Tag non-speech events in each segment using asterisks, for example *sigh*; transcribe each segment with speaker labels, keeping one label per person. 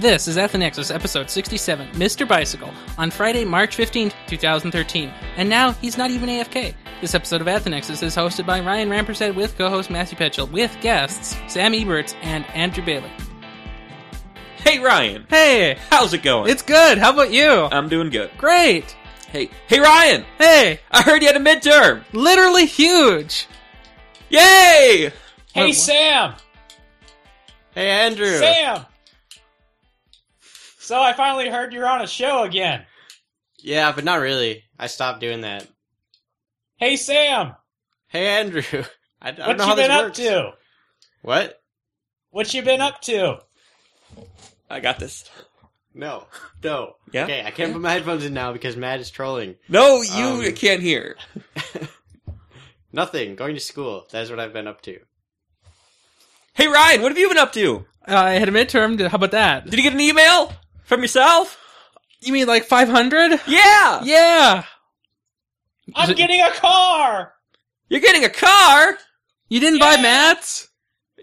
Speaker 1: This is Ethanexus episode 67, Mr. Bicycle, on Friday, March 15th, 2013. And now he's not even AFK. This episode of Athenexus is hosted by Ryan Rampersad with co-host Matthew Petchel, with guests Sam Eberts and Andrew Bailey.
Speaker 2: Hey Ryan,
Speaker 1: Hey,
Speaker 2: how's it going?
Speaker 1: it's good. How about you?
Speaker 2: I'm doing good.
Speaker 1: Great.
Speaker 2: Hey, hey Ryan,
Speaker 1: Hey,
Speaker 2: I heard you had a midterm.
Speaker 1: literally huge.
Speaker 2: Yay!
Speaker 3: Hey,
Speaker 1: Wait, what?
Speaker 3: Sam!
Speaker 4: Hey Andrew.
Speaker 3: Sam! So I finally heard you're on a show again.
Speaker 4: Yeah, but not really. I stopped doing that.
Speaker 3: Hey, Sam!
Speaker 4: Hey Andrew. *laughs* I, I don't
Speaker 3: What
Speaker 4: know how
Speaker 3: you
Speaker 4: this
Speaker 3: been up
Speaker 4: works.
Speaker 3: to?
Speaker 4: What?
Speaker 3: What you been up to?
Speaker 2: I got this.
Speaker 4: No. No.
Speaker 2: Yeah?
Speaker 4: Okay, I can't put my headphones in now because Matt is trolling.
Speaker 2: No, you
Speaker 4: Um,
Speaker 2: can't hear.
Speaker 4: Nothing. Going to school. That is what I've been up to.
Speaker 2: Hey Ryan, what have you been up to?
Speaker 1: Uh, I had a midterm. How about that?
Speaker 2: Did you get an email from yourself?
Speaker 1: You mean like 500?
Speaker 2: Yeah,
Speaker 1: Yeah.
Speaker 3: I'm
Speaker 1: it-
Speaker 3: getting a car!
Speaker 2: you're getting a car.
Speaker 1: You didn't buy
Speaker 3: Yeah.
Speaker 1: mats?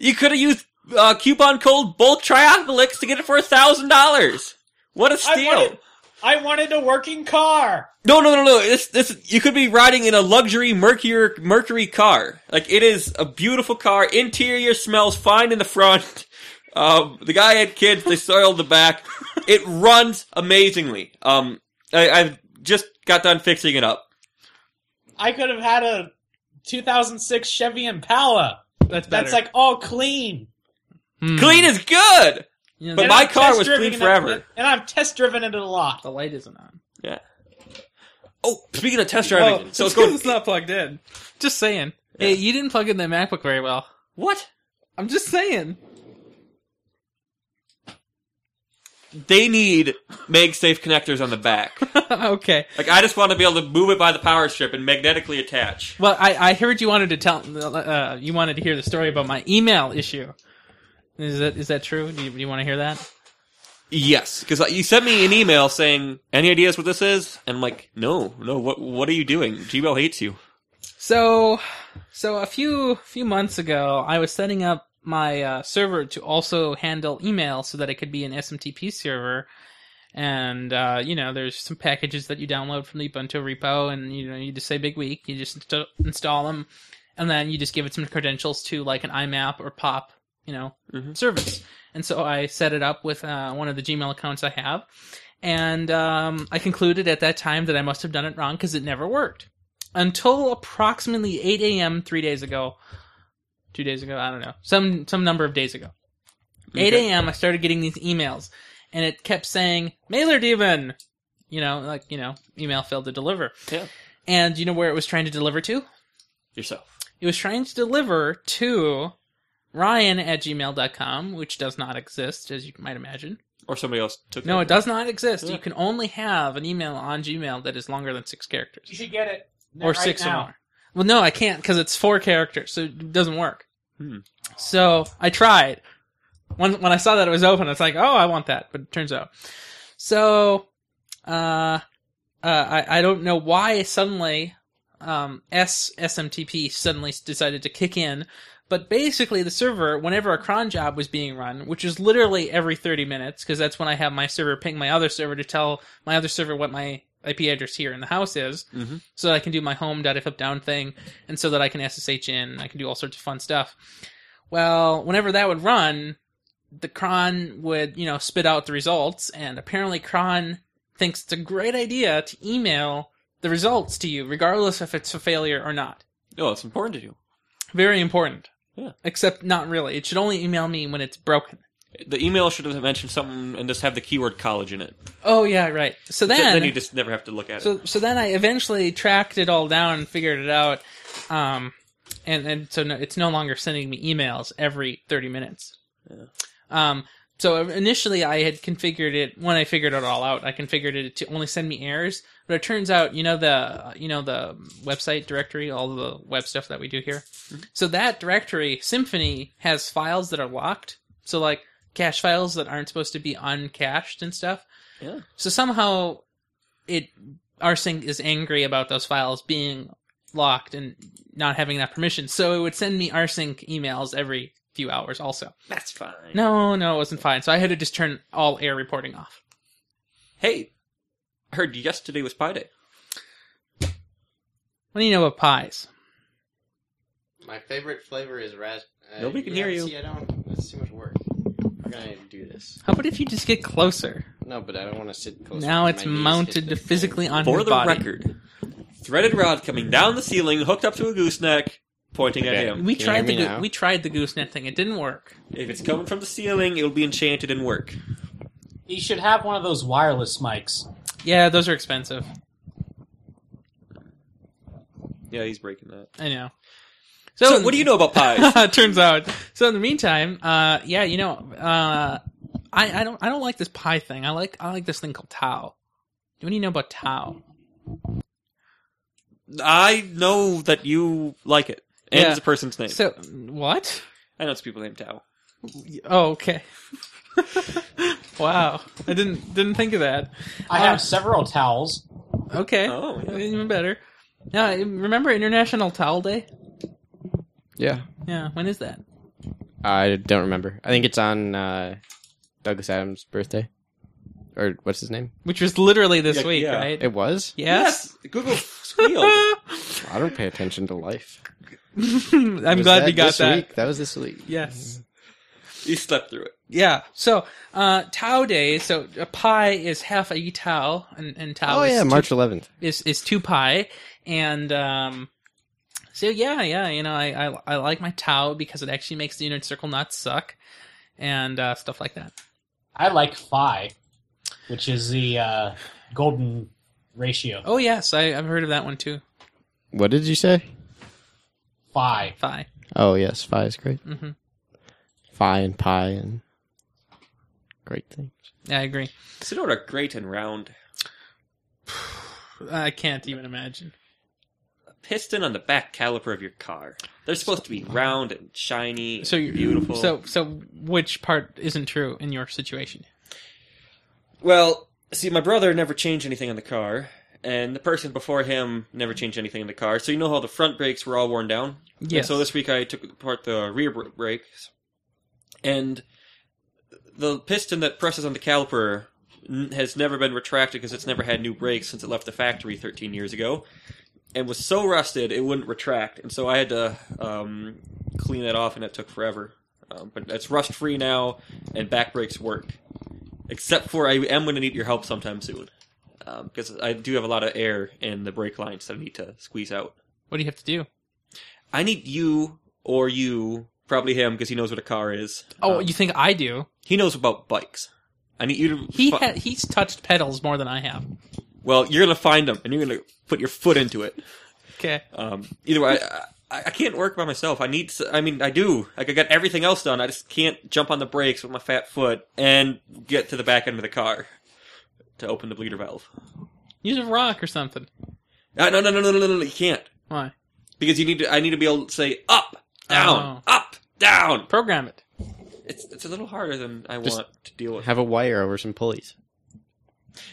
Speaker 2: You could have used uh, coupon code Bulk Trioculix to get it for a thousand dollars. What a
Speaker 3: I
Speaker 2: steal!
Speaker 3: wanted, I wanted a working car!
Speaker 2: No, no, no, no. This, this, you could be riding in a luxury Mercury, Mercury car. Like it is a beautiful car. Interior smells fine in the front. *laughs* Um, the guy had kids. They soiled the back. It runs amazingly. Um, I, I've just got done fixing it up.
Speaker 3: I could have had a 2006 Chevy Impala
Speaker 1: That's better.
Speaker 3: that's like all clean.
Speaker 1: Hmm.
Speaker 2: Clean is good.
Speaker 1: Yeah,
Speaker 2: But
Speaker 1: the-
Speaker 3: And
Speaker 2: my
Speaker 3: I've
Speaker 2: car was
Speaker 3: test-driven
Speaker 2: clean
Speaker 3: it-
Speaker 2: forever.
Speaker 3: And I've test driven it a lot.
Speaker 1: the light isn't on.
Speaker 2: Oh, speaking of test driving,
Speaker 1: *laughs*
Speaker 2: so it's going.
Speaker 1: not plugged in. Just saying. Hey, you didn't plug in that MacBook very well.
Speaker 2: What?
Speaker 1: I'm just saying. *laughs*
Speaker 2: They need MagSafe connectors on the back.
Speaker 1: okay.
Speaker 2: Like I just want to be able to move it by the power strip and magnetically attach.
Speaker 1: Well, I, I heard you wanted to tell uh, you wanted to hear the story about my email issue. Is that is that true? Do you, do you want to hear that?
Speaker 2: Yes, because you sent me an email saying, "Any ideas what this is?" And I'm like, "No, no. What What are you doing? Gmail hates you."
Speaker 1: So, so a few few months ago, I was setting up my uh, server to also handle email so that it could be an SMTP server. And uh, you know, there's some packages that you download from the Ubuntu repo, and you know, you just say "Big Week," you just inst- install them, and then you just give it some credentials to like an IMAP or POP, you know,
Speaker 2: Mhm.
Speaker 1: service. And so I set it up with uh, one of the Gmail accounts I have, and um, I concluded at that time that I must have done it wrong because it never worked until approximately 8 a.m. three days ago, two days ago, I don't know, some some number of days ago. 8
Speaker 2: Okay.
Speaker 1: a.m. I started getting these emails, and it kept saying "Mailer Demon," you know, like you know, email failed to deliver.
Speaker 2: Yeah.
Speaker 1: And you know where it was trying to deliver to?
Speaker 2: Yourself.
Speaker 1: It was trying to deliver to Ryan at gmail.com, which does not exist, as you might imagine.
Speaker 2: Or somebody else took.
Speaker 1: No,
Speaker 2: over.
Speaker 1: it does not exist.
Speaker 2: Yeah.
Speaker 1: You can only have an email on Gmail that is longer than six characters
Speaker 3: You should get it.
Speaker 1: or
Speaker 3: right
Speaker 1: six
Speaker 3: now.
Speaker 1: or more. Well, no, I can't because it's four characters, so it doesn't work.
Speaker 2: Hmm.
Speaker 1: So I tried. When when I saw that it was open, it's like, oh, I want that, but it turns out. So, uh, uh, I I don't know why suddenly, um, S SMTP suddenly s- decided to kick in. But basically, the server, whenever a cron job was being run, which is literally every 30 minutes, because that's when I have my server ping my other server to tell my other server what my IP address here in the house is,
Speaker 2: Mhm.
Speaker 1: so that I can do my home dot if up down thing, and so that I can SSH in, I can do all sorts of fun stuff. Well, whenever that would run, the cron would you know spit out the results, and apparently cron thinks it's a great idea to email the results to you, regardless if it's a failure or not.
Speaker 2: No, it's important to you.
Speaker 1: Very important.
Speaker 2: Yeah.
Speaker 1: Except not really. It should only email me when it's broken.
Speaker 2: The email should have mentioned something and just have the keyword college in it.
Speaker 1: Oh yeah, right. So
Speaker 2: Th-
Speaker 1: then,
Speaker 2: you just never have to look at it.
Speaker 1: so so then I eventually tracked it all down and figured it out. Um, and and so no, it's no longer sending me emails every thirty minutes.
Speaker 2: Yeah.
Speaker 1: Um. So initially, I had configured it when I figured it all out. I configured it to only send me errors, but it turns out, you know the you know the website directory, all the web stuff that we do here.
Speaker 2: Mm-hmm.
Speaker 1: So that directory, Symfony, has files that are locked. So like cache files that aren't supposed to be uncached and stuff.
Speaker 2: Yeah.
Speaker 1: So somehow, it rsync is angry about those files being locked and not having that permission. So it would send me rsync emails every few hours also.
Speaker 2: That's fine.
Speaker 1: No, no, it wasn't fine. So I had to just turn all air reporting off.
Speaker 2: Hey, I heard yesterday was Pi Day.
Speaker 1: What do you know about pies?
Speaker 4: My favorite flavor is ras. uh,
Speaker 2: Nobody can
Speaker 4: yeah,
Speaker 2: hear you.
Speaker 4: See, I don't. That's too much work. How can I do this?
Speaker 1: How about if you just get closer?
Speaker 4: No, but I don't want to sit close.
Speaker 1: now it's mounted physically on
Speaker 2: For
Speaker 1: your
Speaker 2: the
Speaker 1: body.
Speaker 2: record, threaded rod coming down the ceiling, hooked up to a gooseneck, pointing
Speaker 4: Okay.
Speaker 2: at him.
Speaker 1: We
Speaker 4: Can you
Speaker 1: tried
Speaker 4: hear
Speaker 1: the
Speaker 4: me
Speaker 1: goo
Speaker 4: now?
Speaker 1: we tried the gooseneck thing. It didn't work.
Speaker 2: If it's coming from the ceiling, it'll be enchanted and work.
Speaker 3: You should have one of those wireless mics.
Speaker 1: Yeah, those are expensive.
Speaker 2: Yeah, he's breaking that.
Speaker 1: I know.
Speaker 2: So, what do you know about
Speaker 1: *laughs*
Speaker 2: pies?
Speaker 1: Turns out. So in the meantime, uh, yeah, you know, uh, I, I don't I don't like this pie thing. I like I like this thing called tau. What do you know about tau?
Speaker 2: I know that you like it. And
Speaker 1: Yeah.
Speaker 2: it's a person's name.
Speaker 1: So what?
Speaker 2: I know it's people named Tao.
Speaker 1: Oh, okay. *laughs* wow, I didn't didn't think of that.
Speaker 3: I
Speaker 1: Uh,
Speaker 3: have several towels.
Speaker 1: Okay,
Speaker 2: Oh, yeah.
Speaker 1: even better. Now, remember International Towel Day?
Speaker 4: Yeah,
Speaker 1: Yeah, when is that?
Speaker 4: I don't remember. I think it's on uh, Douglas Adams' birthday, or what's his name?
Speaker 1: Which was literally this
Speaker 2: Yeah,
Speaker 1: week,
Speaker 2: yeah.
Speaker 1: right?
Speaker 4: It was.
Speaker 1: yes.
Speaker 2: Google
Speaker 1: *laughs*
Speaker 2: squealed.
Speaker 4: I don't pay attention to life.
Speaker 1: I'm glad we got
Speaker 4: this
Speaker 1: that.
Speaker 4: Week. That was this week.
Speaker 1: Yes.
Speaker 2: you slept through it.
Speaker 1: Yeah. So, uh, Tau Day. So, a pie is half a Tau, and, and Tau
Speaker 4: Oh
Speaker 1: is,
Speaker 4: yeah,
Speaker 1: two,
Speaker 4: March 11th.
Speaker 1: is is two pie, and um, so yeah, yeah. You know, I, I I like my Tau because it actually makes the inner circle not suck, and uh, stuff like that.
Speaker 3: I like phi, which is the uh, golden ratio.
Speaker 1: Oh yes, I, I've heard of that one too.
Speaker 4: What did you say?
Speaker 3: Phi.
Speaker 1: Phi.
Speaker 4: Oh yes, phi is great.
Speaker 1: hmm
Speaker 4: Phi and pie and great things.
Speaker 1: Yeah, I agree.
Speaker 2: Sonora great and round.
Speaker 1: I can't even imagine.
Speaker 2: A piston on the back caliper of your car. They're supposed to be round and shiny. And
Speaker 1: So you're
Speaker 2: beautiful.
Speaker 1: So so which part isn't true in your situation?
Speaker 2: Well, see, my brother never changed anything in the car, and the person before him never changed anything in the car. So you know how the front brakes were all worn down. And
Speaker 1: Yes.
Speaker 2: so this week I took apart the rear br- brakes, and the piston that presses on the caliper n- has never been retracted because it's never had new brakes since it left the factory 13 years ago, and was so rusted it wouldn't retract. And so I had to um, clean that off, and it took forever. Um, but it's rust free now, and back brakes work. Except for I am going to need your help sometime soon. Um, because I do have a lot of air in the brake lines that I need to squeeze out.
Speaker 1: What do you have to do?
Speaker 2: I need you or you, probably him, because he knows what a car is.
Speaker 1: Oh,
Speaker 2: Um,
Speaker 1: you think I do?
Speaker 2: he knows about bikes. I need you to.
Speaker 1: He
Speaker 2: fi-
Speaker 1: ha- he's touched pedals more than I have.
Speaker 2: well, you're gonna find him, and you're gonna put your foot into it.
Speaker 1: Okay.
Speaker 2: Um, either way, I, I, I can't work by myself. I need. s- I mean, I do. Like I got everything else done. I just can't jump on the brakes with my fat foot and get to the back end of the car to open the bleeder valve.
Speaker 1: Use a rock or something.
Speaker 2: Uh, no, no, no, no, no, no, no. You can't.
Speaker 1: Why?
Speaker 2: because you need to. I need to be able to say up, down,
Speaker 1: Oh.
Speaker 2: up, down.
Speaker 1: Program it.
Speaker 2: It's it's a little harder than I
Speaker 4: Just-
Speaker 2: want to deal with.
Speaker 4: Have a wire over some pulleys.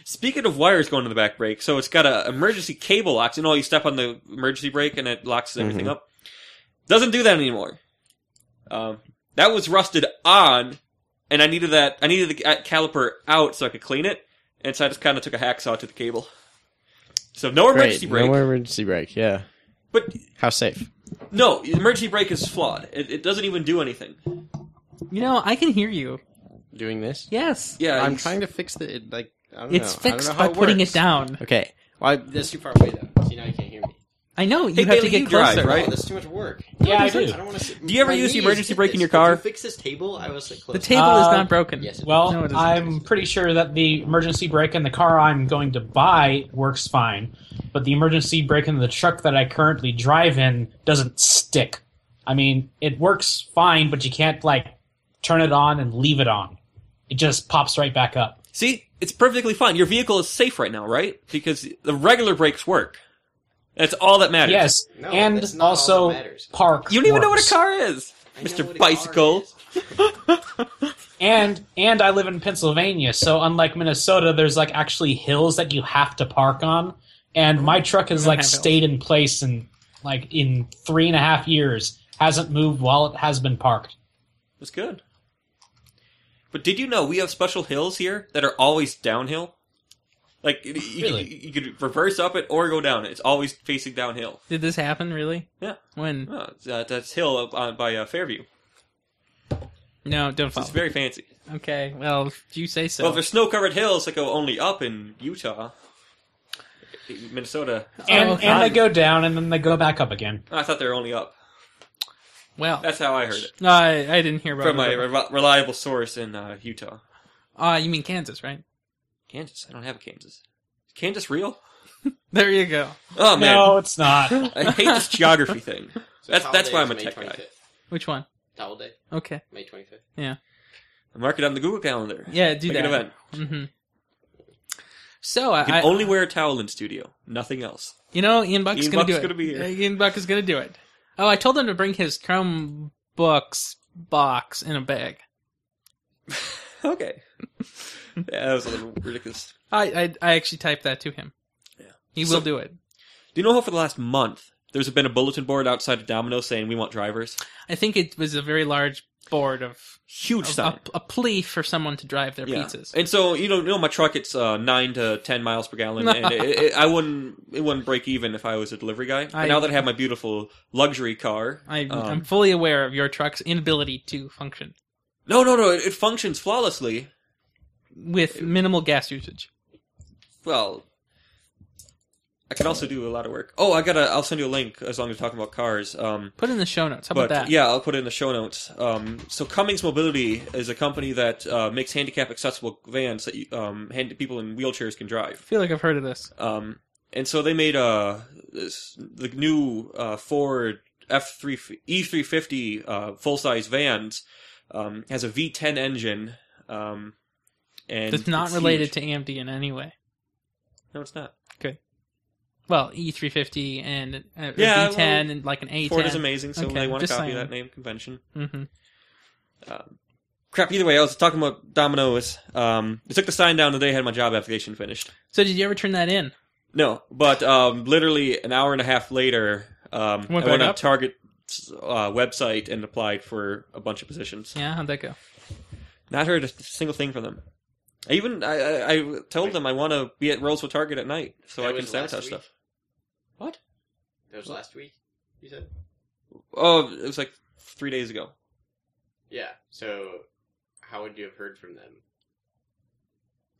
Speaker 2: Speaking of wires going to the back brake, so it's got a emergency cable locks. You know, you step on the emergency brake and it locks everything
Speaker 4: Mhm.
Speaker 2: up. Doesn't do that anymore. Um, that was rusted on, and I needed that. I needed the ca- caliper out so I could clean it, and so I just kind of took a hacksaw to the cable. So no emergency
Speaker 4: great.
Speaker 2: brake,
Speaker 4: No more emergency brake. Yeah.
Speaker 2: but
Speaker 4: How safe?
Speaker 2: no, the emergency brake is flawed. It, it doesn't even do anything.
Speaker 1: You know, I can hear you.
Speaker 4: Doing this?
Speaker 1: Yes.
Speaker 2: Yeah,
Speaker 4: I'm
Speaker 2: it's-
Speaker 4: trying to fix the it, like. I don't
Speaker 1: It's
Speaker 4: know. I don't
Speaker 1: fixed
Speaker 4: know how
Speaker 1: by
Speaker 4: it
Speaker 1: putting
Speaker 4: works.
Speaker 1: it down.
Speaker 4: Okay. Well, I, that's too far away though. See now you can't hear me.
Speaker 1: I know you
Speaker 2: Hey,
Speaker 1: have
Speaker 2: Bailey,
Speaker 1: to get
Speaker 2: you drive,
Speaker 1: closer.
Speaker 2: right?
Speaker 4: Oh, that's too much work.
Speaker 3: Yeah, I do.
Speaker 4: don't want to.
Speaker 2: Do you ever use the emergency brake in your car?
Speaker 4: fix this table, I was like
Speaker 1: The
Speaker 4: close.
Speaker 1: table is
Speaker 3: Uh,
Speaker 1: not broken.
Speaker 4: Yes. It
Speaker 3: Well,
Speaker 1: No, it isn't.
Speaker 3: I'm pretty sure that the emergency brake in the car I'm going to buy works fine, but the emergency brake in the truck that I currently drive in doesn't stick. I mean, it works fine, but you can't like turn it on and leave it on. It just pops right back up.
Speaker 2: See, it's perfectly fine. Your vehicle is safe right now, right? Because the regular brakes work. That's all that matters.
Speaker 3: Yes,
Speaker 4: No,
Speaker 3: and
Speaker 4: that's not all
Speaker 3: also
Speaker 4: that matters.
Speaker 3: park.
Speaker 2: You don't even know what a
Speaker 3: works.
Speaker 2: car is,
Speaker 4: I know what
Speaker 2: Mister
Speaker 4: a car
Speaker 2: Bicycle.
Speaker 4: is.
Speaker 3: And and I live in Pennsylvania, so unlike Minnesota, there's like actually hills that you have to park on. And my truck has
Speaker 1: don't
Speaker 3: like
Speaker 1: have hills.
Speaker 3: stayed in place and like in three and a half years hasn't moved while it has been parked.
Speaker 2: was good. But did you know we have special hills here that are always downhill? Like you, you-
Speaker 3: Really?
Speaker 2: you, you could reverse up it or go down. It's always facing downhill.
Speaker 1: Did this happen really?
Speaker 2: Yeah.
Speaker 1: When?
Speaker 2: Oh, it's, uh, that's hill up on by uh, Fairview.
Speaker 1: No, don't
Speaker 2: So
Speaker 1: follow.
Speaker 2: It's very fancy.
Speaker 1: okay. Well, if you say so.
Speaker 2: Well, there's snow-covered hills that go only up in Utah, Minnesota.
Speaker 3: And,
Speaker 1: Oh, okay.
Speaker 3: and they go down and then they go back up again.
Speaker 2: I thought they were only up.
Speaker 1: well,
Speaker 2: That's how I heard it
Speaker 1: no, I, I didn't hear about
Speaker 2: from my
Speaker 1: it.
Speaker 2: re- reliable source in uh, Utah.
Speaker 1: Ah, you mean Kansas, right?
Speaker 2: Kansas. I don't have Kansas. Is Kansas real?
Speaker 1: There you go.
Speaker 2: Oh man,
Speaker 3: No, it's not.
Speaker 2: I hate this geography thing. That's-
Speaker 5: Towel
Speaker 2: that's
Speaker 5: Day
Speaker 2: why
Speaker 5: is
Speaker 2: I'm a
Speaker 5: May
Speaker 2: tech guy.
Speaker 5: 25th.
Speaker 1: Which one?
Speaker 5: Towel Day,
Speaker 1: Okay.
Speaker 5: May 25th.
Speaker 2: Mark it on the Google Calendar.
Speaker 1: Yeah, do
Speaker 2: Make an
Speaker 1: that.
Speaker 2: event.
Speaker 1: Mm-hmm. So I,
Speaker 2: You can
Speaker 1: I
Speaker 2: only wear a towel in studio. Nothing else.
Speaker 1: you know, Ian Buck's
Speaker 2: Ian
Speaker 1: gonna do
Speaker 2: Buck's
Speaker 1: it.
Speaker 2: gonna be here.
Speaker 1: Uh, Ian Buck is gonna do it. Oh, I told him to bring his Chromebooks box in a bag.
Speaker 2: Okay.
Speaker 1: *laughs*
Speaker 2: yeah, that was a little ridiculous.
Speaker 1: I I, I actually typed that to him.
Speaker 2: Yeah.
Speaker 1: He
Speaker 2: So-
Speaker 1: will do it.
Speaker 2: Do you know how for the last month there's been a bulletin board outside of Domino's saying we want drivers?
Speaker 1: I think it was a very large board of
Speaker 2: Huge
Speaker 1: a,
Speaker 2: sign.
Speaker 1: a- a plea for someone to drive their
Speaker 2: Yeah.
Speaker 1: Oh, pizzas.
Speaker 2: And so you know, you know my truck it's uh, nine to ten miles per gallon, and it, it, I wouldn't it wouldn't break even if I was a delivery guy.
Speaker 1: I-
Speaker 2: and now that I have my beautiful luxury car,
Speaker 1: I,
Speaker 2: um,
Speaker 1: I'm fully aware of your truck's inability to function
Speaker 2: no, no, no, it, it functions flawlessly.
Speaker 1: with minimal gas usage.
Speaker 2: Well, I can also do a lot of work. Oh, I gotta. I'll send you a link as long as we're talking about cars. Um,
Speaker 1: Put it in the show notes. How
Speaker 2: but
Speaker 1: about that?
Speaker 2: yeah, I'll put it in the show notes. Um, so Cummings Mobility is a company that uh, makes handicap accessible vans that you, um, hand, people in wheelchairs can
Speaker 1: I
Speaker 2: drive.
Speaker 1: feel like I've heard of this.
Speaker 2: Um, and so they made uh, this, the new uh, Ford F three E three fifty uh, full size vans um, has a V ten engine. Um, and
Speaker 1: That's not
Speaker 2: it's
Speaker 1: related
Speaker 2: huge.
Speaker 1: to AMD in any way.
Speaker 2: No, it's not.
Speaker 1: Well, E350 and uh,
Speaker 2: Yeah,
Speaker 1: B10
Speaker 2: well,
Speaker 1: and like an A10.
Speaker 2: Ford is amazing, so
Speaker 1: Okay,
Speaker 2: they want to
Speaker 1: just
Speaker 2: copy
Speaker 1: saying.
Speaker 2: that name convention.
Speaker 1: Mm-hmm.
Speaker 2: crap. Either way, I was talking about Domino's. Um, they took the sign down the day I had my job application finished.
Speaker 1: So did you ever turn that in?
Speaker 2: No, but um, literally an hour and a half later, um,
Speaker 1: Went
Speaker 2: I went
Speaker 1: back
Speaker 2: on
Speaker 1: up?
Speaker 2: Target's uh, website and applied for a bunch of positions.
Speaker 1: Yeah, how'd that go? *laughs*
Speaker 2: Not heard a single thing from them. I even I, I, I told them I want to be at Rosewood Target at night so
Speaker 5: That
Speaker 2: I can
Speaker 5: was last
Speaker 2: sabotage
Speaker 5: week?
Speaker 2: stuff. What?
Speaker 5: That was last week. You said.
Speaker 2: Oh, it was like three days ago.
Speaker 5: Yeah. So, how would you have heard from them?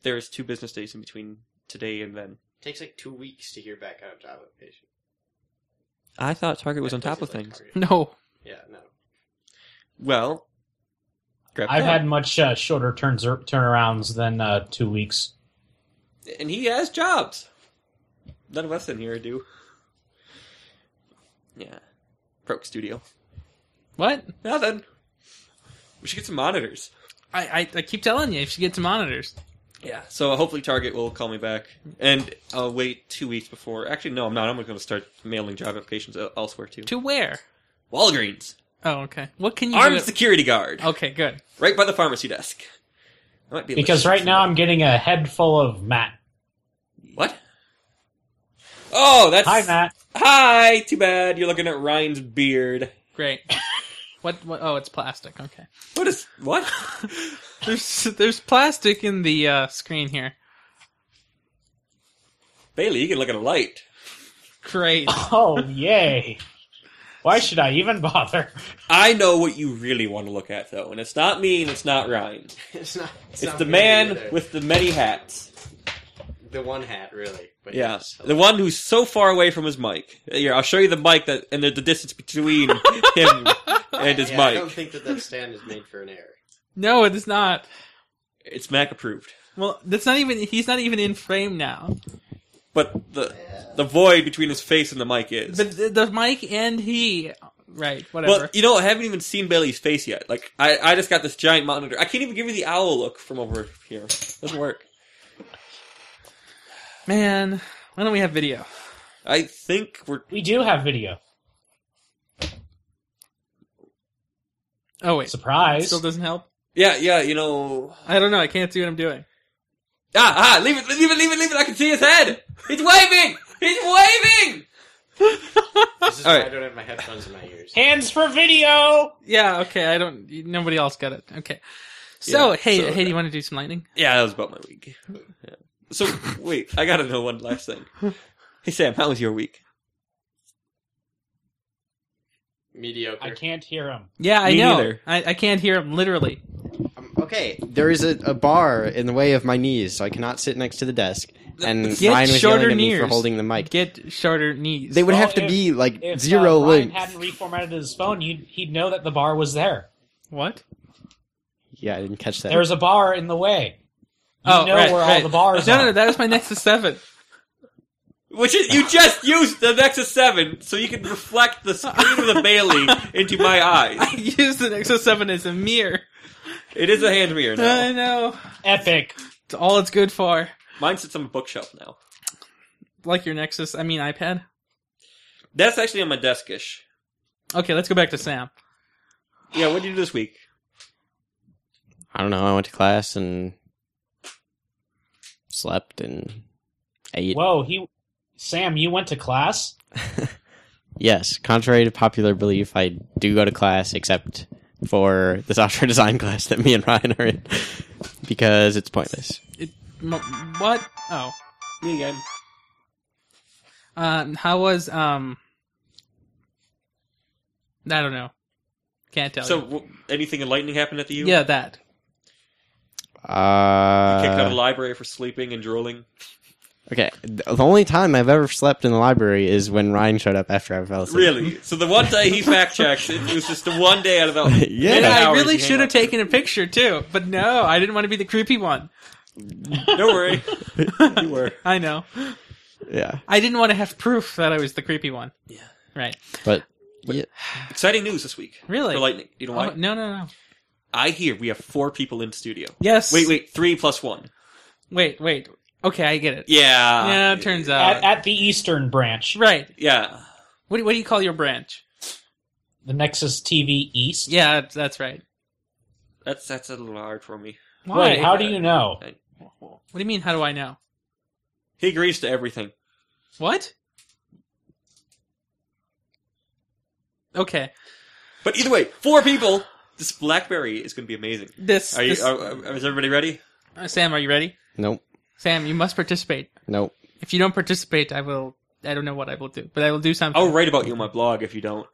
Speaker 2: There was two business days in between today and then.
Speaker 5: takes like two weeks to hear back on a job application.
Speaker 2: I thought Target was
Speaker 5: That
Speaker 2: on top of
Speaker 5: place is, like,
Speaker 2: things.
Speaker 5: targeted.
Speaker 1: No.
Speaker 5: Yeah. No. *laughs*
Speaker 2: Well, crap.
Speaker 3: *laughs* I've had much uh, shorter turns turnarounds than uh, two weeks.
Speaker 2: and he has jobs. None of us in here do. Yeah, Proke Studio.
Speaker 1: What?
Speaker 2: Nothing. We should get some monitors.
Speaker 1: I, I, I keep telling you, you should get some monitors.
Speaker 2: Yeah. So hopefully Target will call me back, and I'll wait two weeks before. Actually, no, I'm not. I'm going to start mailing job applications el- elsewhere too.
Speaker 1: To where?
Speaker 2: Walgreens,
Speaker 1: Oh, okay. What can you
Speaker 2: armed *laughs*
Speaker 1: do?
Speaker 2: security guard,
Speaker 3: Oh.
Speaker 1: Okay, good.
Speaker 2: right by the pharmacy desk. That might be a
Speaker 3: Because
Speaker 2: little-
Speaker 3: right now I'm getting a head full of Matt.
Speaker 2: what? Oh, that's
Speaker 3: Hi, Matt.
Speaker 2: Hi. Too bad you're looking at Ryan's beard.
Speaker 1: Great. what, what? Oh, it's plastic. Okay.
Speaker 2: What is
Speaker 5: *laughs*
Speaker 2: what?
Speaker 1: There's *laughs* there's plastic in the uh, screen here.
Speaker 2: Bailey, you can look at a light.
Speaker 1: Great.
Speaker 3: Oh, *laughs* yay. Why should I even bother?
Speaker 2: I know what you really want to look at, though, and it's not me and it's not Ryan.
Speaker 5: it's not.
Speaker 2: It's,
Speaker 5: not
Speaker 2: the
Speaker 5: me
Speaker 2: man
Speaker 5: either.
Speaker 2: with the many hats.
Speaker 5: the one hat, really. But
Speaker 2: Yeah,
Speaker 5: yes.
Speaker 2: the one who's so far away from his mic. Here, I'll show you the mic that and the, the distance
Speaker 5: *laughs*
Speaker 2: between him and his
Speaker 5: Yeah, I don't
Speaker 2: mic.
Speaker 5: think that that stand is made for
Speaker 2: *laughs*
Speaker 5: an error.
Speaker 1: No, it is not.
Speaker 2: It's Mac approved,
Speaker 1: Well, that's not even. He's not even in frame now.
Speaker 2: but the the void between his face and the mic is.
Speaker 1: But the, the mic and he. Right. Whatever.
Speaker 2: well, you know, I haven't even seen Bailey's face yet. Like, I, I just got this giant monitor. I can't even give you the owl look from over here. Doesn't work.
Speaker 1: Man, why don't we have video?
Speaker 2: I think we're
Speaker 3: We do have video.
Speaker 1: Oh wait,
Speaker 3: Surprise.
Speaker 1: still doesn't help.
Speaker 2: yeah, yeah. You know,
Speaker 1: I don't know. I can't see what I'm doing.
Speaker 2: Ah, ah, leave it, leave it, leave it, leave it. I can see his head. He's waving. He's waving.
Speaker 5: This is
Speaker 2: All
Speaker 5: why
Speaker 2: right.
Speaker 5: I don't have my headphones in my ears.
Speaker 3: Hands for video.
Speaker 1: Yeah, okay. I don't. Nobody else got it. Okay. So,
Speaker 2: Yeah,
Speaker 1: hey,
Speaker 2: so- uh,
Speaker 1: hey, do you want to do some lightning?
Speaker 2: Yeah, that was about my week. Yeah. So wait, I gotta know one last thing. Hey Sam, how was your week?
Speaker 5: Mediocre.
Speaker 3: I can't hear him.
Speaker 1: Yeah, I
Speaker 2: Me
Speaker 1: know.
Speaker 2: neither.
Speaker 1: I, I can't hear him literally.
Speaker 5: Um, okay.
Speaker 4: There is a, a bar in the way of my knees, so I cannot sit next to the desk. And
Speaker 1: Get
Speaker 4: Ryan was
Speaker 1: shorter
Speaker 4: yelling at me for
Speaker 1: knees.
Speaker 4: holding the mic.
Speaker 1: Get shorter knees.
Speaker 4: They would
Speaker 3: Well,
Speaker 4: have to
Speaker 3: if-
Speaker 4: be like
Speaker 3: If
Speaker 4: zero
Speaker 3: uh, Ryan
Speaker 4: length.
Speaker 3: hadn't reformatted his phone, you'd, he'd know that the bar was there.
Speaker 1: what?
Speaker 4: Yeah, I didn't catch that.
Speaker 3: There's a bar in the way. You
Speaker 1: oh,
Speaker 3: know
Speaker 1: right,
Speaker 3: where all
Speaker 1: right.
Speaker 3: the bars
Speaker 1: No, no,
Speaker 3: are.
Speaker 1: no, that was my Nexus Seven. *laughs*
Speaker 2: Which is you just used the Nexus Seven so you can reflect the screen of the Bailey into my eyes.
Speaker 1: I used the Nexus Seven as a mirror.
Speaker 2: It is a hand mirror now.
Speaker 1: *laughs* I know.
Speaker 3: Epic.
Speaker 1: It's all it's good for.
Speaker 2: Mine sits on a bookshelf now.
Speaker 1: Like your Nexus, I mean iPad.
Speaker 2: That's actually on my deskish.
Speaker 1: Okay, let's go back to Sam.
Speaker 2: Yeah, what did you do this week?
Speaker 4: I don't know. I went to class and slept and ate.
Speaker 3: Whoa, he. Sam, you went to class?
Speaker 4: Yes, contrary to popular belief, I do go to class except for the *laughs* software design class that me and Ryan are in *laughs* because it's pointless.
Speaker 1: M- what? Oh,
Speaker 2: Me again.
Speaker 1: um, how was um? I don't know. Can't tell
Speaker 2: So,
Speaker 1: you.
Speaker 2: w- anything enlightening happened at the U?
Speaker 1: Yeah, that.
Speaker 4: Uh,
Speaker 2: Kicked out of the library for sleeping and drooling.
Speaker 4: okay, th- the only time I've ever slept in the library is when Ryan showed up after I fell asleep.
Speaker 2: Really? So the one day he fact checked, it was just the one day out of *laughs* the.
Speaker 4: Yeah.
Speaker 1: And
Speaker 2: Eight
Speaker 1: I
Speaker 2: hours
Speaker 1: really
Speaker 2: you hang
Speaker 1: should have
Speaker 2: out there.
Speaker 1: taken a picture too, but no, I didn't want to be the creepy one.
Speaker 2: Don't worry, *laughs* you were.
Speaker 1: I know.
Speaker 4: Yeah,
Speaker 1: I didn't want to have proof that I was the creepy one. Yeah. Right.
Speaker 4: but yeah,
Speaker 2: Exciting news this week.
Speaker 1: Really?
Speaker 2: For Lightning. You know
Speaker 1: Oh,
Speaker 2: why?
Speaker 1: no, no, no.
Speaker 2: I hear we have four people in studio.
Speaker 1: Yes.
Speaker 2: Wait, wait, three plus one.
Speaker 1: Wait, wait. Okay, I get it.
Speaker 2: Yeah.
Speaker 1: yeah, it turns out.
Speaker 3: At, at the Eastern branch.
Speaker 1: right.
Speaker 2: Yeah.
Speaker 1: What do, what do you call your branch?
Speaker 3: The Nexus TV East?
Speaker 1: Yeah, that's- that's right.
Speaker 2: That's that's a little hard for me.
Speaker 1: Why?
Speaker 3: Wait, how do you know?
Speaker 1: what do you mean? How do I know?
Speaker 2: He agrees to everything.
Speaker 1: What? Okay.
Speaker 2: But either way, four people. This BlackBerry is going to be amazing.
Speaker 1: This.
Speaker 2: Are you?
Speaker 1: this-
Speaker 2: Are, are- is everybody ready?
Speaker 1: uh, Sam, are you ready?
Speaker 4: nope,
Speaker 1: Sam, you must participate.
Speaker 4: nope.
Speaker 1: If you don't participate, I will. I don't know what I will do, but I will do something.
Speaker 2: I'll write about you on my blog if you don't.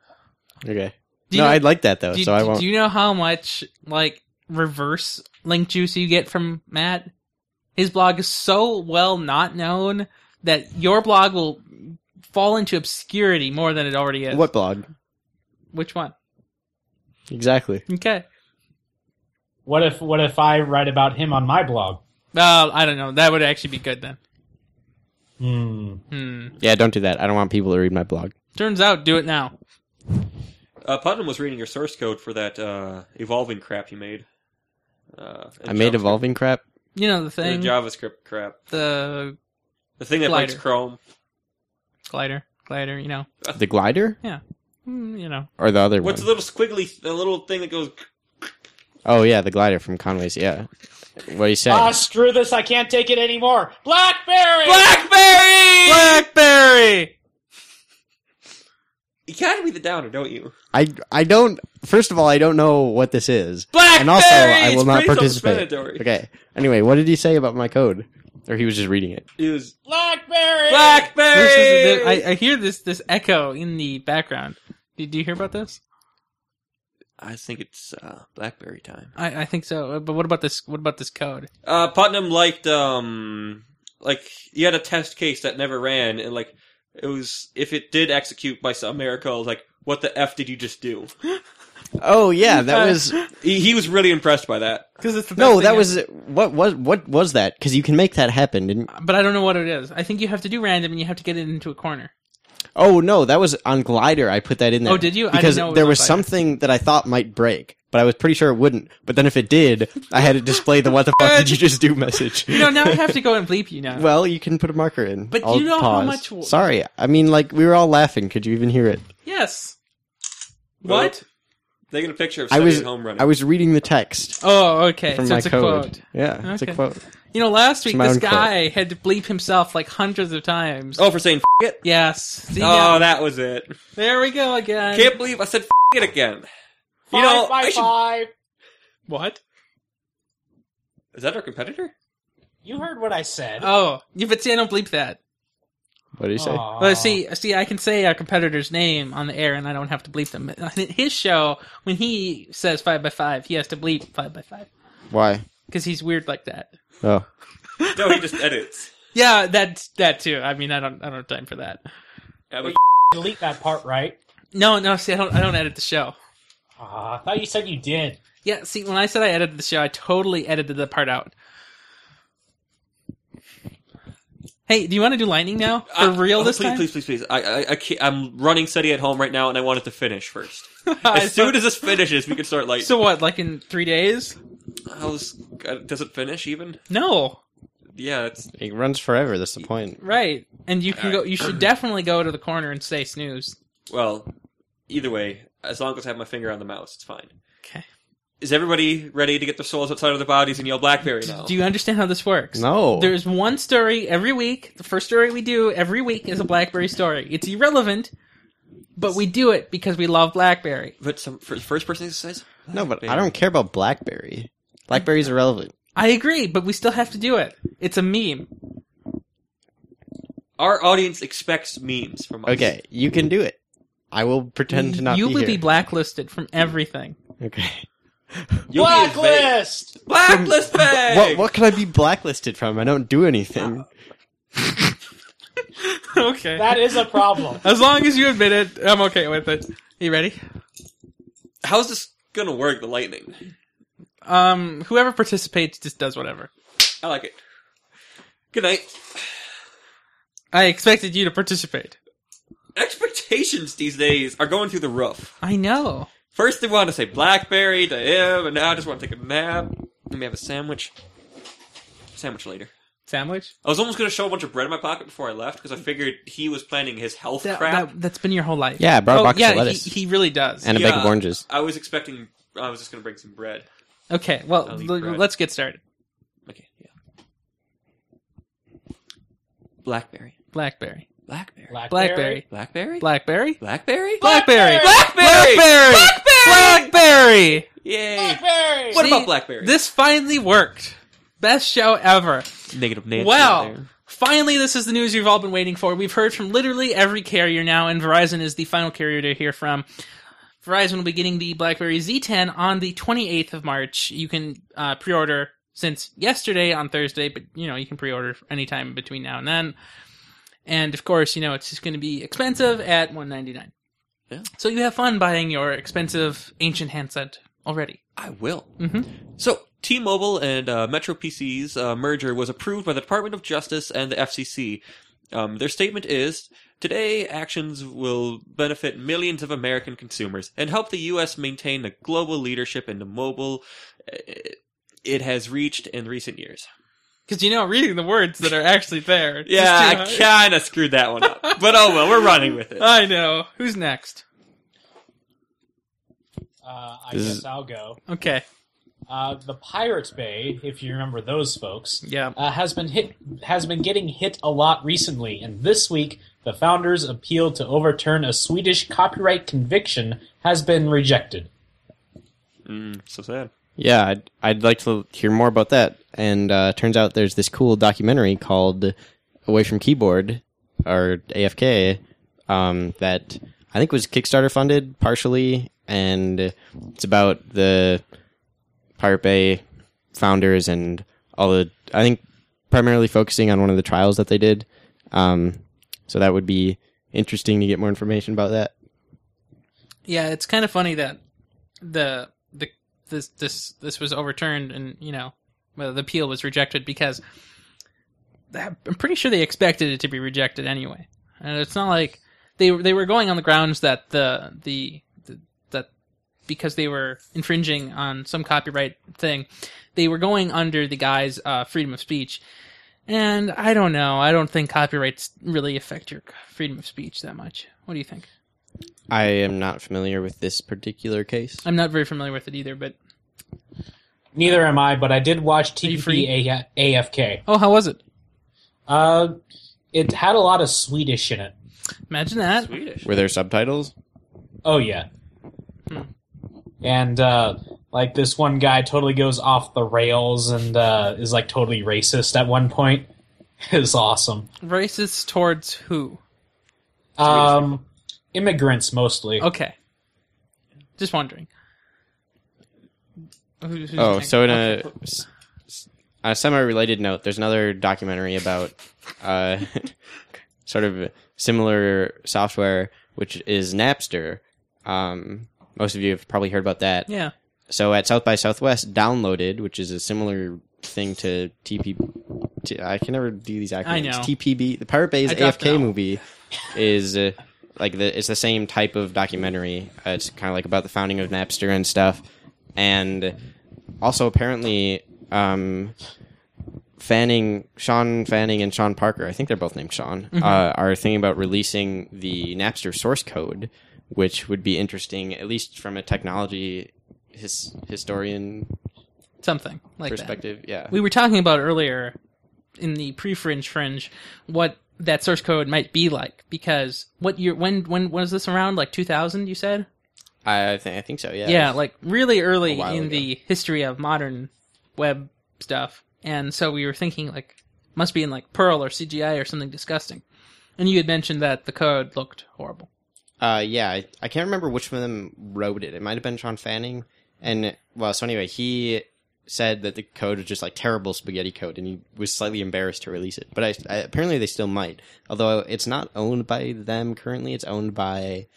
Speaker 4: Okay,
Speaker 1: Do you
Speaker 4: no,
Speaker 1: know-
Speaker 4: I'd like that though,
Speaker 1: do, you-
Speaker 4: so I
Speaker 1: do-
Speaker 4: won't.
Speaker 1: do you know how much like reverse link juice you get from Matt? His blog is so well not known that your blog will fall into obscurity more than it already is.
Speaker 4: What blog?
Speaker 1: Which one?
Speaker 4: Exactly.
Speaker 1: Okay.
Speaker 3: What if what if I write about him on my blog?
Speaker 1: Well, I don't know. That would actually be good then.
Speaker 3: Hmm.
Speaker 1: Hmm.
Speaker 4: Yeah, don't do that. I don't want people to read my blog.
Speaker 1: Turns out, do it now.
Speaker 2: Uh, Putnam was reading your source code for that uh, evolving crap you made. Uh,
Speaker 4: I made
Speaker 2: JavaScript-
Speaker 4: evolving crap.
Speaker 1: You know the
Speaker 2: the
Speaker 1: thing,
Speaker 2: JavaScript crap.
Speaker 1: the
Speaker 2: The thing that breaks
Speaker 1: Glider.
Speaker 2: Chrome.
Speaker 1: glider, glider. You know,
Speaker 4: The glider
Speaker 1: Mm, you know.
Speaker 4: or the other
Speaker 2: What's
Speaker 4: one?
Speaker 2: the little squiggly, the little thing that goes?
Speaker 4: Oh yeah, the glider from Conway's. Yeah. What do you say?
Speaker 3: Ah, screw this! I can't take it anymore. Blackberry.
Speaker 2: Blackberry.
Speaker 1: Blackberry.
Speaker 2: You gotta be the downer, don't you?
Speaker 4: I I don't. First of all, I don't know what this is.
Speaker 2: Blackberry.
Speaker 4: And also, I
Speaker 2: It's
Speaker 4: will not
Speaker 2: pretty
Speaker 4: participate.
Speaker 2: self-explanatory.
Speaker 4: Okay. Anyway, what did he say about my code? Or he was just reading it.
Speaker 2: It was
Speaker 3: Blackberry.
Speaker 2: Blackberry.
Speaker 1: This is the, I, I hear this this echo in the background. Did you hear about this?
Speaker 2: I think it's uh, Blackberry time.
Speaker 1: I, I think so. Uh, But what about this? What about this code?
Speaker 2: Uh, Putnam liked um, like you had a test case that never ran, and like it was if it did execute by some miracle, like what the f did you just do?
Speaker 4: Oh
Speaker 2: *laughs*
Speaker 4: yeah, that was
Speaker 2: He, he was really impressed by that.
Speaker 1: Because it's the best
Speaker 4: no,
Speaker 1: thing
Speaker 4: that
Speaker 1: ever.
Speaker 4: was what was what was that? Because you can make that happen. Didn't?
Speaker 1: But I don't know what it is. I think you have to do random, and you have to get it into a corner.
Speaker 4: Oh no, that was on Glider. I put that in there.
Speaker 1: Oh, did you? I didn't
Speaker 4: Because
Speaker 1: know it was
Speaker 4: there
Speaker 1: on
Speaker 4: was
Speaker 1: Glider.
Speaker 4: something that I thought might break, but I was pretty sure it wouldn't. But then if it did, I had to display the "What the fuck did you just do?" message.
Speaker 1: *laughs* You know, now I have to go and bleep you now.
Speaker 4: *laughs* Well, you can put a marker in.
Speaker 1: But
Speaker 4: I'll
Speaker 1: you know how
Speaker 4: pause.
Speaker 1: much w-
Speaker 4: Sorry, I mean, like we were all laughing. Could you even hear it?
Speaker 1: yes. What?
Speaker 2: Taking a picture of
Speaker 4: I
Speaker 2: Sonny
Speaker 4: was-
Speaker 2: at home running.
Speaker 4: I was reading the text
Speaker 1: Oh, okay.
Speaker 4: from
Speaker 1: so
Speaker 4: my
Speaker 1: it's a
Speaker 4: code.
Speaker 1: quote.
Speaker 4: Yeah, it's a
Speaker 1: Okay.
Speaker 4: quote.
Speaker 1: You know, last week
Speaker 4: my
Speaker 1: this
Speaker 4: own quote.
Speaker 1: guy had to bleep himself like hundreds of times.
Speaker 2: oh, for saying f- it.
Speaker 1: yes. See,
Speaker 2: Oh,
Speaker 1: now-
Speaker 2: that was it.
Speaker 1: there we go again.
Speaker 2: Can't believe I said f- it again. You know,
Speaker 3: Five by
Speaker 2: I should-
Speaker 3: five.
Speaker 1: What?
Speaker 2: Is that our competitor?
Speaker 3: You heard what I said.
Speaker 1: Oh, yeah, but see, I don't bleep that.
Speaker 4: What do you say?
Speaker 3: Aw.
Speaker 1: Well, see, see, I can say a competitor's name on the air, and I don't have to bleep them. *laughs* But on His show, when he says five by five, he has to bleep five by five
Speaker 4: Why?
Speaker 1: because he's weird like that.
Speaker 4: Oh,
Speaker 2: No, he just edits.
Speaker 1: Yeah, that's that too. I mean, I don't, I don't have time *laughs* for that.
Speaker 2: Yeah, but
Speaker 3: delete that part, right?
Speaker 1: No, no, see, I don't, I don't edit the show.
Speaker 3: Ah, I thought you said you did.
Speaker 1: Yeah, see, when I said I edited the show, I totally edited the part out. Hey, do you want to do lightning now for
Speaker 2: I-
Speaker 1: real
Speaker 2: oh,
Speaker 1: this
Speaker 2: please,
Speaker 1: time? *laughs*
Speaker 2: Please, please, please. I, I, I can't, I'm running SETI at home right now, and I want it to finish first.
Speaker 1: *laughs*
Speaker 2: As soon as this finishes, we can start like.
Speaker 1: so what? Like in three days?
Speaker 2: how's, God, does it finish even?
Speaker 1: No,
Speaker 2: Yeah, it's
Speaker 4: it runs forever. That's the point.
Speaker 1: right? And you can
Speaker 2: All
Speaker 1: go. You should definitely go to the corner and say snooze.
Speaker 2: well. Either way, as long as I have my finger on the mouse, it's fine.
Speaker 1: Okay.
Speaker 2: Is everybody ready to get their souls outside of their bodies and yell BlackBerry now?
Speaker 1: Do you understand how this works?
Speaker 4: No,
Speaker 1: There's one story every week. The first story we do every week is a BlackBerry story. It's irrelevant, but we do it because we love BlackBerry.
Speaker 2: but some for the first person who says
Speaker 4: no, but I
Speaker 2: Blackberry.
Speaker 4: don't care about BlackBerry. BlackBerry's irrelevant.
Speaker 1: I agree, but we still have to do it. It's a meme.
Speaker 2: Our audience expects memes from us.
Speaker 4: Okay, you can do it. I will pretend to not.
Speaker 1: You
Speaker 4: be
Speaker 1: will
Speaker 4: here.
Speaker 1: be blacklisted from everything.
Speaker 4: Okay.
Speaker 2: You'll be as vague-
Speaker 3: Blacklist.
Speaker 2: Blacklist bag.
Speaker 4: What what can I be blacklisted from? I don't do
Speaker 1: Uh,
Speaker 4: anything.
Speaker 1: okay.
Speaker 3: That is a problem.
Speaker 1: as long as you admit it, I'm okay with it. You ready?
Speaker 2: How's this gonna work? The lightning.
Speaker 1: Um, whoever participates just does whatever.
Speaker 2: I like it. Good night.
Speaker 1: I expected you to participate.
Speaker 2: Expectations these days are going through the roof.
Speaker 1: I know.
Speaker 2: First, they want to say Blackberry to him, and now I just want to take a nap. Let me have a sandwich. Sandwich later.
Speaker 1: Sandwich?
Speaker 2: I was almost going to show a bunch of bread in my pocket before I left because I figured he was planning his health
Speaker 1: That,
Speaker 2: crap.
Speaker 1: that, that's been your whole life.
Speaker 4: Yeah, I brought a
Speaker 1: oh,
Speaker 4: box of
Speaker 1: yeah,
Speaker 4: lettuce.
Speaker 1: He, he really does.
Speaker 4: And a bag of
Speaker 2: Yeah.
Speaker 4: oranges.
Speaker 2: I was expecting. I was just going to bring some bread.
Speaker 1: okay, well,
Speaker 2: I'll eat
Speaker 1: l-
Speaker 2: bread.
Speaker 1: let's get started.
Speaker 2: Okay, yeah. Blackberry.
Speaker 1: Blackberry.
Speaker 2: Blackberry.
Speaker 1: *laughs* Blackberry.
Speaker 2: Blackberry?
Speaker 1: Blackberry?
Speaker 2: Blackberry?
Speaker 1: Blackberry.
Speaker 2: Blackberry!
Speaker 1: Blackberry.
Speaker 2: Blackberry!
Speaker 1: Blackberry!
Speaker 2: Yay!
Speaker 3: Blackberry.
Speaker 2: What
Speaker 1: See,
Speaker 2: about Blackberry?
Speaker 1: This finally worked. Best show ever.
Speaker 2: negative Nancy
Speaker 1: Wow.
Speaker 2: out there.
Speaker 1: Finally, this is the news you've all been waiting for. We've heard from literally every carrier now, and Verizon is the final carrier to hear from. Verizon will be getting the BlackBerry Z10 on the 28th of March. You can uh, pre-order since yesterday on Thursday, but you know you can pre-order anytime between now and then. And of course, you know it's just going to be expensive at 199.
Speaker 2: Yeah.
Speaker 1: So you have fun buying your expensive ancient handset already.
Speaker 2: I will.
Speaker 1: Mhm.
Speaker 2: So, T-Mobile and uh, Metro PC's uh, merger was approved by the Department of Justice and the FCC. Um, their statement is, today actions will benefit millions of American consumers and help the U.S. maintain the global leadership in the mobile uh, it has reached in recent years.
Speaker 1: Because you know, reading the words that are actually there. it's
Speaker 2: Yeah, I
Speaker 1: just too hard.
Speaker 2: kind of screwed that one up. But oh well, we're running
Speaker 1: *laughs*
Speaker 2: with it.
Speaker 1: I know. Who's next?
Speaker 3: Uh, I
Speaker 4: This
Speaker 3: guess
Speaker 4: is-
Speaker 3: I'll go.
Speaker 1: Okay.
Speaker 3: Uh, the Pirates Bay, if you remember those folks,
Speaker 1: Yeah.
Speaker 3: uh, has been hit has been getting hit a lot recently. And this week, the founders' appeal to overturn a Swedish copyright conviction has been rejected.
Speaker 2: Mm, so sad.
Speaker 4: Yeah, I'd, I'd like to hear more about that. And uh, turns out there's this cool documentary called "Away from Keyboard" or AFK um, that I think was Kickstarter funded partially, and it's about the Pirate Bay founders and all the. I think primarily focusing on one of the trials that they did. Um, so that would be interesting to get more information about that.
Speaker 1: Yeah, it's kind of funny that the the this this this was overturned and you know well, the appeal was rejected because that- I'm pretty sure they expected it to be rejected anyway. And it's not like they they were going on the grounds that the the, the that because they were infringing on some copyright thing, they were going under the guise uh, freedom of speech. And I don't know. I don't think copyrights really affect your freedom of speech that much. What do you think?
Speaker 4: I am not familiar with this particular case.
Speaker 1: I'm not very familiar with it either, but
Speaker 3: Neither am I, but I did watch
Speaker 1: Are you
Speaker 3: TPP A- AFK.
Speaker 1: oh, how was it?
Speaker 3: Uh, it had a lot of Swedish in it.
Speaker 1: Imagine that.
Speaker 2: Swedish.
Speaker 4: Were there subtitles?
Speaker 3: Oh yeah.
Speaker 1: Hmm.
Speaker 3: And uh, like this one guy totally goes off the rails and uh, is like totally racist at one point. *laughs* It's awesome.
Speaker 1: Racist towards who?
Speaker 3: Um, immigrants mostly.
Speaker 1: Okay, just wondering. Who- who's
Speaker 4: Oh,
Speaker 1: next?
Speaker 4: so in
Speaker 1: Okay.
Speaker 4: a, s- s- a semi-related note, there's another documentary about uh, *laughs* sort of similar software, which is Napster. Um, most of you have probably heard about that.
Speaker 1: yeah,
Speaker 4: So at South by Southwest, downloaded, which is a similar thing to TP. T- I can never do these acronyms.
Speaker 1: I know.
Speaker 4: TPB, the Pirate Bay's
Speaker 1: I dropped
Speaker 4: AFK
Speaker 1: out.
Speaker 4: movie, is uh, like the it's the same type of documentary. Uh, it's kind of like about the founding of Napster and stuff, and also apparently. Um, Fanning, Sean Fanning, and Sean Parker, I think they're both named Sean,
Speaker 1: Mm-hmm.
Speaker 4: uh, are thinking about releasing the Napster source code, which would be interesting, at least from a technology his, historian
Speaker 1: something like that.
Speaker 4: perspective. Yeah.
Speaker 1: We were talking about earlier in the pre-fringe fringe what that source code might be like because what year when when was this around like 2000 you said
Speaker 4: I think I think so. Yeah.
Speaker 1: yeah like really
Speaker 4: A
Speaker 1: early in
Speaker 4: while ago.
Speaker 1: the history of modern web stuff and so we were thinking like must be in like perl or cgi or something disgusting and you had mentioned that the code looked horrible
Speaker 4: Uh, yeah. I, I can't remember which one of them wrote it. It might have been Sean Fanning. And well, so anyway, he said that the code was just like terrible spaghetti code, and he was slightly embarrassed to release it. But I, I apparently they still might, although it's not owned by them currently. It's owned by.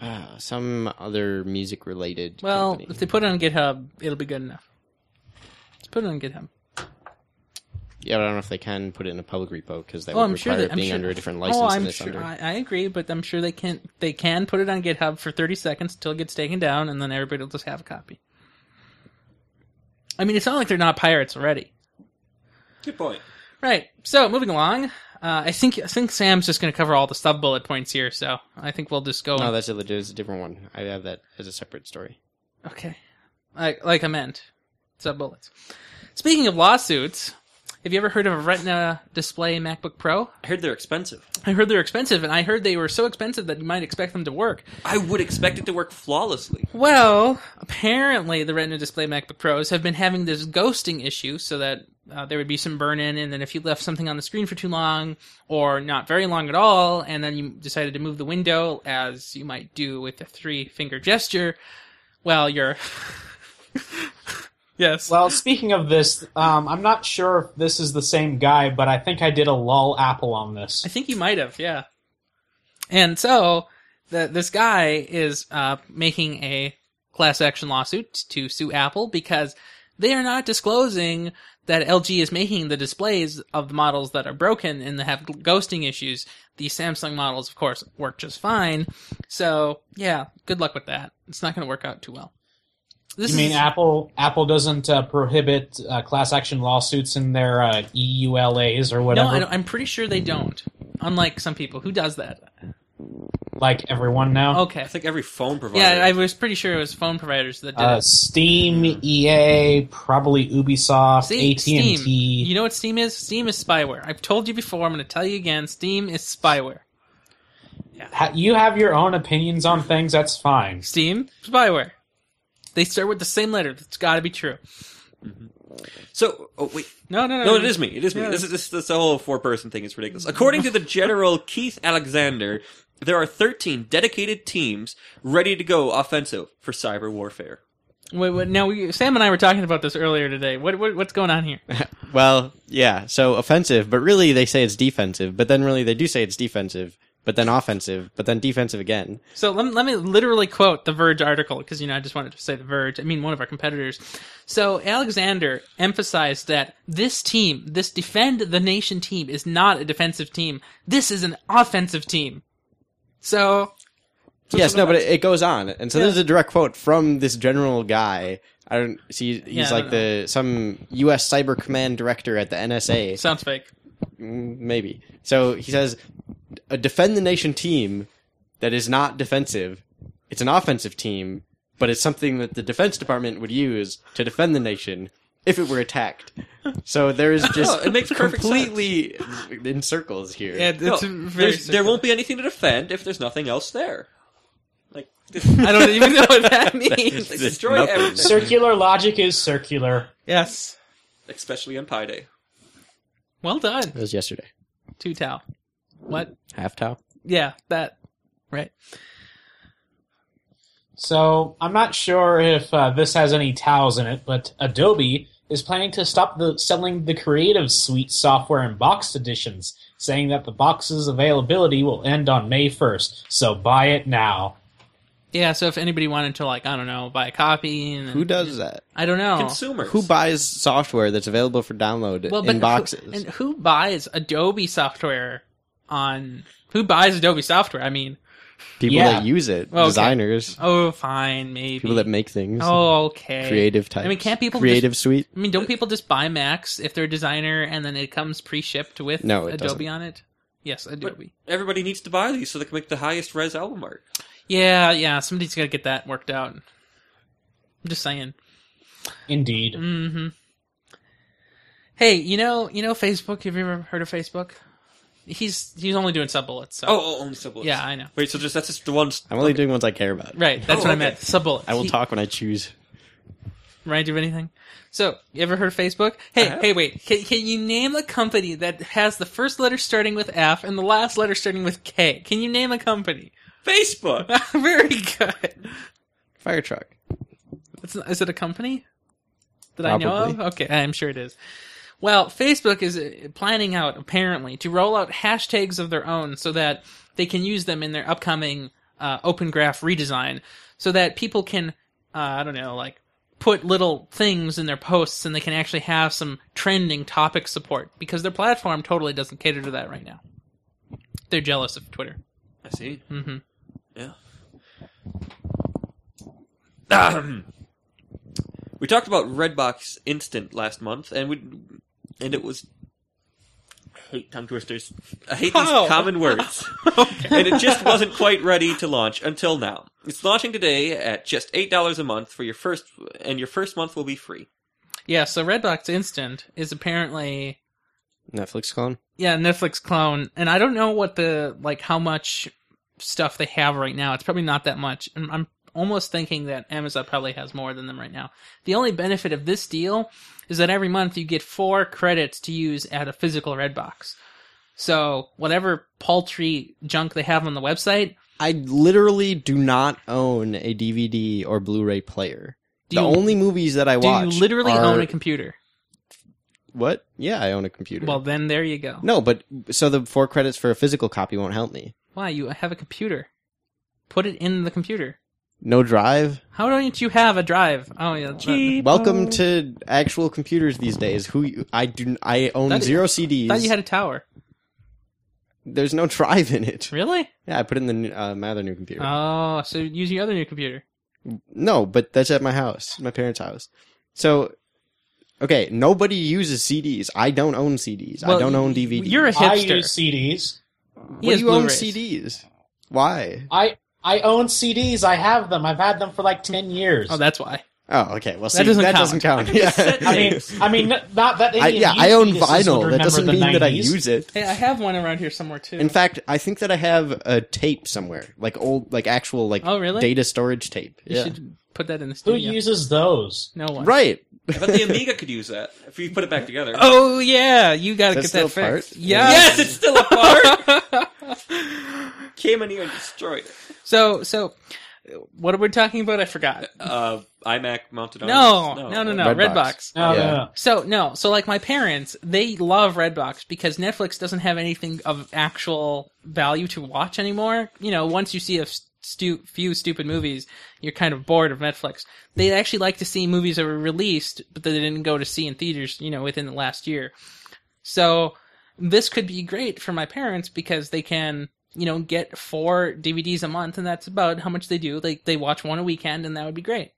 Speaker 4: Uh, some other music related.
Speaker 1: well if they put it on github it'll be good enough let's put it on github
Speaker 4: yeah, but I don't know if they can put it in a public repo because that
Speaker 1: Oh,
Speaker 4: would
Speaker 1: I'm sure
Speaker 4: require
Speaker 1: that
Speaker 4: it
Speaker 1: I'm
Speaker 4: being
Speaker 1: sure-
Speaker 4: under a different license.
Speaker 1: Oh,
Speaker 4: than
Speaker 1: I'm
Speaker 4: it's
Speaker 1: sure.
Speaker 4: under.
Speaker 1: I, I agree, but I'm sure they can they can put it on GitHub for 30 seconds till it gets taken down, and then everybody will just have a copy. I mean, it's not like they're not pirates already,
Speaker 2: Good point.
Speaker 1: right? So moving along, uh, I think I think Sam's just going to cover all the sub bullet points here, so I think we'll just go.
Speaker 4: Oh, No, that's a, lit- it's a different one. I have that as a separate story.
Speaker 1: Okay. Like like I meant. Sub bullets. Speaking of lawsuits, have you ever heard of a Retina display MacBook Pro?
Speaker 2: I heard they're expensive.
Speaker 1: I heard they're expensive, and I heard they were so expensive that you might expect them to work.
Speaker 2: I would expect it to work flawlessly.
Speaker 1: Well, apparently the Retina Display MacBook Pros have been having this ghosting issue, so that uh, there would be some burn in, and then if you left something on the screen for too long, or not very long at all, and then you decided to move the window, as you might do with a three finger gesture, well, you're. *laughs* yes.
Speaker 3: Well, speaking of this, um, I'm not sure if this is the same guy, but I think I did a lol apple on this.
Speaker 1: I think you might have, yeah. And so the, this guy is uh, making a class action lawsuit to sue Apple because they are not disclosing that LG is making the displays of the models that are broken and that have ghosting issues. The Samsung models, of course, work just fine. So yeah, good luck with that. It's not going to work out too well. This
Speaker 3: you mean
Speaker 1: is-
Speaker 3: Apple? Apple doesn't uh, prohibit uh, class action lawsuits in their uh, EULAs or
Speaker 1: No,
Speaker 3: whatever,
Speaker 1: I don't, I'm pretty sure they don't. Unlike some people, who does that?
Speaker 3: like everyone now.
Speaker 1: Okay.
Speaker 2: I think every phone provider.
Speaker 1: Yeah, I was pretty sure it was phone providers that did it.
Speaker 3: Uh, Steam, EA, probably Ubisoft,
Speaker 1: See,
Speaker 3: AT and
Speaker 1: You
Speaker 3: T.
Speaker 1: know what Steam is? Steam is spyware. I've told you before. I'm going to tell you again. Steam is spyware.
Speaker 3: You have your own opinions on things. That's fine.
Speaker 1: Steam spyware. They start with the same letter. That's got to be true.
Speaker 2: so, oh wait,
Speaker 1: No, *laughs* no, no.
Speaker 2: no, it is me. It is me.
Speaker 1: Yeah.
Speaker 2: This is this, this whole four-person thing is ridiculous. According to the general *laughs* Keith Alexander, there are 13 dedicated teams ready to go offensive for cyber warfare.
Speaker 1: Wait, wait, now we, Sam and I were talking about this earlier today. What, what what's going on here?
Speaker 4: Well, yeah. So offensive, but really they say it's defensive. But then really they do say it's defensive, but then offensive, but then defensive again.
Speaker 1: So let, let me literally quote the Verge article because you know I just wanted to say the Verge. I mean one of our competitors. So Alexander emphasized that this team, this defend the nation team, is not a defensive team. This is an offensive team. So
Speaker 4: yes, no, but it, it goes on, and so this is a direct quote from this general guy. I don't see. He's
Speaker 1: Yeah, I don't
Speaker 4: like the some U.S. Cyber Command director at the NSA.
Speaker 1: sounds fake.
Speaker 4: Mm, maybe. So he says, a defend the nation team that is not defensive. It's an offensive team, but it's something that the defense department would use to defend the nation if it were attacked. So there
Speaker 1: *laughs* Oh,
Speaker 4: is just
Speaker 2: it makes perfect
Speaker 4: completely in circles here.
Speaker 1: Yeah, it's
Speaker 2: No,
Speaker 1: very.
Speaker 2: there's- there
Speaker 1: circular.
Speaker 2: won't be anything to defend if there's nothing else there. Like
Speaker 1: *laughs* I don't even know what
Speaker 2: *laughs*
Speaker 1: that
Speaker 2: they
Speaker 1: means.
Speaker 2: destroy
Speaker 4: nothing.
Speaker 2: everything,
Speaker 3: circular logic is circular.
Speaker 1: yes.
Speaker 2: especially on Pi Day.
Speaker 1: Well done,
Speaker 4: It was yesterday.
Speaker 1: two tau. What?
Speaker 4: Half tau.
Speaker 1: Yeah, that. Right.
Speaker 3: So I'm not sure if uh, this has any towels in it, but Adobe is planning to stop the selling the Creative Suite software in boxed editions, saying that the box's availability will end on May 1st. So buy it now.
Speaker 1: Yeah. So if anybody wanted to, like, I don't know, buy a copy, and
Speaker 4: Who does that?
Speaker 1: I don't know.
Speaker 2: Consumers.
Speaker 4: Who buys software that's available for download
Speaker 1: well, but
Speaker 4: in
Speaker 1: who-
Speaker 4: boxes?
Speaker 1: and who buys Adobe software on? Who buys Adobe software? I mean,
Speaker 4: People
Speaker 3: Yeah.
Speaker 4: that use it,
Speaker 1: Well, okay.
Speaker 4: designers,
Speaker 1: oh, fine, maybe.
Speaker 4: people that make things,
Speaker 1: oh, okay.
Speaker 4: creative types.
Speaker 1: I mean, can't people just-
Speaker 4: creative suite?
Speaker 1: I mean, don't people just buy Macs if they're a designer, and then it comes pre-shipped with
Speaker 4: No, it
Speaker 1: Adobe
Speaker 4: doesn't.
Speaker 1: on it? Yes, Adobe.
Speaker 2: Everybody needs to buy these so they can make the highest res album art.
Speaker 1: Yeah, yeah. Somebody's got to get that worked out. I'm just saying.
Speaker 3: Indeed.
Speaker 1: hmm Hey, you know, you know, Facebook. Have you ever heard of Facebook? He's he's only doing sub bullets. So.
Speaker 2: Oh, oh only sub bullets.
Speaker 1: yeah, I know.
Speaker 2: Wait, so just that's just the ones.
Speaker 4: I'm only doing ones I care about.
Speaker 1: Right, that's
Speaker 2: Oh,
Speaker 1: what I
Speaker 2: okay.
Speaker 1: meant. Sub bullets.
Speaker 4: I will
Speaker 1: He-
Speaker 4: talk when I choose.
Speaker 1: Remind you of anything? So, you ever heard of Facebook? Hey,
Speaker 2: I have.
Speaker 1: hey, wait. Can, can you name a company that has the first letter starting with F and the last letter starting with K? Can you name a company?
Speaker 2: Facebook.
Speaker 1: *laughs* Very good.
Speaker 4: Fire truck.
Speaker 1: It's not- is it a company that I know
Speaker 4: Probably.
Speaker 1: of? Okay, I'm sure it is. Well, Facebook is uh, planning out apparently to roll out hashtags of their own so that they can use them in their upcoming uh, Open Graph redesign, so that people can uh, I don't know like put little things in their posts and they can actually have some trending topic support because their platform totally doesn't cater to that right now. They're jealous of Twitter.
Speaker 2: I see.
Speaker 1: hmm
Speaker 2: Ahem. *clears throat* we talked about Redbox Instant last month, and we and it was. I hate tongue twisters. I hate these
Speaker 1: How? *laughs*
Speaker 2: common words. and it just wasn't quite ready to launch until now. It's launching today at just eight dollars a month for your first, and your first month will be free.
Speaker 1: Yeah, so Redbox Instant is apparently
Speaker 4: Netflix clone.
Speaker 1: yeah netflix clone and i don't know what the like how much stuff they have right now it's probably not that much and i'm almost thinking that amazon probably has more than them right now the only benefit of this deal is that every month you get four credits to use at a physical red box so whatever paltry junk they have on the website
Speaker 4: I literally do not own a DVD or Blu-ray player.
Speaker 1: do
Speaker 4: the
Speaker 1: you,
Speaker 4: only movies that I
Speaker 1: do
Speaker 4: watch.
Speaker 1: you literally
Speaker 4: are-
Speaker 1: own a computer
Speaker 4: What? Yeah, I own a computer.
Speaker 1: well then there you go
Speaker 4: no, but so the four credits for a physical copy won't help me.
Speaker 1: why you have a computer put it in the computer
Speaker 4: No drive.
Speaker 1: how don't you have a drive oh yeah that-
Speaker 4: Welcome to actual computers these days. Who you, I do I own
Speaker 1: Thought you-
Speaker 4: zero
Speaker 1: I
Speaker 4: CDs.
Speaker 1: thought you had a tower
Speaker 4: There's no drive in it.
Speaker 1: really
Speaker 4: Yeah, I put it in the new- uh, my other new computer.
Speaker 1: Oh, so use your other new computer.
Speaker 4: No, but that's at my house, my parents' house. So, okay, nobody uses CDs. I don't own CDs.
Speaker 1: Well,
Speaker 4: I don't own
Speaker 1: y- y-
Speaker 4: DVDs.
Speaker 1: you're a
Speaker 3: I
Speaker 1: hipster.
Speaker 3: use CDs.
Speaker 1: He
Speaker 4: Why
Speaker 1: has
Speaker 4: do you own
Speaker 1: Blu-rays.
Speaker 4: CDs? Why?
Speaker 3: I I own CDs. I have them. I've had them for like ten years.
Speaker 1: Oh, that's why.
Speaker 4: Oh, okay. Well, see,
Speaker 1: That doesn't count. *laughs*
Speaker 4: doesn't count. Yeah,
Speaker 3: I mean, I mean, n- not that.
Speaker 4: *laughs*
Speaker 3: any
Speaker 4: I,
Speaker 3: of
Speaker 4: yeah,
Speaker 3: you
Speaker 4: I own
Speaker 3: geniuses would
Speaker 4: vinyl. That
Speaker 3: remember
Speaker 4: doesn't
Speaker 3: the
Speaker 4: mean that I
Speaker 3: 90s.
Speaker 4: use it.
Speaker 1: Hey, I have one around here somewhere too.
Speaker 4: In fact, I think that I have a tape somewhere, like old, like actual, like
Speaker 1: Oh, really?
Speaker 4: data storage tape.
Speaker 1: you
Speaker 4: yeah,
Speaker 1: should put that in the
Speaker 3: Who
Speaker 1: studio.
Speaker 3: uses those?
Speaker 1: no one.
Speaker 4: right.
Speaker 1: *laughs*
Speaker 2: I bet the Amiga could use that if you put it back together.
Speaker 1: Oh yeah, you got to
Speaker 4: Is
Speaker 1: get
Speaker 4: that
Speaker 1: that
Speaker 4: still a
Speaker 1: fixed.
Speaker 4: part?
Speaker 1: *laughs*
Speaker 2: Yes, it's still apart.
Speaker 1: Yes.
Speaker 2: Came in here and destroyed it.
Speaker 1: so, so what are we talking about? I forgot.
Speaker 2: Uh, iMac mounted on.
Speaker 1: No, no, no, no.
Speaker 4: Redbox.
Speaker 1: Redbox.
Speaker 3: No,
Speaker 4: Yeah.
Speaker 3: no, no.
Speaker 1: So no, so like my parents, they love Redbox because Netflix doesn't have anything of actual value to watch anymore. You know, once you see a stu- few stupid movies, you're kind of bored of Netflix. They actually like to see movies that were released but that they didn't go to see in theaters, you know, within the last year. So this could be great for my parents because they can, you know, get four DVDs a month, and that's about how much they do. Like they watch one a weekend, and that would be great.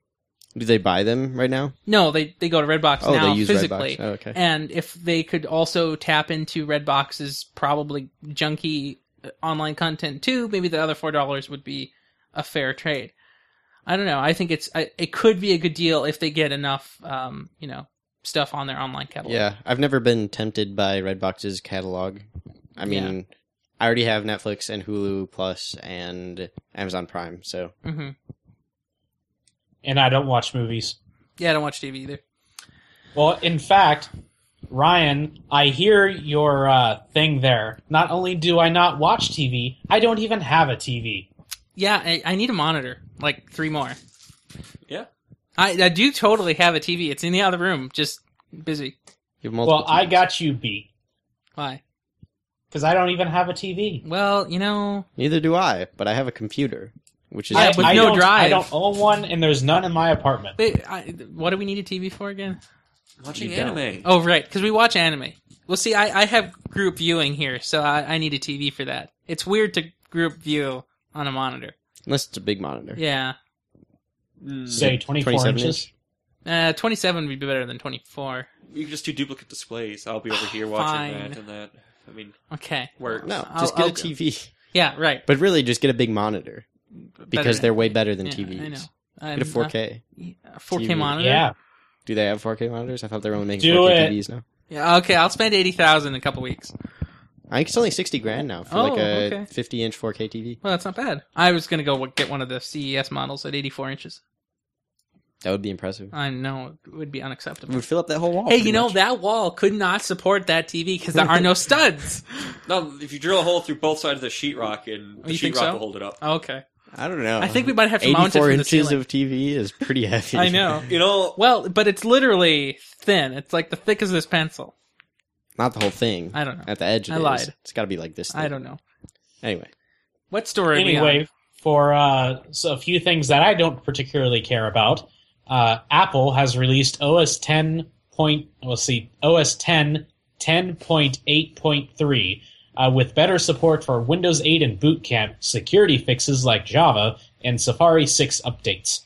Speaker 4: Do they buy them right now?
Speaker 1: No, they they go to Redbox
Speaker 4: Oh,
Speaker 1: now
Speaker 4: they use
Speaker 1: physically.
Speaker 4: Redbox. Oh, okay.
Speaker 1: And if they could also tap into Redbox's probably junky online content too, maybe the other four dollars would be a fair trade. I don't know. I think it's I, it could be a good deal if they get enough, um, you know, stuff on their online catalog.
Speaker 4: Yeah, I've never been tempted by Redbox's catalog. I mean, I already have Netflix and Hulu Plus and Amazon Prime, so
Speaker 1: hmm
Speaker 3: and I don't watch movies.
Speaker 1: Yeah, I don't watch TV either.
Speaker 3: Well, in fact, Ryan, I hear your uh, thing there. Not only do I not watch TV, I don't even have a TV.
Speaker 1: Yeah, I, I need a monitor, like three more.
Speaker 2: Yeah.
Speaker 1: I, I do totally have a TV. It's in the other room, just busy.
Speaker 4: you have multiple.
Speaker 3: well, I
Speaker 4: TVs.
Speaker 3: got you beat
Speaker 1: Why?
Speaker 3: because I don't even have a TV.
Speaker 1: Well, you know,
Speaker 4: Neither do I, but I have a computer, which is
Speaker 1: Yeah,
Speaker 3: I,
Speaker 1: with
Speaker 3: I
Speaker 1: no
Speaker 3: don't,
Speaker 1: drive.
Speaker 3: I don't own one, and there's none in my apartment.
Speaker 1: wait, I, what do we need a TV for again?
Speaker 2: Watching
Speaker 3: You don't.
Speaker 2: anime.
Speaker 1: Oh, right, because we watch anime. Well, see, I, I have group viewing here, so I, I need a TV for that. It's weird to group view on a monitor.
Speaker 4: unless it's a big monitor.
Speaker 1: Yeah.
Speaker 2: Mm.
Speaker 3: Say 24
Speaker 4: 27
Speaker 3: inches.
Speaker 4: inch.
Speaker 1: Uh, 27 would be better than 24.
Speaker 2: You can just do duplicate displays. I'll be over
Speaker 1: *sighs*
Speaker 2: here watching
Speaker 1: Fine.
Speaker 2: that and that. I mean,
Speaker 1: Okay.
Speaker 2: work.
Speaker 4: No,
Speaker 1: I'll-
Speaker 4: just get
Speaker 1: I'll
Speaker 4: a
Speaker 1: go.
Speaker 4: TV.
Speaker 1: Yeah, right.
Speaker 4: But really, just get a big monitor because
Speaker 1: Better-
Speaker 4: they're way better than
Speaker 1: yeah,
Speaker 4: TVs.
Speaker 1: I know. uh,
Speaker 4: Get a
Speaker 1: I'm
Speaker 4: 4K.
Speaker 1: not- 4K
Speaker 4: TV.
Speaker 1: monitor?
Speaker 3: Yeah,
Speaker 4: Do they have 4K monitors? I thought they were only making
Speaker 3: Do
Speaker 4: 4K
Speaker 3: it.
Speaker 4: TVs now.
Speaker 1: Yeah, okay, I'll spend 80000 in a couple weeks.
Speaker 4: I think it's only 60 grand now for
Speaker 1: Oh,
Speaker 4: like a
Speaker 1: okay.
Speaker 4: 50 inch 4K TV.
Speaker 1: Well, that's not bad. I was going to go get one of the CES models at 84 inches.
Speaker 4: That would be impressive.
Speaker 1: I know it would be
Speaker 4: It
Speaker 1: unacceptable.
Speaker 4: would fill up that whole wall.
Speaker 1: Uh, Hey,
Speaker 4: pretty
Speaker 1: you know
Speaker 4: much.
Speaker 1: that wall could not support that TV because there are no studs. *laughs*
Speaker 2: No, if you drill a hole through both sides of the sheetrock, and the
Speaker 1: Oh, you think
Speaker 2: sheetrock
Speaker 1: so?
Speaker 2: will hold it up.
Speaker 1: Okay,
Speaker 4: I don't know.
Speaker 1: I think we might have to mount it
Speaker 4: 84
Speaker 1: from the
Speaker 4: inches
Speaker 1: ceiling.
Speaker 4: of TV
Speaker 1: *laughs*
Speaker 4: is pretty heavy.
Speaker 1: I know.
Speaker 2: You know,
Speaker 1: Well, but it's literally thin. It's like the thick as this pencil.
Speaker 4: Not the whole thing.
Speaker 1: I don't know.
Speaker 4: At the edge, it
Speaker 1: I
Speaker 4: is.
Speaker 1: lied.
Speaker 4: It's got to be like this. Thing.
Speaker 1: I don't know.
Speaker 4: Anyway, *laughs*
Speaker 1: What story? are we on?
Speaker 3: anyway, for uh, so a few things that I don't particularly care about, uh, Apple has released OS 10 point. Let's see, OS 10 10.8.3 uh, with better support for Windows 8 and Boot Camp, security fixes like Java, and Safari 6 updates.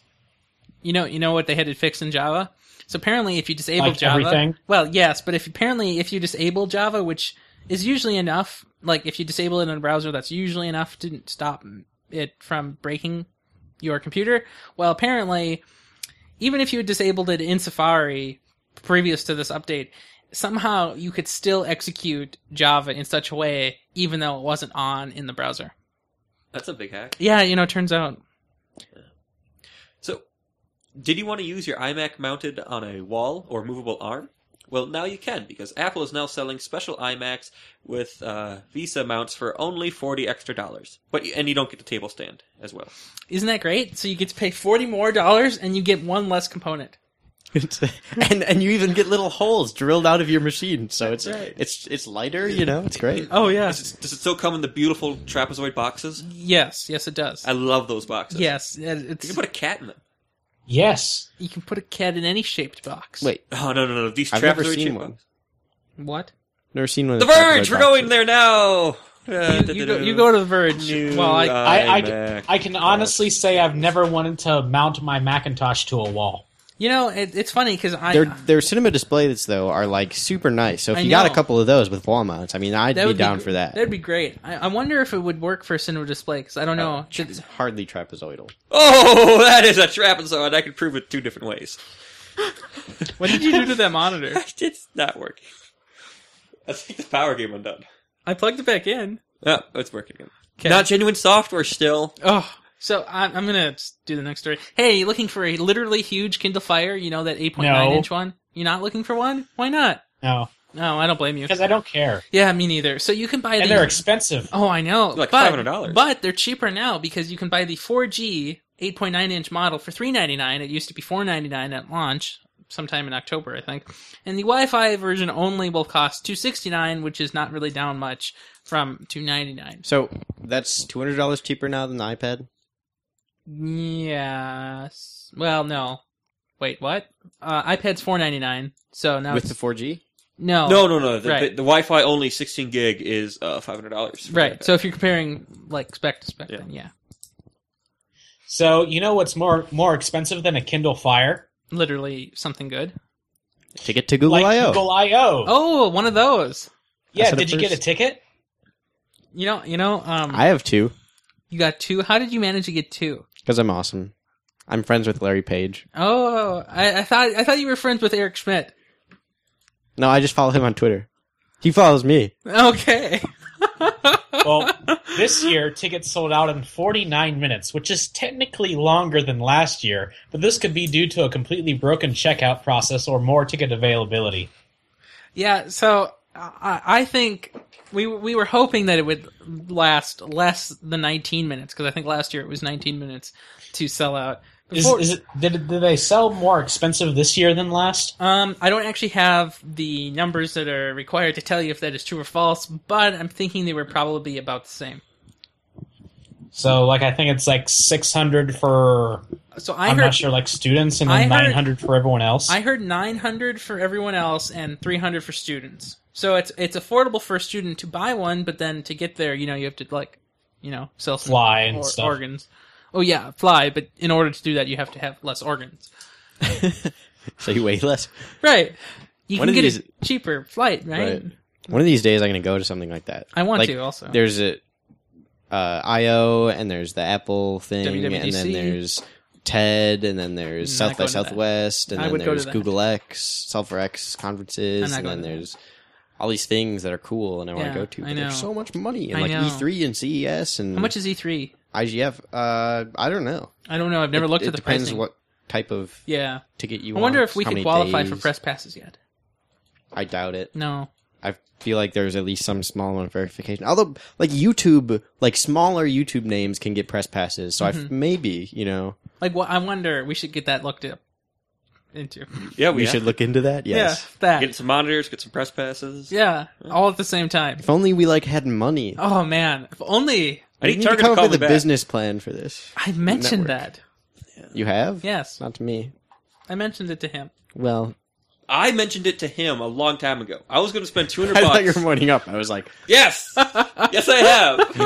Speaker 1: you know, you know what they had to fix in Java. So apparently, if you disable
Speaker 3: Like
Speaker 1: Java,
Speaker 3: everything?
Speaker 1: well, yes, but if apparently if you disable Java, which is usually enough, like if you disable it in a browser, that's usually enough to stop it from breaking your computer. Well, apparently, even if you had disabled it in Safari previous to this update, somehow you could still execute Java in such a way, even though it wasn't on in the browser.
Speaker 2: that's a big hack.
Speaker 1: Yeah, you know, it turns out
Speaker 2: So, did you want to use your iMac mounted on a wall or movable arm? Well, now you can because Apple is now selling special iMacs with uh, Visa mounts for only forty extra dollars. But and you don't get the table stand
Speaker 1: *laughs*
Speaker 2: as well.
Speaker 1: Isn't that great? So you get to pay forty more dollars and you get one less component.
Speaker 4: and and you even get little holes drilled out of your machine, so it's it's it's lighter. You know, it's great.
Speaker 1: *laughs* Oh
Speaker 2: Does it, does it still come in the beautiful trapezoid boxes?
Speaker 1: Yes, yes it does.
Speaker 2: I love those boxes.
Speaker 1: yes, it-
Speaker 2: you
Speaker 1: it's
Speaker 2: can put a cat in them. *laughs*
Speaker 3: Yes,
Speaker 1: you can put a cat in any shaped box.
Speaker 4: Wait,
Speaker 2: Oh no no no! These
Speaker 4: I've never
Speaker 2: trapezoid
Speaker 4: seen
Speaker 2: shape
Speaker 4: one.
Speaker 2: boxes.
Speaker 1: what?
Speaker 4: never seen one.
Speaker 2: The
Speaker 4: of those
Speaker 2: Verge.
Speaker 4: cardboard
Speaker 2: We're going
Speaker 4: boxes.
Speaker 2: there now. Uh,
Speaker 1: You, you go, you go to the Verge. well, I,
Speaker 3: I- I- I can honestly say I've never wanted to mount my Macintosh to a wall.
Speaker 1: you know it, it's funny because I
Speaker 4: Their their cinema displays though are like super nice. So if
Speaker 1: I
Speaker 4: you got a
Speaker 1: know.
Speaker 4: couple of those with wall mounts, I mean, I'd
Speaker 1: that
Speaker 4: be
Speaker 1: would
Speaker 4: down
Speaker 1: gr-
Speaker 4: for that.
Speaker 1: That'd be great. I, I wonder if it would work for a cinema display because I don't know.
Speaker 4: It's hardly trapezoidal.
Speaker 2: Oh, *laughs* that is a trapezoid. I can prove it two different ways. *laughs*
Speaker 1: what did you do to that monitor?
Speaker 2: it's not working. I think the power game undone.
Speaker 1: I plugged it back in.
Speaker 2: Yeah, it's working again.
Speaker 1: 'Kay.
Speaker 2: Not genuine software still.
Speaker 1: Oh, so I'm, I'm gonna s- do the next story. Hey, you looking for a literally huge Kindle Fire? You know that 8.9
Speaker 3: No.
Speaker 1: inch one? You're not looking for one? Why not?
Speaker 3: No,
Speaker 1: No, I don't blame you.
Speaker 3: because I don't care,
Speaker 1: Yeah, me neither. So you can buy
Speaker 3: and
Speaker 1: the.
Speaker 3: they're expensive.
Speaker 1: oh, I know.
Speaker 2: Like
Speaker 1: but-
Speaker 2: $500.
Speaker 1: But they're cheaper now because you can buy the 4G 8.9 inch model for 3.99. It used to be 4.99 at launch, sometime in October, I think. And the Wi-Fi version only will cost 2.69, which is not really down much from 2.99.
Speaker 4: So that's two hundred dollars cheaper now than the iPad.
Speaker 1: Yes. Well, no. Wait, what? Uh, iPad's 4.99. So now
Speaker 4: with
Speaker 1: it's
Speaker 4: the 4G.
Speaker 1: no.
Speaker 2: No, no, no. The,
Speaker 1: Oh. Right.
Speaker 2: the, the Wi-Fi only 16 gig is uh, $500.
Speaker 1: Right. So if you're comparing like spec to spec,
Speaker 2: Yeah.
Speaker 1: then yeah,
Speaker 3: So you know what's more more expensive than a Kindle Fire?
Speaker 1: literally something good.
Speaker 4: Ticket to Google
Speaker 3: like
Speaker 4: I/O.
Speaker 3: Google I/O.
Speaker 1: Oh, one of those.
Speaker 4: I
Speaker 3: yeah,
Speaker 4: said it
Speaker 3: did you get a
Speaker 4: first.
Speaker 3: ticket?
Speaker 1: You know, you know, um,
Speaker 4: I have two
Speaker 1: you got two. How did you manage to get two?
Speaker 4: because I'm awesome. I'm friends with Larry Page.
Speaker 1: Oh, I, I thought I thought you were friends with Eric Schmidt.
Speaker 4: No, I just follow him on Twitter. He follows me.
Speaker 1: Okay. *laughs*
Speaker 3: Well, *laughs* this year tickets sold out in 49 minutes, which is technically longer than last year, but this could be due to a completely broken checkout process or more ticket availability.
Speaker 1: Yeah, so I, I think we we were hoping that it would last less than 19 minutes because I think last year it was 19 minutes to sell out.
Speaker 3: Is,
Speaker 1: Before-
Speaker 3: is it, did, did they sell more expensive this year than last?
Speaker 1: um, I don't actually have the numbers that are required to tell you if that is true or false, but I'm thinking they were probably about the same.
Speaker 3: So, like, I think it's like 600 for
Speaker 1: So I
Speaker 3: I am
Speaker 1: heard
Speaker 3: not sure, like students, and
Speaker 1: I
Speaker 3: then
Speaker 1: heard-
Speaker 3: 900 for everyone else.
Speaker 1: I heard 900 for everyone else and 300 for students. So it's it's affordable for a student to buy one, but then to get there, you know, you have to like, you know, sell some
Speaker 3: Fly and
Speaker 1: or-
Speaker 3: stuff.
Speaker 1: organs. Oh yeah, fly. But in order to do that, you have to have less organs.
Speaker 4: So you weigh less.
Speaker 1: Right. You
Speaker 4: One
Speaker 1: can
Speaker 4: of
Speaker 1: get
Speaker 4: these-
Speaker 1: a cheaper flight, *laughs* right?
Speaker 4: Right. One of these days, I'm going to go to something like that.
Speaker 1: I want
Speaker 4: Like,
Speaker 1: to also.
Speaker 4: There's a uh, I/O, and there's the Apple thing, and then
Speaker 1: WWDC.
Speaker 4: there's TED, and then there's
Speaker 1: Mm,
Speaker 4: South
Speaker 1: not
Speaker 4: by
Speaker 1: going to that.
Speaker 4: Southwest, and
Speaker 1: I
Speaker 4: then
Speaker 1: would go to
Speaker 4: there's
Speaker 1: that.
Speaker 4: Google X, Sulfur X
Speaker 1: I'm
Speaker 4: conferences,
Speaker 1: not
Speaker 4: and
Speaker 1: going to
Speaker 4: then
Speaker 1: that.
Speaker 4: there's all these things that are cool and I want
Speaker 1: Yeah,
Speaker 4: to go to. But
Speaker 1: I know.
Speaker 4: there's so much money and
Speaker 1: I
Speaker 4: like
Speaker 1: know.
Speaker 4: E3 and CES and
Speaker 1: How much is E3?
Speaker 4: IGF. Uh, I don't know.
Speaker 1: I don't know. I've never
Speaker 4: It-
Speaker 1: looked
Speaker 4: it
Speaker 1: at the
Speaker 4: depends
Speaker 1: pricing.
Speaker 4: what type of
Speaker 1: yeah.
Speaker 4: ticket you
Speaker 1: I wonder
Speaker 4: want,
Speaker 1: if we
Speaker 4: how
Speaker 1: could
Speaker 4: many
Speaker 1: qualify for
Speaker 4: days.
Speaker 1: press passes yet.
Speaker 4: I doubt it.
Speaker 1: No.
Speaker 4: I feel like there's at least some small amount of verification. Although, like YouTube, like smaller YouTube names can get press passes, so I f
Speaker 1: Mhm.
Speaker 4: maybe you know
Speaker 1: Like, what? I wonder. We should get that looked up into.
Speaker 2: Oh, Yeah,
Speaker 4: we
Speaker 2: we
Speaker 4: should look into that. Yes,
Speaker 1: Yeah. That.
Speaker 2: get some monitors, get some press passes.
Speaker 1: Yeah, all at the same time.
Speaker 4: if only we like had money.
Speaker 1: Oh man, if only
Speaker 2: I
Speaker 4: we
Speaker 2: need
Speaker 4: need to
Speaker 2: Target
Speaker 4: come
Speaker 2: to
Speaker 4: up
Speaker 2: call
Speaker 4: with
Speaker 2: me
Speaker 4: a
Speaker 2: back.
Speaker 4: business plan for this.
Speaker 1: I mentioned
Speaker 4: Network.
Speaker 1: that.
Speaker 4: You have?
Speaker 1: Yes,
Speaker 4: Not to me.
Speaker 1: I mentioned it to him.
Speaker 4: Well,
Speaker 2: I mentioned it to him a long time ago. I was going to spend
Speaker 1: *laughs*
Speaker 2: two hundred
Speaker 4: *laughs* I thought you
Speaker 2: bucks.
Speaker 4: were winding up. I was like,
Speaker 2: Yes, yes, I have.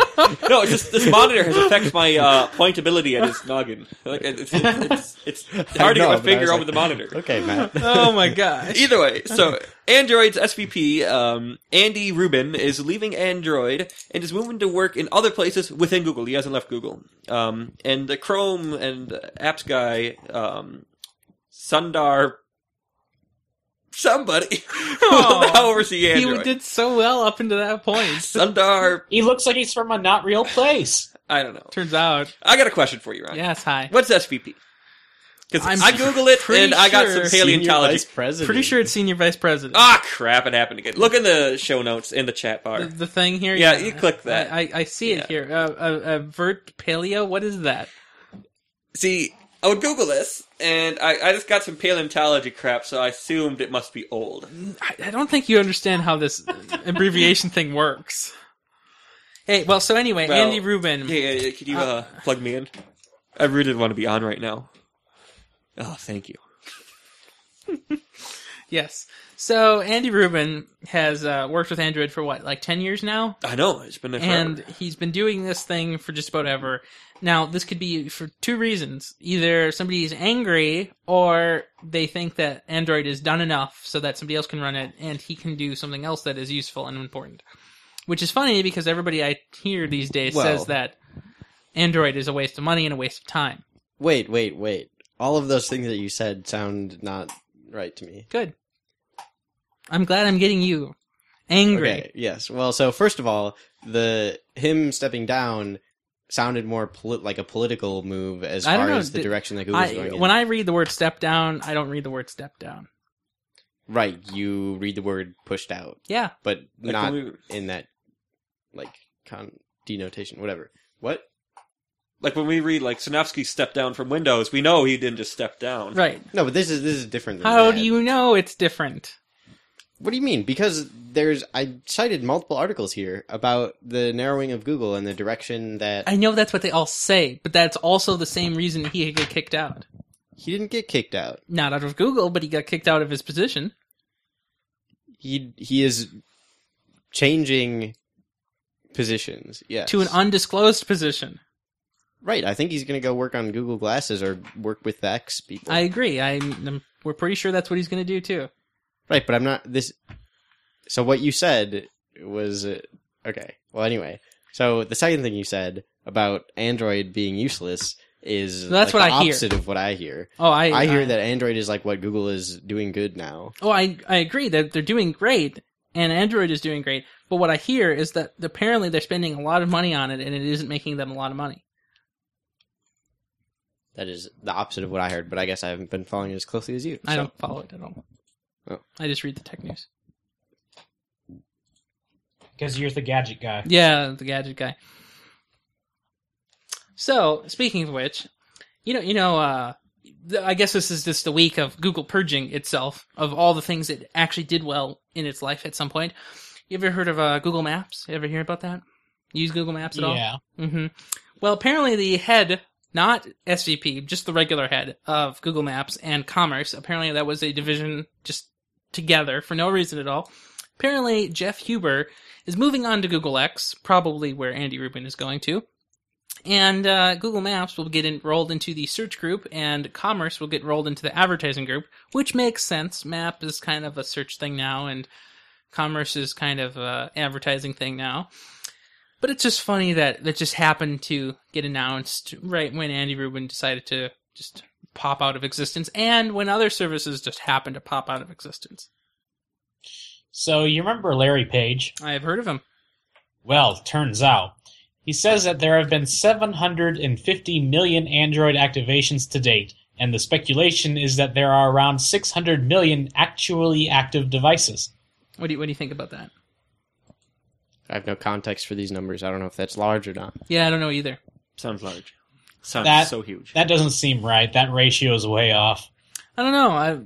Speaker 2: no, it's just this monitor has affected my uh, pointability at his noggin. Like it's, it's, it's, it's hard to get
Speaker 4: know, but *laughs* I
Speaker 2: my finger
Speaker 4: was
Speaker 2: over
Speaker 4: like-
Speaker 2: the monitor.
Speaker 4: *laughs* okay, Matt.
Speaker 1: *laughs* Oh my gosh.
Speaker 2: Either way, so Android's SVP, um, Andy Rubin, is leaving Android and is moving to work in other places within Google. He hasn't left Google. Um, and the Chrome and apps guy, um, Sundar, somebody, *laughs* will
Speaker 1: Aw.
Speaker 2: now oversee Android.
Speaker 1: He did so well up into that
Speaker 2: *laughs*
Speaker 1: point.
Speaker 2: Sundar,
Speaker 3: he looks like he's from a not
Speaker 1: *laughs*
Speaker 3: real place.
Speaker 2: I don't know.
Speaker 1: Turns out,
Speaker 2: I got a question for you, Ryan.
Speaker 1: yes, hi.
Speaker 2: What's SVP? Because
Speaker 1: I'm
Speaker 2: I Googled it
Speaker 1: pretty
Speaker 2: and I got some
Speaker 1: sure-
Speaker 2: paleontology.
Speaker 4: president.
Speaker 1: Pretty sure it's senior vice president.
Speaker 2: Ah, crap, it happened again. Look in the show notes in the chat bar.
Speaker 1: the, the thing here.
Speaker 2: Oh, Yeah, you click that.
Speaker 1: I, I, I see it
Speaker 2: Yeah.
Speaker 1: here. Uh, uh, uh, vert paleo. What is that?
Speaker 2: See, I would Google this, and I, I just got some paleontology crap, so I assumed it must be old.
Speaker 1: I, I don't think you understand how
Speaker 2: *laughs*
Speaker 1: this abbreviation thing works. Hey, well, so anyway,
Speaker 2: Well,
Speaker 1: Andy Rubin.
Speaker 2: Yeah, yeah, yeah, could you uh, plug me in? I really want to be on right now. Oh, thank you.
Speaker 1: Yes. So Andy Rubin has uh, worked with Android for what, like ten years now?
Speaker 2: I know it's been there forever.
Speaker 1: and he's been doing this thing for just about ever. Now, this could be for two reasons. Either somebody is angry, or they think that Android is done enough so that somebody else can run it, and he can do something else that is useful and important. Which is funny because everybody I hear these days
Speaker 4: Well-
Speaker 1: says that Android is a waste of money and a waste of time.
Speaker 4: Wait, wait, wait. All of those things that you said sound not right to me.
Speaker 1: Good. I'm glad I'm getting you angry.
Speaker 4: Okay, yes. Well, so first of all, the him stepping down sounded more poli- like a political move as
Speaker 1: I don't
Speaker 4: far
Speaker 1: know,
Speaker 4: as the
Speaker 1: did-
Speaker 4: direction that Google's
Speaker 1: I,
Speaker 4: going. in.
Speaker 1: when I read the word step down, I don't read the word step down.
Speaker 4: right, you read the word pushed out,
Speaker 1: Yeah.
Speaker 4: but
Speaker 2: Like,
Speaker 4: not
Speaker 2: when we-
Speaker 4: in that like con denotation, whatever. What?
Speaker 2: like when we read like Sanofsky stepped down from Windows, we know he didn't just step down.
Speaker 1: Right.
Speaker 4: No, but this is this is different. Than
Speaker 1: How
Speaker 4: that.
Speaker 1: do you know it's different?
Speaker 4: What do you mean? Because there's I cited multiple articles here about the narrowing of Google and the direction that
Speaker 1: I know that's what they all say, but that's also the same reason he got kicked out.
Speaker 4: he didn't get kicked out.
Speaker 1: Not out of Google, but he got kicked out of his position.
Speaker 4: he he is changing positions. Yes.
Speaker 1: to an undisclosed position.
Speaker 4: right. I think he's going to go work on Google Glasses or work with the X people.
Speaker 1: I agree. I am we're pretty sure that's what he's going to do too.
Speaker 4: right, but I'm not this. So what you said was uh, okay. Well, anyway, So the second thing you said about Android being useless is
Speaker 1: That's
Speaker 4: like,
Speaker 1: what
Speaker 4: the
Speaker 1: I hear.
Speaker 4: opposite of what I hear.
Speaker 1: Oh, I
Speaker 4: I hear that Android is like what Google is doing good now.
Speaker 1: Oh, I I agree that they're doing great and Android is doing great. But what I hear is that apparently they're spending a lot of money on it and it isn't making them a lot of money.
Speaker 4: That is the opposite of what I heard, but I guess I haven't been following it as closely as you.
Speaker 1: I
Speaker 4: so.
Speaker 1: don't follow it at all.
Speaker 4: Oh.
Speaker 1: I just read the tech news.
Speaker 3: because you're the gadget guy.
Speaker 1: Yeah, the gadget guy. So, speaking of which, you know, you know, uh, th- I guess this is just the week of Google purging itself of all the things it actually did well in its life at some point. You ever heard of uh, Google Maps? You ever hear about that? Use Google Maps at all?
Speaker 3: Yeah,
Speaker 1: Mm-hmm. Well, apparently the head, not SVP, just the regular head of Google Maps and Commerce, apparently that was a division just together for no reason at all. Apparently Jeff Huber is moving on to Google X, probably where Andy Rubin is going to. And uh, Google Maps will get enrolled into the search group, and Commerce will get rolled into the advertising group, which makes sense. Map is kind of a search thing now, and Commerce is kind of a advertising thing now. But it's just funny that that just happened to get announced right when Andy Rubin decided to just pop out of existence, and when other services just happened to pop out of existence.
Speaker 3: so you remember Larry Page?
Speaker 1: I have heard of him.
Speaker 3: Well, turns out he says that there have been 750 million Android activations to date, and the speculation is that there are around 600 million actually active devices.
Speaker 1: What do you, what do you think about that?
Speaker 4: I have no context for these numbers. I don't know if that's large or not.
Speaker 1: Yeah, I don't know either.
Speaker 2: Sounds large. Sounds
Speaker 3: That-
Speaker 2: so huge.
Speaker 3: That doesn't seem right. That ratio is way off.
Speaker 1: I don't know. I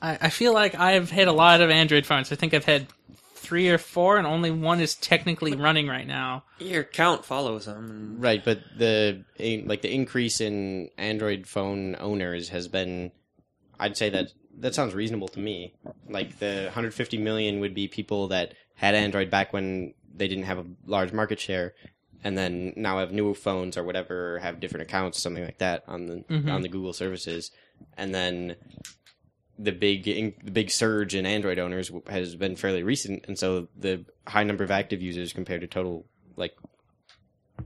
Speaker 1: I, I feel like I've had a lot of Android phones. I think I've had three or four, and only one is technically running right now.
Speaker 2: Your count follows them.
Speaker 4: Right, but the in- like the increase in Android phone owners has been I'd say that that sounds reasonable to me. Like the 150 million would be people that had Android back when they didn't have a large market share and then now have new phones or whatever or have different accounts something like that on the
Speaker 1: Mhm.
Speaker 4: on the Google services and then the big in, the big surge in Android owners w- has been fairly recent and so the high number of active users compared to total like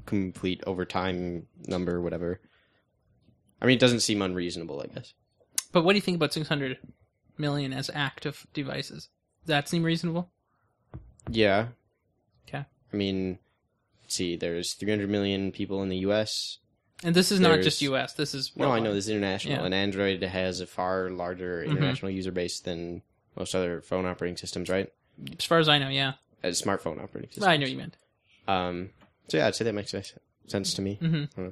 Speaker 4: complete over time number whatever I mean it doesn't seem unreasonable I guess
Speaker 1: But what do you think about 600 million as active devices? Does that seem reasonable?
Speaker 4: Yeah.
Speaker 1: 'Kay.
Speaker 4: I mean, let's see, there's 300 million people in the U.S.
Speaker 1: And this is not
Speaker 4: There's-
Speaker 1: just U.S. This is
Speaker 4: No, I know
Speaker 1: worldwide.
Speaker 4: this is international,
Speaker 1: Yeah.
Speaker 4: and Android has a far larger
Speaker 1: Mhm.
Speaker 4: international user base than most other phone operating systems, right?
Speaker 1: As far as I know, yeah.
Speaker 4: As smartphone operating systems.
Speaker 1: I know you meant.
Speaker 4: Um, so yeah, I'd say that makes nice sense to me.
Speaker 1: hmm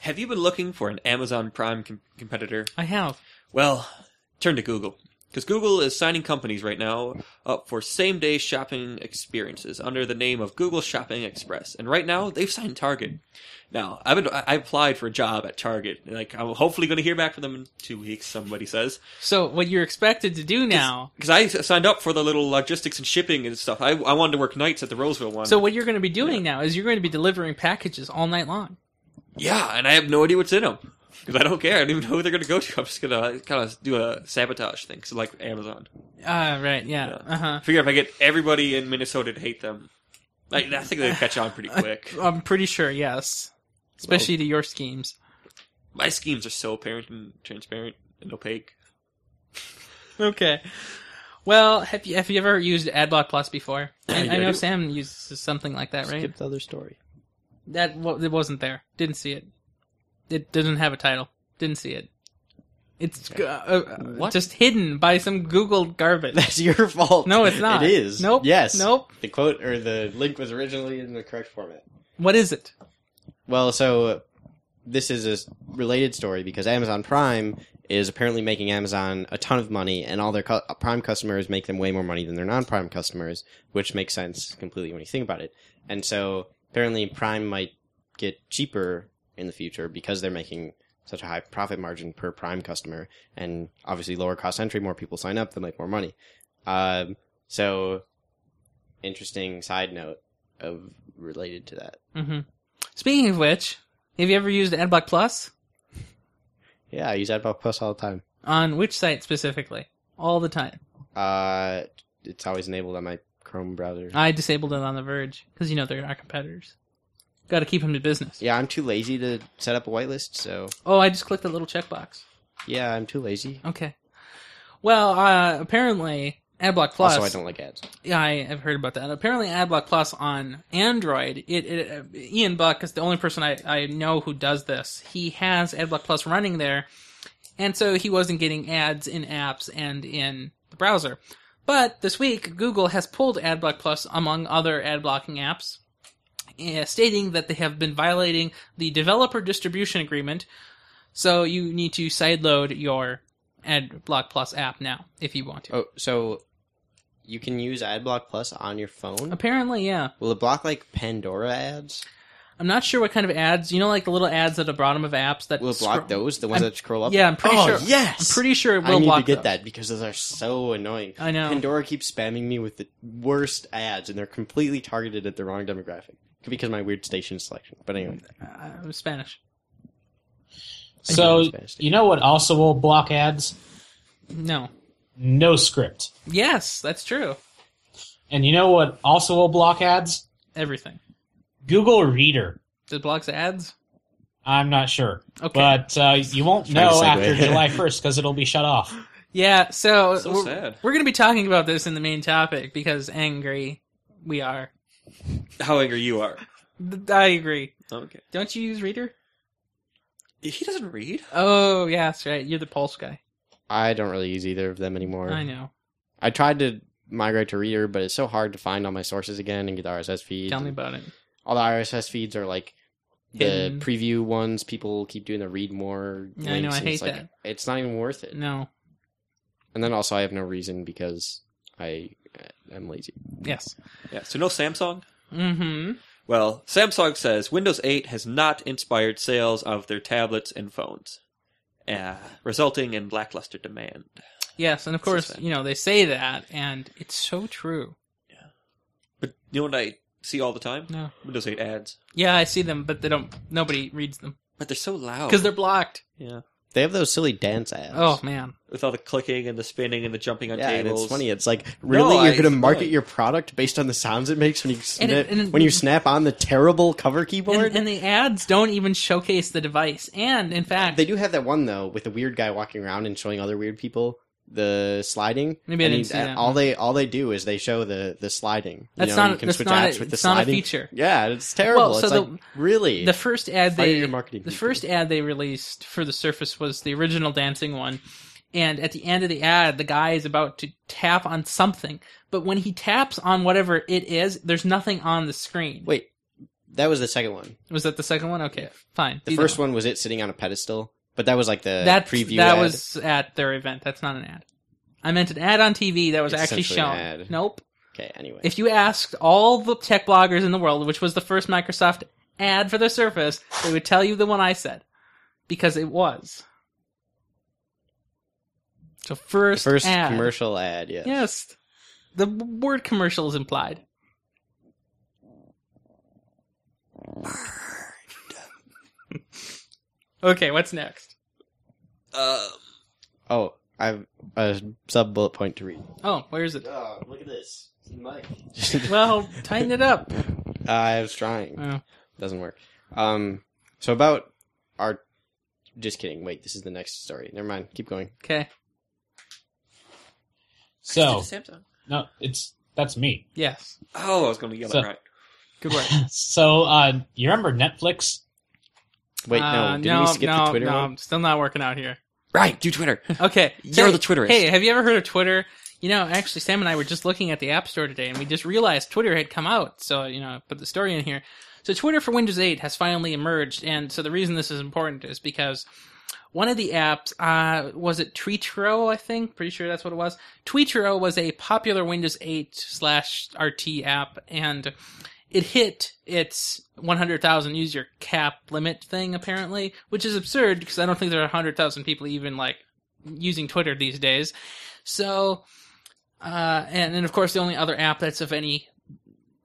Speaker 2: Have you been looking for an Amazon Prime com- competitor?
Speaker 1: I have.
Speaker 2: Well, turn to Google. Because Google is signing companies right now up for same day shopping experiences under the name of Google Shopping Express. And right now, they've signed Target. Now, I've been, I I applied for a job at Target. Like, I'm hopefully going to hear back from them in two weeks, somebody says.
Speaker 1: So what you're expected to do now?
Speaker 2: Because I s- signed up for the little logistics and shipping and stuff. I, I wanted to work nights at the Roseville one.
Speaker 1: So what you're going to be doing now is you're going to be delivering packages all night long.
Speaker 2: yeah, and I have no idea what's in them. Because I don't care. I don't even know who they're going to go to. *laughs* I'm just going to kind of do a sabotage thing. So, like Amazon.
Speaker 1: Ah, right. Yeah.
Speaker 2: Yeah.
Speaker 1: Uh huh.
Speaker 2: figure if I get everybody in Minnesota to hate them, I, *laughs* I think they catch on pretty quick.
Speaker 1: I'm pretty sure. Yes. Especially to your schemes.
Speaker 2: My schemes are so apparent and transparent and opaque.
Speaker 1: Okay. Well, have you have you ever used AdBlock Plus before? I,
Speaker 2: Yeah,
Speaker 1: I
Speaker 2: I
Speaker 1: know
Speaker 2: do.
Speaker 1: Sam uses something like that, right?
Speaker 4: Skip the other story. *laughs*
Speaker 1: That wa- it wasn't there. Didn't see it. It doesn't have a title. Didn't see it. It's uh, uh,
Speaker 4: What?
Speaker 1: just hidden by some Google garbage.
Speaker 4: *laughs* That's your fault.
Speaker 1: No, it's not.
Speaker 4: It is.
Speaker 1: Nope.
Speaker 4: Yes.
Speaker 1: Nope.
Speaker 4: The quote or the link was originally in the correct format.
Speaker 1: What is it?
Speaker 4: Well, so this is a s- related story because Amazon Prime is apparently making Amazon a ton of money, and all their cu- Prime customers make them way more money than their non-Prime customers, which makes sense completely when you think about it. And so apparently, Prime might get cheaper in the future because they're making such a high profit margin per Prime customer, and obviously lower cost entry. More people sign up, they make more money. Um, so, interesting side note of related to that.
Speaker 1: hmm Speaking of which, have you ever used AdBlock Plus?
Speaker 4: Yeah, I use AdBlock Plus all the time.
Speaker 1: On which site specifically? All the time.
Speaker 4: Uh, it's always enabled on my Chrome browser.
Speaker 1: I disabled it on the Verge because you know they're our competitors. Got to keep them to business.
Speaker 4: yeah, I'm too lazy to set up a whitelist, so
Speaker 1: Oh, I just clicked the little checkbox.
Speaker 4: yeah, I'm too lazy.
Speaker 1: Okay. Well, uh, apparently AdBlock Plus.
Speaker 4: also, I don't like ads.
Speaker 1: Yeah, I have heard about that. Apparently, AdBlock Plus on Android, it, it uh, Ian Buck is the only person I, I know who does this. He has AdBlock Plus running there, and so he wasn't getting ads in apps and in the browser. But this week, Google has pulled AdBlock Plus among other ad blocking apps, eh, stating that they have been violating the developer distribution agreement. So you need to sideload your AdBlock Plus app now if you want to.
Speaker 4: Oh, so you can use AdBlock Plus on your phone?
Speaker 1: Apparently, yeah.
Speaker 4: Will it block like Pandora ads?
Speaker 1: I'm not sure what kind of ads. You know, like the little ads at the bottom of apps that
Speaker 4: Will it block
Speaker 1: scro-
Speaker 4: those? The ones
Speaker 1: I'm-
Speaker 4: that scroll up?
Speaker 1: Yeah, I'm pretty
Speaker 4: oh,
Speaker 1: sure.
Speaker 4: Yes.
Speaker 1: I'm pretty sure it will
Speaker 4: I need
Speaker 1: block
Speaker 4: to get
Speaker 1: those.
Speaker 4: that because those are so annoying.
Speaker 1: I know.
Speaker 4: Pandora keeps spamming me with the worst ads, and they're completely targeted at the wrong demographic. Could be because of my weird station selection. But anyway,
Speaker 1: Uh, I'm Spanish.
Speaker 3: So
Speaker 4: it's best.
Speaker 3: you know what also will block ads?
Speaker 1: No.
Speaker 3: No script.
Speaker 1: Yes, that's true.
Speaker 3: And you know what also will block ads?
Speaker 1: Everything.
Speaker 3: Google Reader.
Speaker 1: It blocks ads.
Speaker 3: I'm not sure,
Speaker 1: Okay.
Speaker 3: but uh, you won't
Speaker 4: Trying to
Speaker 3: know
Speaker 4: segue.
Speaker 3: after
Speaker 4: *laughs*
Speaker 3: July 1st because it'll be shut off.
Speaker 1: yeah. So,
Speaker 2: So
Speaker 1: we're,
Speaker 2: sad.
Speaker 1: we're going to be talking about this in the main topic because angry we are.
Speaker 2: How angry you are.
Speaker 1: Th- I agree.
Speaker 2: Okay.
Speaker 1: Don't you use Reader?
Speaker 2: He doesn't read.
Speaker 1: Oh, yeah, that's right. You're the Pulse guy.
Speaker 4: I don't really use either of them anymore.
Speaker 1: I know.
Speaker 4: I tried to migrate to Reader, but it's so hard to find all my sources again and get the RSS feeds.
Speaker 1: Tell me about it.
Speaker 4: all the RSS feeds are like the
Speaker 1: Hidden.
Speaker 4: preview ones. People keep doing the read more.
Speaker 1: Yeah, I know,
Speaker 4: links,
Speaker 1: I
Speaker 4: and it's
Speaker 1: hate
Speaker 4: like,
Speaker 1: that.
Speaker 4: It's not even worth it.
Speaker 1: No.
Speaker 4: And then also, I have no reason because I uh, am lazy.
Speaker 1: Yes.
Speaker 2: Yeah. So no Samsung.
Speaker 1: Mm-hmm.
Speaker 2: Well, Samsung says Windows 8 has not inspired sales of their tablets and phones, uh, resulting in lackluster demand.
Speaker 1: Yes, and of
Speaker 2: It's
Speaker 1: course,
Speaker 2: just-
Speaker 1: you know, they say that, and it's so true.
Speaker 2: But you know what I see all the time?
Speaker 1: No.
Speaker 2: Windows 8 ads.
Speaker 1: Yeah, I see them, but they don't. Nobody reads them
Speaker 2: But they're so
Speaker 4: Oh.
Speaker 2: loud.
Speaker 1: because they're blocked.
Speaker 2: yeah.
Speaker 4: They have those silly dance ads.
Speaker 1: Oh man,
Speaker 2: With all the clicking and the spinning and the jumping on
Speaker 4: Yeah, and
Speaker 2: tables.
Speaker 4: it's funny. It's like really,
Speaker 2: I-
Speaker 4: you're going to market
Speaker 2: right.
Speaker 4: your product based on the sounds it makes when you snap,
Speaker 1: And it- and it-
Speaker 4: when you snap on the terrible cover
Speaker 1: and,
Speaker 4: keyboard.
Speaker 1: and the ads don't even showcase the device. And in fact,
Speaker 4: they do have that one though with a weird guy walking around and showing other weird people the sliding.
Speaker 1: Maybe I
Speaker 4: And
Speaker 1: didn't
Speaker 4: he-
Speaker 1: see that
Speaker 4: All
Speaker 1: one.
Speaker 4: they all they do is they show the the sliding. You
Speaker 1: That's
Speaker 4: know,
Speaker 1: not-
Speaker 4: you can
Speaker 1: that's
Speaker 4: switch
Speaker 1: not a-
Speaker 4: apps with the
Speaker 1: it's not a
Speaker 4: sliding.
Speaker 1: feature.
Speaker 4: Yeah, it's terrible.
Speaker 1: Well, so
Speaker 4: it's
Speaker 1: the-
Speaker 4: like really
Speaker 1: the first ad
Speaker 4: Fire
Speaker 1: they
Speaker 4: your marketing
Speaker 1: the
Speaker 4: people.
Speaker 1: first ad they released for the Surface was the original dancing one. And at the end of the ad, the guy is about to tap on something, but when he taps on whatever it is, there's nothing on the screen.
Speaker 4: wait. That was the second one.
Speaker 1: was that the second one? Okay, fine.
Speaker 4: The first one was it sitting on a pedestal, but that was like the
Speaker 1: that
Speaker 4: preview.
Speaker 1: that
Speaker 4: ad.
Speaker 1: was at their event. That's not an ad. I meant an ad on TV that was
Speaker 4: It's
Speaker 1: actually
Speaker 4: essentially
Speaker 1: shown.
Speaker 4: an ad.
Speaker 1: Nope.
Speaker 4: okay. Anyway,
Speaker 1: If you asked all the tech bloggers in the world, which was the first Microsoft ad for the Surface, they would tell you the one I said because it was. So
Speaker 4: the
Speaker 1: first,
Speaker 4: first
Speaker 1: ad.
Speaker 4: commercial ad, yes.
Speaker 1: Yes, the word commercial is implied. *laughs* okay, what's next?
Speaker 2: Uh,
Speaker 4: Oh, I have a sub bullet point to read.
Speaker 1: Oh, where is it?
Speaker 4: Oh, look at this, Mike. *laughs*
Speaker 1: Well, tighten it up.
Speaker 4: I was trying.
Speaker 1: Oh.
Speaker 4: Doesn't work. Um, so about our. Just kidding. Wait, this is the next story. Never mind. Keep going.
Speaker 1: Okay.
Speaker 3: So
Speaker 2: Samsung.
Speaker 3: no, it's that's me.
Speaker 1: Yes.
Speaker 2: Oh, I was going to yell
Speaker 3: So-
Speaker 2: it right.
Speaker 1: Good work.
Speaker 3: So uh, you remember Netflix?
Speaker 4: Wait,
Speaker 1: Uh,
Speaker 4: no. Didn't we skip
Speaker 1: no,
Speaker 4: the Twitter
Speaker 1: no,
Speaker 4: one?
Speaker 1: I'm still not working out here.
Speaker 2: Right,
Speaker 1: *laughs*
Speaker 2: do Twitter.
Speaker 1: Okay.
Speaker 2: You're
Speaker 1: Hey-
Speaker 2: the Twitterist.
Speaker 1: Hey, have you ever heard of Twitter? You know, actually, Sam and I were just looking at the App Store today, and we just realized Twitter had come out. So, you know, I put the story in here. So, Twitter for Windows 8 has finally emerged, and so the reason this is important is because one of the apps uh, was it Tweetro, I think, pretty sure that's what it was. Tweetro was a popular Windows 8 slash RT app, and it hit its 100,000 user cap limit thing apparently, which is absurd because I don't think there are 100,000 people even like using Twitter these days. So, uh, and and of course the only other app that's of any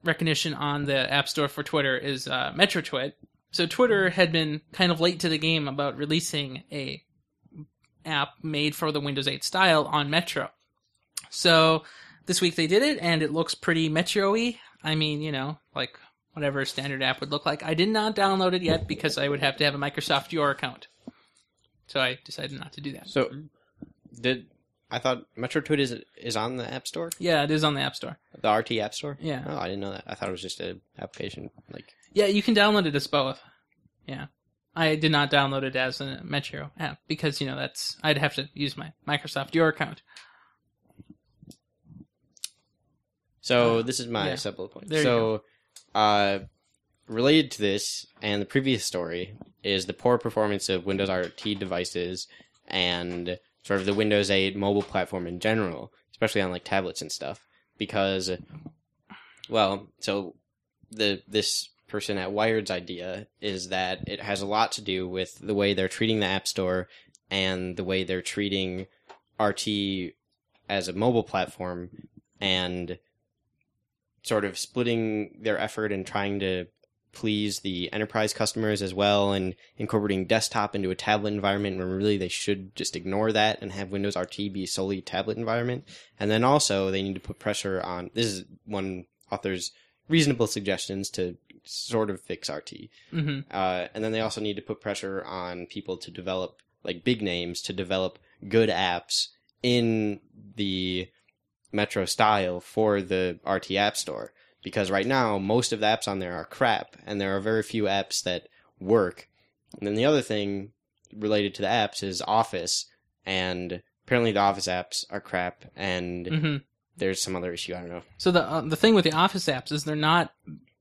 Speaker 1: recognition on the App Store for Twitter is uh, MetroTwit. So Twitter had been kind of late to the game about releasing a app made for the Windows 8 style on Metro. So this week they did it, and it looks pretty Metro-y. I mean, you know, like whatever a standard app would look like. I did not download it yet because I would have to have a Microsoft Your account, so I decided not to do that.
Speaker 4: So,
Speaker 1: Mm-hmm.
Speaker 4: did I thought Metro Tweet is is on the App Store,
Speaker 1: Yeah, it is on the App Store.
Speaker 4: the RT App Store?
Speaker 1: Yeah.
Speaker 4: Oh, I didn't know that. I thought it was just an application. Like,
Speaker 1: Yeah, you can download it as both. Yeah. I did not download it as a Metro app because, you know, that's, I'd have to use my Microsoft Your account.
Speaker 4: so this is my
Speaker 1: Uh, yeah.
Speaker 4: sub bullet point.
Speaker 1: There you
Speaker 4: so, uh, related to this and the previous story is the poor performance of Windows RT devices and sort of the Windows 8 mobile platform in general, especially on like tablets and stuff, because, well, so the this person at Wired's idea is that it has a lot to do with the way they're treating the App Store and the way they're treating RT as a mobile platform and sort of splitting their effort and trying to please the enterprise customers as well and incorporating desktop into a tablet environment when really they should just ignore that and have Windows RT be solely tablet environment. And then also they need to put pressure on this is one author's reasonable suggestions to sort of fix RT.
Speaker 1: hmm
Speaker 4: Uh, and then they also need to put pressure on people to develop, like big names, to develop good apps in the Metro style for the RT App Store. Because right now, most of the apps on there are crap, and there are very few apps that work. And then the other thing related to the apps is Office, and apparently the Office apps are crap, and
Speaker 1: hmm
Speaker 4: there's some other issue, I don't know.
Speaker 1: So the, uh, the thing with the Office apps is they're not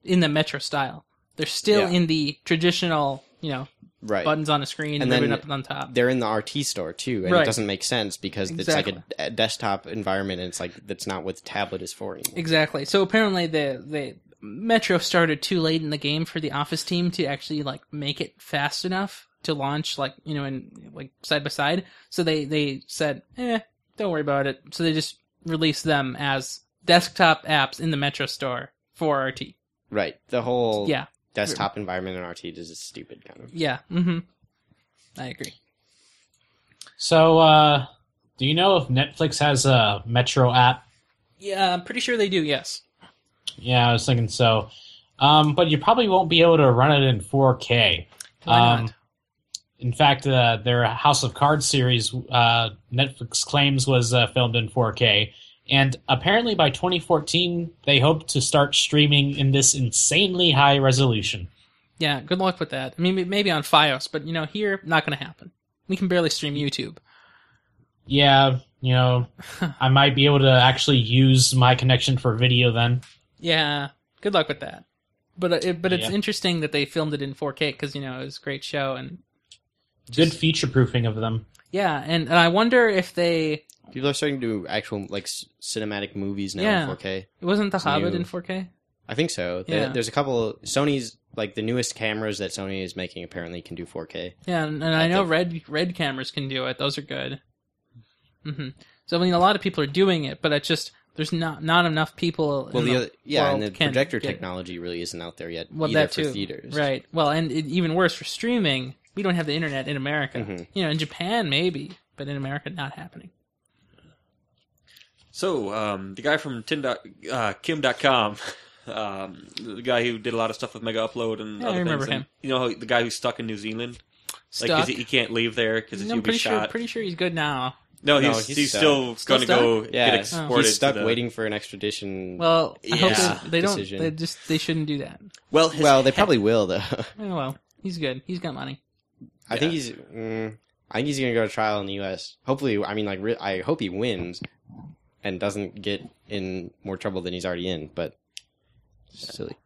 Speaker 1: in the Metro style. They're still
Speaker 4: Yeah.
Speaker 1: in the traditional, you know,
Speaker 4: Right.
Speaker 1: buttons on a screen and
Speaker 4: And
Speaker 1: ribbon
Speaker 4: then-
Speaker 1: up on top.
Speaker 4: they're in the RT store too, and
Speaker 1: Right.
Speaker 4: it doesn't make sense because it's like
Speaker 1: Exactly.
Speaker 4: a, a desktop environment, and it's like that's not what the tablet is for anymore.
Speaker 1: Exactly. So apparently the the Metro started too late in the game for the Office team to actually like make it fast enough to launch like you know in like side by side. So they they said, eh, don't worry about it. So they just released them as desktop apps in the Metro store for RT.
Speaker 4: Right. The whole
Speaker 1: Yeah,
Speaker 4: desktop environment in RT is just stupid, kind of.
Speaker 1: yeah. hmm I agree.
Speaker 3: So, uh, do you know if Netflix has a Metro app?
Speaker 1: Yeah, I'm pretty sure they do. Yes.
Speaker 3: Yeah, I was thinking so. Um, but you probably won't be able to run it in 4K.
Speaker 1: Why not?
Speaker 3: Um, In fact, uh, their House of Cards series, uh, Netflix claims, was uh, filmed in 4K. And apparently by 2014, they hope to start streaming in this insanely high resolution.
Speaker 1: Yeah. Good luck with that. I mean, may- maybe on FiOS, but you know, here not going to happen. We can barely stream YouTube.
Speaker 3: Yeah,
Speaker 1: *laughs*
Speaker 3: you know, I might be able to actually use my connection for video then.
Speaker 1: Yeah, good luck with that. But uh, it, but it's
Speaker 3: Yeah.
Speaker 1: interesting that they filmed it in 4K because you know it was a great show and
Speaker 3: Good feature proofing of them.
Speaker 1: yeah and, and I wonder if they
Speaker 4: People are starting to do actual like c- cinematic movies now
Speaker 1: Yeah.
Speaker 4: in 4K.
Speaker 1: it wasn't the
Speaker 4: It's
Speaker 1: Hobbit
Speaker 4: new.
Speaker 1: in 4K.
Speaker 4: I think so. There-
Speaker 1: Yeah.
Speaker 4: There's a couple. Sony's like the newest cameras that Sony is making apparently can do 4K.
Speaker 1: Yeah, and, and I
Speaker 4: I
Speaker 1: know
Speaker 4: think-
Speaker 1: red red cameras can do it; those are good. hmm So I mean, a lot of people are doing it, but it's just there's not not enough people.
Speaker 4: Well,
Speaker 1: in
Speaker 4: the other, yeah, and
Speaker 1: world
Speaker 4: the
Speaker 1: can
Speaker 4: projector
Speaker 1: get-
Speaker 4: technology really isn't out there yet
Speaker 1: Well,
Speaker 4: either
Speaker 1: that
Speaker 4: for
Speaker 1: too.
Speaker 4: theaters.
Speaker 1: right. Well, and it, even worse for streaming, we don't have the internet in America.
Speaker 4: Mhm.
Speaker 1: You know, in Japan maybe, but in America not happening.
Speaker 2: So, um, the guy from Tim dot, uh, Kim.com, *laughs* um, the guy who did a lot of stuff with Mega Upload and
Speaker 1: Yeah, I
Speaker 2: other
Speaker 1: remember
Speaker 2: things. and
Speaker 1: him.
Speaker 2: you know, how- the guy who's stuck in New Zealand?
Speaker 1: Stuck.
Speaker 2: Like, 'cause he, he can't leave there because
Speaker 1: No,
Speaker 2: he'll
Speaker 1: I'm
Speaker 2: be
Speaker 1: pretty sure
Speaker 2: shot.
Speaker 1: pretty sure he's good now.
Speaker 2: No,
Speaker 4: No,
Speaker 2: he's, he's,
Speaker 4: he's
Speaker 2: still,
Speaker 1: Still
Speaker 2: going to
Speaker 1: stuck?
Speaker 2: go
Speaker 4: Yeah,
Speaker 2: get exported.
Speaker 4: he's stuck
Speaker 2: to the-
Speaker 4: waiting for an extradition.
Speaker 1: Well, I
Speaker 2: Yeah.
Speaker 1: hope they, they don't.
Speaker 4: Decision.
Speaker 1: They just they shouldn't do that.
Speaker 2: Well, his
Speaker 4: well, they
Speaker 2: head-
Speaker 4: probably will though. *laughs*
Speaker 1: Oh well, he's good. He's got money.
Speaker 4: I think he's. Mm, I think he's going to go to trial in the U.S. Hopefully, I mean, like, re- I hope he wins and doesn't get in more trouble than he's already in. But silly.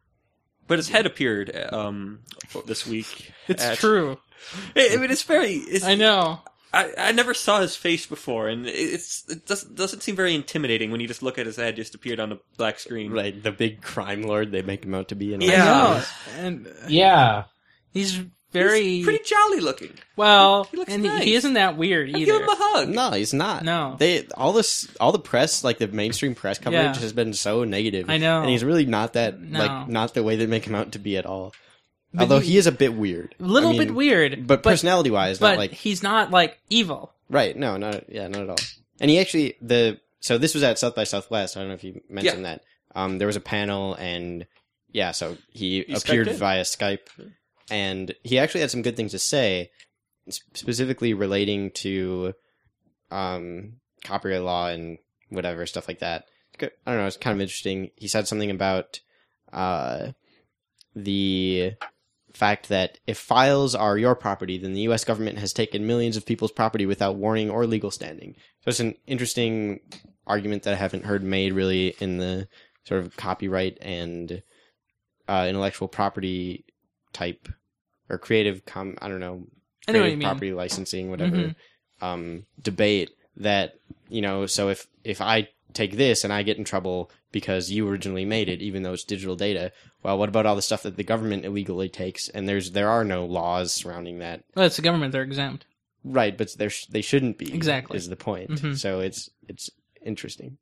Speaker 2: But his head appeared um, this week.
Speaker 1: *laughs* It's
Speaker 2: at-
Speaker 1: true.
Speaker 2: I I mean, it's very. It's,
Speaker 1: I know.
Speaker 2: I, I never saw his face before, and it's it doesn't doesn't seem very intimidating when you just look at his head just appeared on a black screen.
Speaker 4: Right, the big crime lord they make him out to be. In
Speaker 2: all Yeah.
Speaker 1: I know. And uh,
Speaker 3: Yeah.
Speaker 1: he's
Speaker 2: He's
Speaker 1: very
Speaker 2: pretty jolly looking.
Speaker 1: well,
Speaker 2: he looks
Speaker 1: and he,
Speaker 2: nice.
Speaker 1: he isn't that weird
Speaker 2: I
Speaker 1: either.
Speaker 2: give him a hug.
Speaker 4: No, he's not.
Speaker 1: No.
Speaker 4: they all this all the press like the mainstream press
Speaker 1: Yeah.
Speaker 4: coverage has been so negative.
Speaker 1: I know.
Speaker 4: and he's really not that
Speaker 1: No.
Speaker 4: like not the way they make him out to be at all.
Speaker 1: But
Speaker 4: Although
Speaker 1: he-
Speaker 4: he, is a bit weird,
Speaker 1: A little
Speaker 4: I mean,
Speaker 1: bit weird,
Speaker 4: but personality wise,
Speaker 1: but
Speaker 4: not like
Speaker 1: he's not like evil.
Speaker 4: right. No, not yeah, not at all. And he actually the so this was at South by Southwest. I don't know if you mentioned that. Um, there was a panel, and yeah, so he,
Speaker 2: He Skyped
Speaker 4: appeared
Speaker 2: in.
Speaker 4: via Skype, and he actually had some good things to say, s- specifically relating to um, copyright law and whatever stuff like that. It's good- I don't know. It's kind of interesting. He said something about uh, the fact that if files are your property, then the U.S. government has taken millions of people's property without warning or legal standing. So it's an interesting argument that I haven't heard made really in the sort of copyright and uh, intellectual property type or creative com I don't know
Speaker 1: I know what you
Speaker 4: creative
Speaker 1: mean. Mm-hmm.
Speaker 4: property licensing whatever um, debate that you know so if if I take this and I get in trouble because you originally made it even though it's digital data well what about all the stuff that the government illegally takes and there's there are no laws surrounding that
Speaker 1: Well, it's the government; they're exempt.
Speaker 4: Right, but there sh- they shouldn't be.
Speaker 1: Exactly.
Speaker 4: is the point.
Speaker 1: Mhm.
Speaker 4: So it's it's interesting.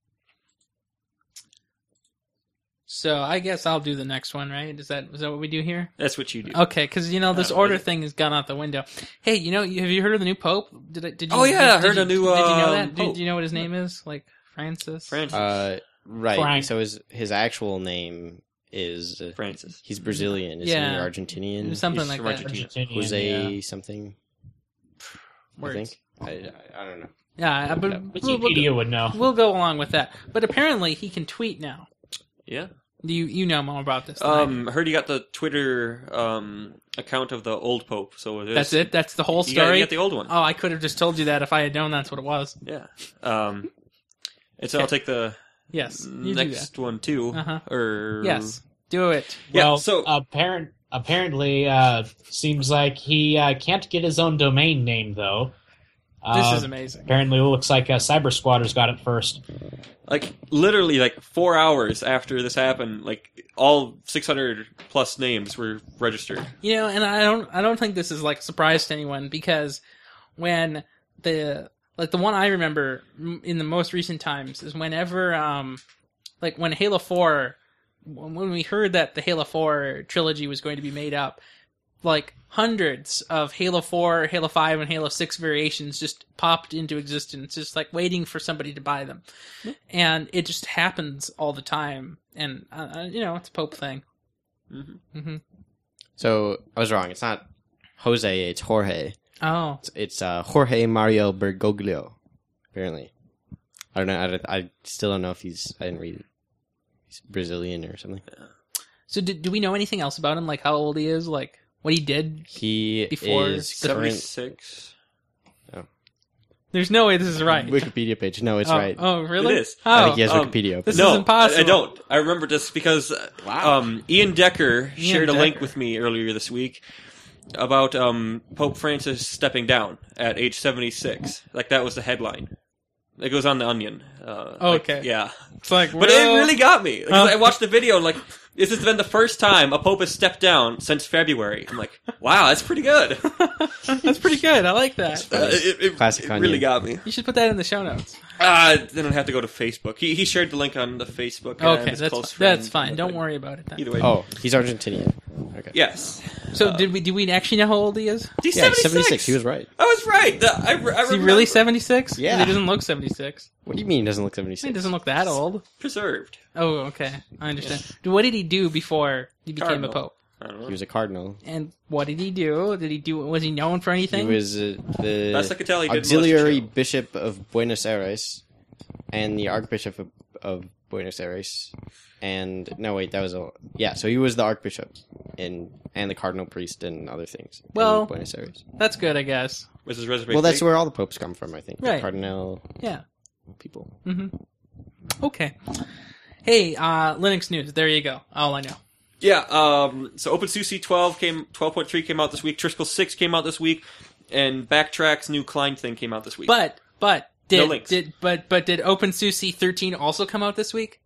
Speaker 1: So I guess I'll do the next one, right? Is that is that what we do here?
Speaker 2: That's what you do.
Speaker 1: Okay, because you know this
Speaker 2: Uh,
Speaker 1: order
Speaker 2: yeah.
Speaker 1: thing has gone out the window. Hey, you know, you- have you heard of the new pope? Did I, did you?
Speaker 2: Oh, yeah, I
Speaker 1: did,
Speaker 2: heard
Speaker 1: you,
Speaker 2: a new,
Speaker 1: Did you know
Speaker 2: um,
Speaker 1: that? Do,
Speaker 2: pope.
Speaker 1: do you know what his name is? Like Francis.
Speaker 2: Francis.
Speaker 4: Uh, right.
Speaker 3: Frank.
Speaker 4: So his his actual name is
Speaker 2: Francis.
Speaker 4: he's Brazilian, isn't
Speaker 1: Yeah.
Speaker 4: he? Argentinian,
Speaker 1: Something
Speaker 4: He's
Speaker 1: like that.
Speaker 2: Argentina.
Speaker 4: Jose something. I
Speaker 1: Words.
Speaker 4: think. I, I I don't know.
Speaker 1: Yeah, but
Speaker 4: Yeah.
Speaker 1: we'll, we'll,
Speaker 3: Wikipedia would know.
Speaker 1: we'll go along with that. But apparently, he can tweet now.
Speaker 2: Yeah.
Speaker 1: Do you you know more about this? than I do.
Speaker 2: Um, heard he got the Twitter um account of the old pope. So
Speaker 1: that's it. That's the whole
Speaker 2: You got,
Speaker 1: story.
Speaker 2: you got the old one.
Speaker 1: oh, I could have just told you that if I had known that's what it was.
Speaker 2: Yeah. Um, and so I'll take the
Speaker 1: Yes, you
Speaker 2: next one
Speaker 1: do
Speaker 2: too.
Speaker 1: that. Uh huh.
Speaker 2: Or
Speaker 1: Yes, do it.
Speaker 2: Yeah,
Speaker 3: well,
Speaker 2: so-
Speaker 3: apparent apparently uh, seems like he uh, can't get his own domain name though.
Speaker 1: This
Speaker 3: Uh,
Speaker 1: is
Speaker 4: Um,
Speaker 1: amazing.
Speaker 3: apparently it looks like uh, Cyber Squatters got it first.
Speaker 2: like literally like four hours after this happened, like all 600 plus names were registered.
Speaker 1: You know, and I don't I don't think this is like a surprise to anyone because when the like the one I remember m- in the most recent times is whenever um like when Halo 4 when when we heard that the Halo 4 trilogy was going to be made up like hundreds of Halo 4, Halo 5 and Halo 6 variations just popped into existence just like waiting for somebody to buy them. And it just happens all the time and uh, uh, you know, it's a pope thing.
Speaker 2: Mhm.
Speaker 1: hmm
Speaker 4: So I was wrong. It's not Jose. It's Jorge.
Speaker 1: Oh.
Speaker 4: It's, it's uh, Jorge Mario Bergoglio. Apparently, I don't know. I, don't- I still don't know if he's. I didn't read it. He's Brazilian or something.
Speaker 1: So do, do we know anything else about him? Like how old he is? Like what he did?
Speaker 4: He
Speaker 1: Before
Speaker 4: is
Speaker 1: the-
Speaker 4: current
Speaker 2: 76.
Speaker 1: There's no way this is right.
Speaker 4: Wikipedia page. No, it's
Speaker 1: oh,
Speaker 4: right.
Speaker 1: oh, really?
Speaker 2: It is.
Speaker 1: Oh,
Speaker 4: I think he has
Speaker 2: Um,
Speaker 4: Wikipedia open.
Speaker 1: this
Speaker 2: no,
Speaker 1: is impossible. Ah.
Speaker 2: I, I don't. I remember this because uh, um, Ian Decker
Speaker 1: Ian
Speaker 2: shared a link
Speaker 1: Decker.
Speaker 2: with me earlier this week about um, Pope Francis stepping down at age 76. Like that was the headline. It goes on the Onion. Uh, like,
Speaker 1: Okay.
Speaker 2: yeah.
Speaker 1: Oh, It's like,
Speaker 2: But
Speaker 1: well,
Speaker 2: it really got me. Like,
Speaker 1: Huh.
Speaker 2: I watched the video and like this has been the first time a pope has stepped down since February. I'm like, wow, that's pretty good. Uh,
Speaker 1: *laughs* *laughs* that's pretty good. I like that.
Speaker 2: it, it-
Speaker 4: Classic
Speaker 2: it
Speaker 4: Kanye.
Speaker 2: really got me.
Speaker 1: You should put that in the show
Speaker 2: *laughs*
Speaker 1: notes.
Speaker 2: Uh, then I'd have to go to Facebook. He, he shared the link on the Facebook. and
Speaker 1: okay,
Speaker 2: his
Speaker 1: that's
Speaker 2: close
Speaker 1: fi-
Speaker 2: friend.
Speaker 1: that's fine. Don't worry about it. Then.
Speaker 2: Either way.
Speaker 4: Oh, he's Argentinian. Okay.
Speaker 2: Yes.
Speaker 1: so did we? Do we actually know how old he is?
Speaker 2: He's
Speaker 4: Yeah,
Speaker 2: 76.
Speaker 4: 76. He was right.
Speaker 2: I was right. The- I, re- I
Speaker 1: Is he
Speaker 2: remember.
Speaker 1: really seventy six?
Speaker 4: Yeah.
Speaker 1: he doesn't look seventy six.
Speaker 4: What do you mean he doesn't look
Speaker 1: He
Speaker 4: 76?
Speaker 1: doesn't look that old.
Speaker 2: preserved?
Speaker 1: Oh, okay, I understand. What did he do before he became
Speaker 2: Cardinal.
Speaker 1: a pope?
Speaker 2: I don't know.
Speaker 4: He was a cardinal.
Speaker 1: And what did he do? Did he do? Was he known for
Speaker 4: He
Speaker 1: anything?
Speaker 4: was uh, the
Speaker 2: Best I could tell, he did
Speaker 4: auxiliary
Speaker 2: militia.
Speaker 4: bishop of Buenos Aires and the archbishop of, of Buenos Aires. And no, wait, that was a yeah. So he was the archbishop and and the cardinal priest and other things. in
Speaker 1: Well-
Speaker 4: Buenos Aires.
Speaker 1: that's good, I guess.
Speaker 2: Was his reservation?
Speaker 4: Well, that's where all the popes come from, I think.
Speaker 1: Right.
Speaker 4: The cardinal
Speaker 1: Yeah.
Speaker 4: people.
Speaker 1: hmm Okay. Hey, uh, Linux news. There you go. All I know.
Speaker 2: Yeah. Um. So OpenSUSE 12 came 12.3 came out this week. Triskel 6 came out this week, and Backtrack's new Klein thing came out this week.
Speaker 1: But but did
Speaker 2: links.
Speaker 1: did but but did OpenSUSE 13 also come out this week?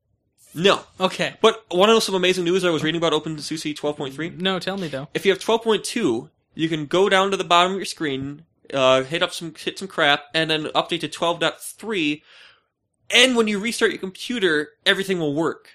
Speaker 2: no.
Speaker 1: Okay.
Speaker 2: But one of some amazing news I was reading about OpenSUSE 12.3.
Speaker 1: No, tell me though.
Speaker 2: If you have 12.2, you can go down to the bottom of your screen, uh, hit up some hit some crap, and then update to 12.3. And when you restart your computer, everything will work.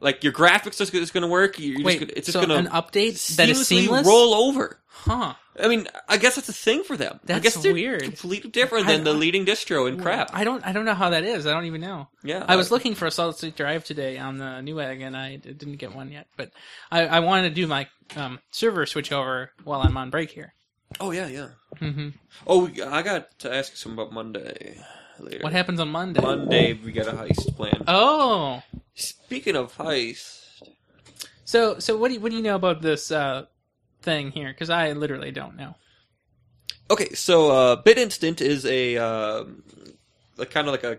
Speaker 2: Like your graphics is, is going to work. You're just
Speaker 1: Wait,
Speaker 2: gonna, it's just
Speaker 1: so
Speaker 2: going
Speaker 1: an
Speaker 2: to
Speaker 1: update that is seamless.
Speaker 2: roll over.
Speaker 1: Huh?
Speaker 2: I mean, I guess that's a thing for them. I
Speaker 1: That's
Speaker 2: guess they're
Speaker 1: weird.
Speaker 2: completely different than
Speaker 1: I-
Speaker 2: the leading distro in crap. Uh,
Speaker 1: I don't. I don't know how that is. I don't even know.
Speaker 2: yeah,
Speaker 1: I was looking for a solid state drive today on the Newegg, and I d- didn't get one yet. But I, I wanted to do my um, server switchover while I'm on break here.
Speaker 2: Oh yeah, yeah.
Speaker 1: hmm
Speaker 2: Oh, we- I got to ask you something about Monday later.
Speaker 1: What happens on Monday?
Speaker 2: Monday we got a heist plan.
Speaker 1: Oh,
Speaker 2: Speaking of heist,
Speaker 1: so so what do you, what do you know about this uh, thing here? Because I literally don't know.
Speaker 2: okay, so uh, BitInstant is a um, like kind of like a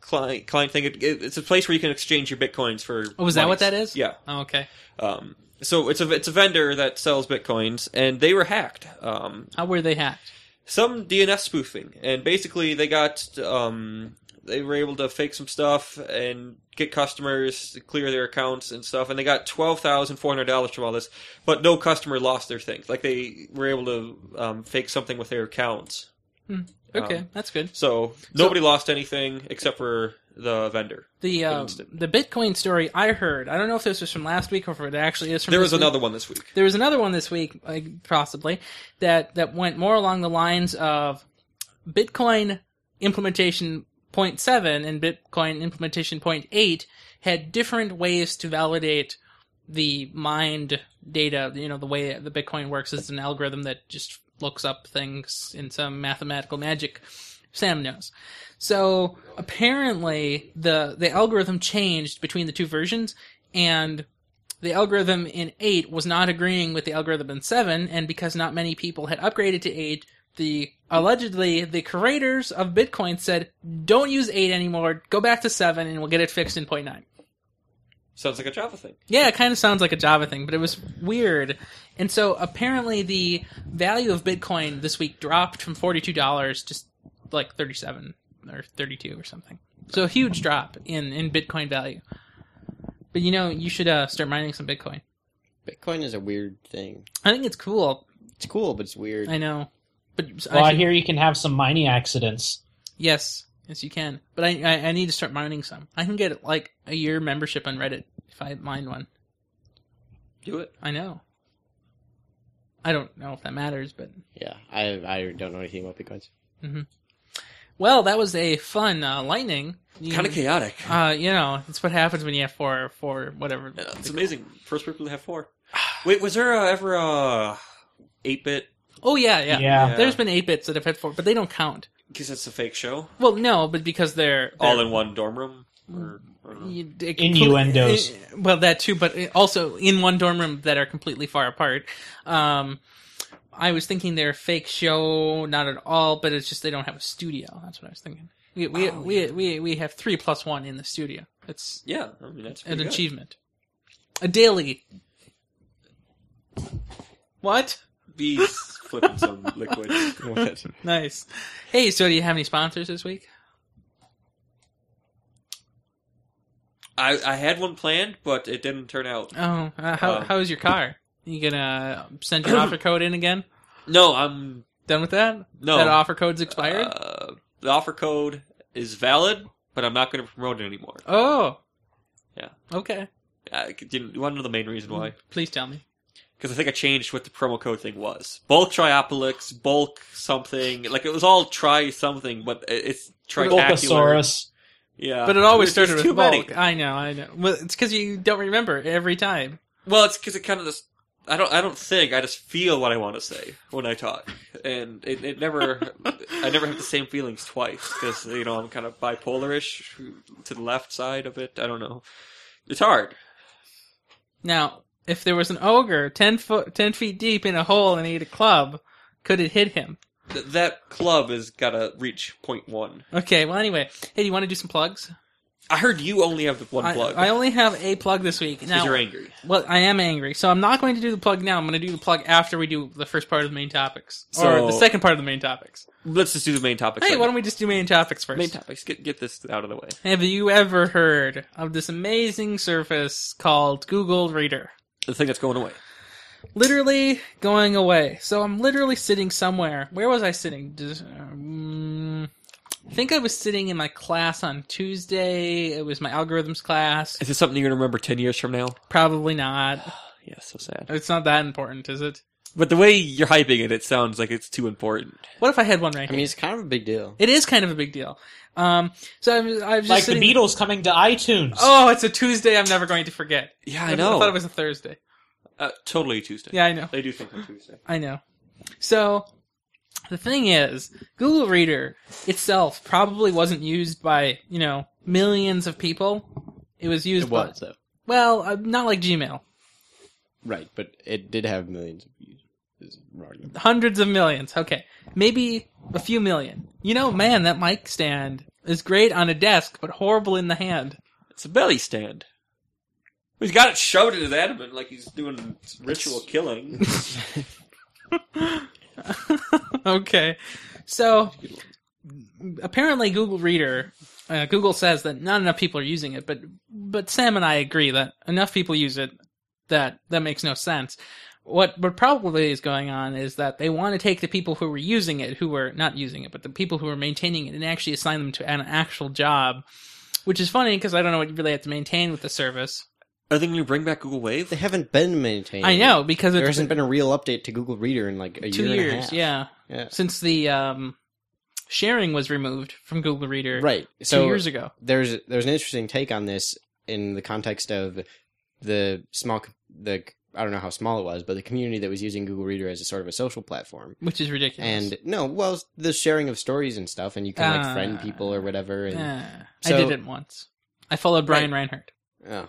Speaker 2: client client thing. It, it- it's a place where you can exchange your bitcoins for.
Speaker 1: Oh, is that what that is?
Speaker 2: Yeah.
Speaker 1: Oh, okay.
Speaker 2: Um, so it's a it's a vendor that sells bitcoins, and they were hacked. Um,
Speaker 1: How were they hacked?
Speaker 2: some DNS spoofing, and basically they got um, they were able to fake some stuff and get customers to clear their accounts and stuff, and they got twelve thousand four hundred dollars from all this, but no customer lost their things. Like they were able to um, fake something with their accounts,
Speaker 1: Okay,
Speaker 2: Um,
Speaker 1: that's good.
Speaker 2: so nobody lost anything except for the vendor.
Speaker 1: The uh,
Speaker 2: instant.
Speaker 1: the Bitcoin story I heard. I don't know if this was from last week or if it actually is from.
Speaker 2: There
Speaker 1: this
Speaker 2: was
Speaker 1: week.
Speaker 2: another one this week.
Speaker 1: There was another one this week, like, possibly, that that went more along the lines of Bitcoin implementation 0.7 and Bitcoin implementation 0.8 had different ways to validate the mined data. You know, the way the Bitcoin works is an algorithm that just looks up things in some mathematical magic. Sam knows. So apparently, the the algorithm changed between the two versions, and the algorithm in 8 was not agreeing with the algorithm in 7 and because not many people had upgraded to 8 the allegedly the creators of bitcoin said don't use 8 anymore go back to 7 and we'll get it fixed in 0.9
Speaker 2: Sounds like a Java thing.
Speaker 1: yeah it kind of sounds like a java thing but it was weird and so apparently the value of bitcoin this week dropped from $42 to like 37 or 32 or something so a huge drop in in bitcoin value but you know you should uh, start mining some bitcoin
Speaker 4: Bitcoin is a weird thing.
Speaker 1: I think it's cool.
Speaker 4: It's cool, but it's weird.
Speaker 1: I know, but I
Speaker 3: Well, I
Speaker 1: should-
Speaker 3: hear you can have some mining accidents.
Speaker 1: yes, yes, you can. But I, I, I need to start mining some. I can get like a year membership on Reddit if I mine one.
Speaker 2: Do it.
Speaker 1: I know. I don't know if that matters, but
Speaker 4: Yeah, I I don't know anything
Speaker 1: *laughs*
Speaker 4: about *laughs* bitcoins.
Speaker 1: well, that was a fun uh, lightning. You-
Speaker 2: Kind of chaotic.
Speaker 1: Uh, you know, it's what happens when you have four, four, whatever.
Speaker 2: Yeah, it's amazing. First people to have *sighs* four. Wait, was there uh, ever a eight bit?
Speaker 1: Oh yeah, yeah.
Speaker 3: Yeah.
Speaker 1: There's been eight bits that have had four, but they don't count.
Speaker 2: Because it's a fake show.
Speaker 1: Well, no, but because they're, they're Mm,
Speaker 2: all in one dorm room. Or, or no.
Speaker 1: You- it-
Speaker 3: Innuendos.
Speaker 1: eh, Well, that too, but also in one dorm room that are completely far apart. Um, I was thinking they're a fake show, not at all, but it's just they don't have a studio. That's what I was thinking. We we
Speaker 2: Oh,
Speaker 1: we,
Speaker 2: yeah.
Speaker 1: we we have three plus one in the studio. It's
Speaker 2: yeah, I mean that's
Speaker 1: an
Speaker 2: pretty good.
Speaker 1: achievement, a daily. What?
Speaker 2: Bees
Speaker 1: *laughs*
Speaker 2: flipping some liquid. What?
Speaker 1: Nice. Hey, so do you have any sponsors this week?
Speaker 2: I I had one planned, but it didn't turn out.
Speaker 1: Oh, uh, how
Speaker 2: Uh,
Speaker 1: how is your car? You gonna send your offer code in again?
Speaker 2: No, I'm
Speaker 1: Done with that?
Speaker 2: no.
Speaker 1: That offer code's expired.
Speaker 2: uh, the offer code is valid, but I'm not going to promote it anymore.
Speaker 1: Oh.
Speaker 2: Yeah.
Speaker 1: Okay.
Speaker 2: I didn't. Want to know the main reason why?
Speaker 1: Please tell me.
Speaker 2: Because I think I changed what the promo code thing was. Bulk triopolix, bulk something. Like it was all try something, but it- it's triacular.
Speaker 3: Bulkasaurus.
Speaker 2: Yeah,
Speaker 1: But it always
Speaker 2: There's
Speaker 1: started
Speaker 2: just
Speaker 1: with
Speaker 2: too many.
Speaker 1: bulk. I know, I know. Well, it's because you don't remember every time.
Speaker 2: Well, it's because it kind of just. I don't. I don't think. I just feel what I want to say when I talk, and it, it never. I never have the same feelings twice because you know I'm kind of bipolarish to the left side of it. I don't know. It's hard.
Speaker 1: Now, if there was an ogre ten foot, ten feet deep in a hole and he had a club, could it hit him?
Speaker 2: Th- that club has got to reach point one.
Speaker 1: Okay. Well, anyway, hey, do you want to do some plugs?
Speaker 2: I heard you only have the one
Speaker 1: I,
Speaker 2: plug.
Speaker 1: I only have a plug this week.
Speaker 2: because
Speaker 1: Now,
Speaker 2: you're angry.
Speaker 1: well, I am angry, so I'm not going to do the plug now. I'm going to do the plug after we do the first part of the main topics
Speaker 2: So-
Speaker 1: or the second part of the main topics.
Speaker 2: Let's just do the main topics.
Speaker 1: Hey,
Speaker 2: right
Speaker 1: why
Speaker 2: now.
Speaker 1: don't we just do main topics first?
Speaker 2: main topics? Get get this out of the way.
Speaker 1: Have you ever heard of this amazing service called Google Reader?
Speaker 2: The thing that's going away.
Speaker 1: Literally going away. So I'm literally sitting somewhere. Where was I sitting? Dis- um, I think I was sitting in my class on Tuesday. It was my algorithms class.
Speaker 2: Is this something you're gonna remember ten years from now?
Speaker 1: Probably not.
Speaker 2: Yeah, so sad.
Speaker 1: It's not that important, is it?
Speaker 2: But the way you're hyping it, it sounds like it's too important.
Speaker 1: What if I had one right
Speaker 4: I mean, it's kind of a big deal.
Speaker 1: here? It is kind of a big deal. Um, so I'm, I was just
Speaker 3: Like the
Speaker 1: sitting-
Speaker 3: Beatles coming to iTunes.
Speaker 1: Oh, it's a Tuesday. I'm never going to forget.
Speaker 2: Yeah, I
Speaker 1: I
Speaker 2: know.
Speaker 1: thought it was a Thursday.
Speaker 2: uh, totally Tuesday.
Speaker 1: Yeah, I know.
Speaker 2: they do think on Tuesday.
Speaker 1: I know. So the thing is, Google Reader itself probably wasn't used by you know millions of people. It was used
Speaker 4: It was
Speaker 1: by
Speaker 4: though,
Speaker 1: well, uh, not like Gmail,
Speaker 4: right? But it did have millions of views. Is an argument.
Speaker 1: hundreds of millions. Okay, maybe a few million. You know, man, that mic stand is great on a desk, but horrible in the hand.
Speaker 2: It's a belly stand. He's got it shoved into his adamant like he's doing ritual killing.
Speaker 1: *laughs* okay. So apparently Google Reader uh, Google says that not enough people are using it, but but Sam and I agree that enough people use it that that makes no sense. What what probably is going on is that they want to take the people who were using it, who were not using it, but the people who were maintaining it, and actually assign them to an actual job, which is funny because I don't know what you really have to maintain with the service.
Speaker 2: Are they going to bring back Google Wave?
Speaker 4: They haven't been maintained.
Speaker 1: I know because
Speaker 4: There
Speaker 1: it's
Speaker 4: hasn't been a real update to Google Reader in like a
Speaker 1: two
Speaker 4: year and a
Speaker 1: years,
Speaker 4: half.
Speaker 1: yeah,
Speaker 4: Yeah.
Speaker 1: since the um, sharing was removed from Google Reader
Speaker 4: Right.
Speaker 1: two
Speaker 4: So
Speaker 1: years ago.
Speaker 4: there's there's an interesting take on this in the context of the small c- the I don't know how small it was, but the community that was using Google Reader as a sort of a social platform.
Speaker 1: which is ridiculous.
Speaker 4: And no, well, the sharing of stories and stuff, and you can like
Speaker 1: Ah.
Speaker 4: friend people or whatever. And
Speaker 1: Ah, I
Speaker 4: so-
Speaker 1: did it once. I followed Brian Reinhardt.
Speaker 4: oh.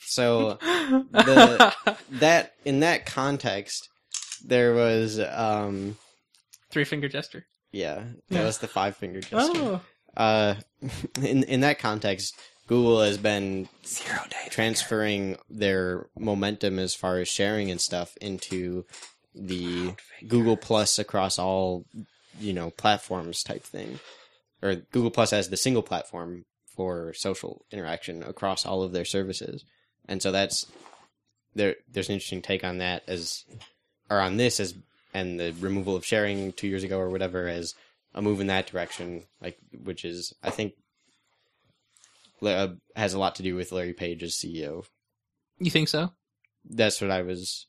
Speaker 4: so
Speaker 1: *laughs*
Speaker 4: The- that in that context, there was um
Speaker 1: Three finger gesture. Oh.
Speaker 4: yeah, that
Speaker 1: Yeah.
Speaker 4: was the five finger gesture. Uh, *laughs* in in that context, Google has been
Speaker 2: Zero days.
Speaker 4: transferring their momentum as far as sharing and stuff into the Google Plus across all you know platforms type thing, or Google Plus as the single platform for social interaction across all of their services, and so that's there. There's an interesting take on that as, or on this as, and the removal of sharing two years ago or whatever as a move in that direction, like which is I think la- uh, has a lot to do with Larry E Page as CEO.
Speaker 1: You think so?
Speaker 4: That's what I was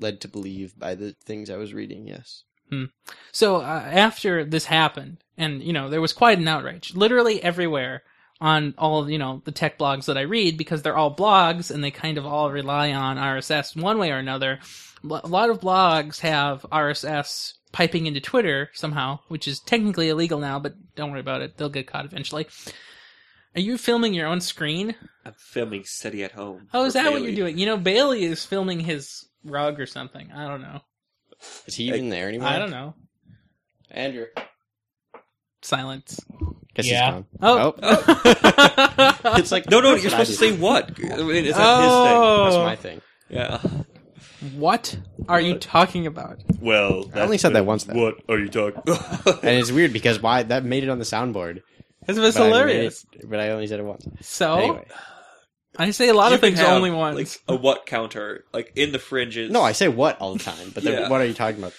Speaker 4: led to believe by the things I was reading. Yes,
Speaker 1: So uh, after this happened, and you know, there was quite an outrage, literally everywhere on all you know the tech blogs that I read because they're all blogs and they kind of all rely on RSS one way or another. Lo- A lot of blogs have RSS piping into Twitter somehow, which is technically illegal now, but don't worry about it; they'll get caught eventually. Are you filming your own screen?
Speaker 2: I'm filming SETI at home.
Speaker 1: Oh, is
Speaker 2: for
Speaker 1: that what
Speaker 2: Bailey.
Speaker 1: you're doing? You know, Bailey is filming his rug or something. I don't know.
Speaker 4: is he even there anymore?
Speaker 1: I don't know.
Speaker 4: Andrew.
Speaker 1: Silence.
Speaker 4: Guess
Speaker 3: Yeah.
Speaker 4: he's gone.
Speaker 1: Oh. *laughs*
Speaker 2: Oh.
Speaker 4: it's like
Speaker 2: No, no,
Speaker 4: that's
Speaker 2: you're
Speaker 4: what I
Speaker 2: supposed to
Speaker 4: do.
Speaker 2: say what? I mean, it's not
Speaker 1: Oh.
Speaker 4: That's my thing.
Speaker 2: his thing.
Speaker 1: What are you talking about?
Speaker 2: Yeah. Well,
Speaker 4: I only said that once. Though.
Speaker 2: What are you *laughs* talking?
Speaker 4: And it's weird because why that made it on the soundboard.
Speaker 1: This was
Speaker 4: but I made
Speaker 1: hilarious. Oh.
Speaker 4: it- but I only said it once.
Speaker 1: So
Speaker 4: Anyway,
Speaker 1: I say a lot
Speaker 2: You
Speaker 1: of things
Speaker 2: can have,
Speaker 1: only once.
Speaker 2: Like a what counter, like in the fringes.
Speaker 4: no, I say what all the time. But then
Speaker 2: Yeah.
Speaker 4: what are you talking about?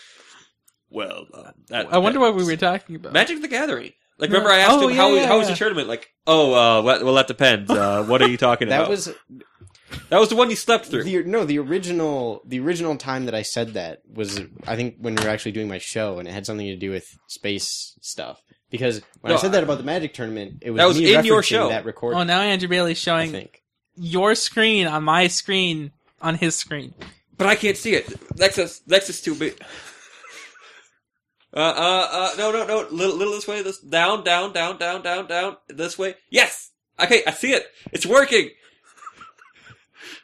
Speaker 2: Well, um, that,
Speaker 1: I wonder
Speaker 2: that-
Speaker 1: what we were talking about.
Speaker 2: Magic the Gathering. Like,
Speaker 1: No.
Speaker 2: remember I asked
Speaker 1: Oh,
Speaker 2: him
Speaker 1: yeah,
Speaker 2: how
Speaker 1: yeah,
Speaker 2: how was
Speaker 1: yeah.
Speaker 2: your tournament? Like, oh, uh, well, well, that depends. Uh, what are you talking
Speaker 4: *laughs* That
Speaker 2: about?
Speaker 4: was
Speaker 2: that was the one you slept through.
Speaker 4: the no the original the original time that I said that was I think when we were actually doing my show and it had something to do with space stuff because when
Speaker 2: No,
Speaker 4: I said that about the Magic tournament it was
Speaker 2: That was
Speaker 4: me
Speaker 2: in your
Speaker 4: referencing
Speaker 2: show.
Speaker 4: that recording.
Speaker 1: oh, now Andrew Bailey's
Speaker 4: I
Speaker 1: showing
Speaker 4: think
Speaker 1: your screen on my screen on his screen. *laughs*
Speaker 2: But I can't see it. Lexus, Lexus too big. Uh, uh, uh, no, no, no. Little, little this way. This down, down, down, down, down, down. This way. Yes. Okay, I see it. It's working.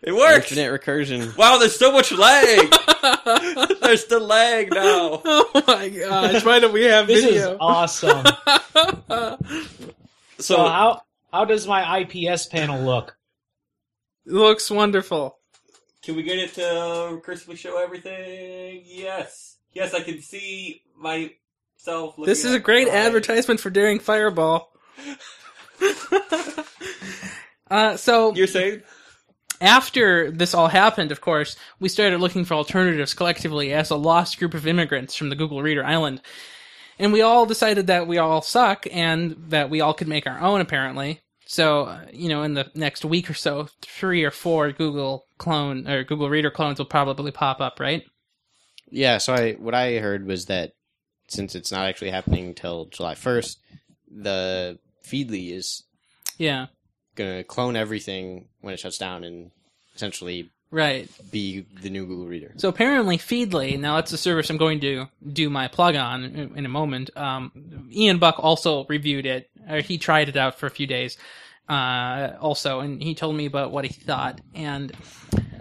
Speaker 2: It works.
Speaker 4: infinite recursion.
Speaker 2: Wow, there's so much lag. *laughs* there's the lag
Speaker 1: *laughs*
Speaker 2: now.
Speaker 1: Oh my gosh! Why don't we have
Speaker 3: this is
Speaker 1: video? *laughs*
Speaker 3: awesome. so
Speaker 2: So
Speaker 3: how how does my IPS panel look?
Speaker 1: Looks wonderful.
Speaker 2: can we get it to recursively show everything? Yes. Yes, I can see myself. Looking
Speaker 1: This is
Speaker 2: at
Speaker 1: a great
Speaker 2: my-
Speaker 1: advertisement for Daring Fireball. uh, so
Speaker 2: You're saying?
Speaker 1: after this all happened, of course, we started looking for alternatives collectively as a lost group of immigrants from the Google Reader Island. and we all decided that we all suck and that we all could make our own apparently so uh, you know in the next week or so three or four google clone or google reader clones will probably pop up right
Speaker 4: Yeah, so I what I heard was that since it's not actually happening till July 1st, the Feedly is
Speaker 1: yeah
Speaker 4: going to clone everything when it shuts down and essentially
Speaker 1: right
Speaker 4: be the new Google Reader.
Speaker 1: So apparently, Feedly. Now that's the service I'm going to do my plug on in, in a moment. Um, Ian Buck also reviewed it. Or he tried it out for a few days, uh, also, and he told me about what he thought. And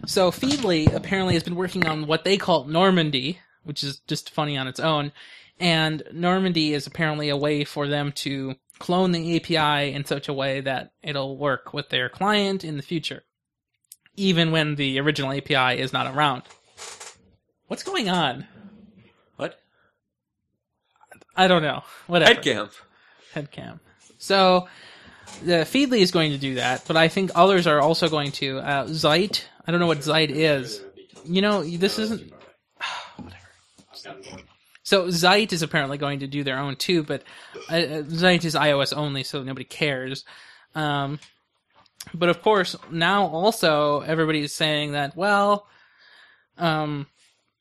Speaker 1: so Feedly apparently has been working on what they call Normandy, which is just funny on its own. And Normandy is apparently a way for them to clone the API in such a way that it'll work with their client in the future, even when the original API is not around. What's going on?
Speaker 2: What?
Speaker 1: I don't know. Whatever.
Speaker 2: Headcamp.
Speaker 1: Headcam. So the Feedly is going to do that, but I think others are also going to. Uh, Zeit. I don't know what Zeit is. You know, this isn't *sighs* so Zeit is apparently going to do their own too, but uh, uh, Zeit is iOS only, so nobody cares. Um, but of course, now also everybody is saying that well, um,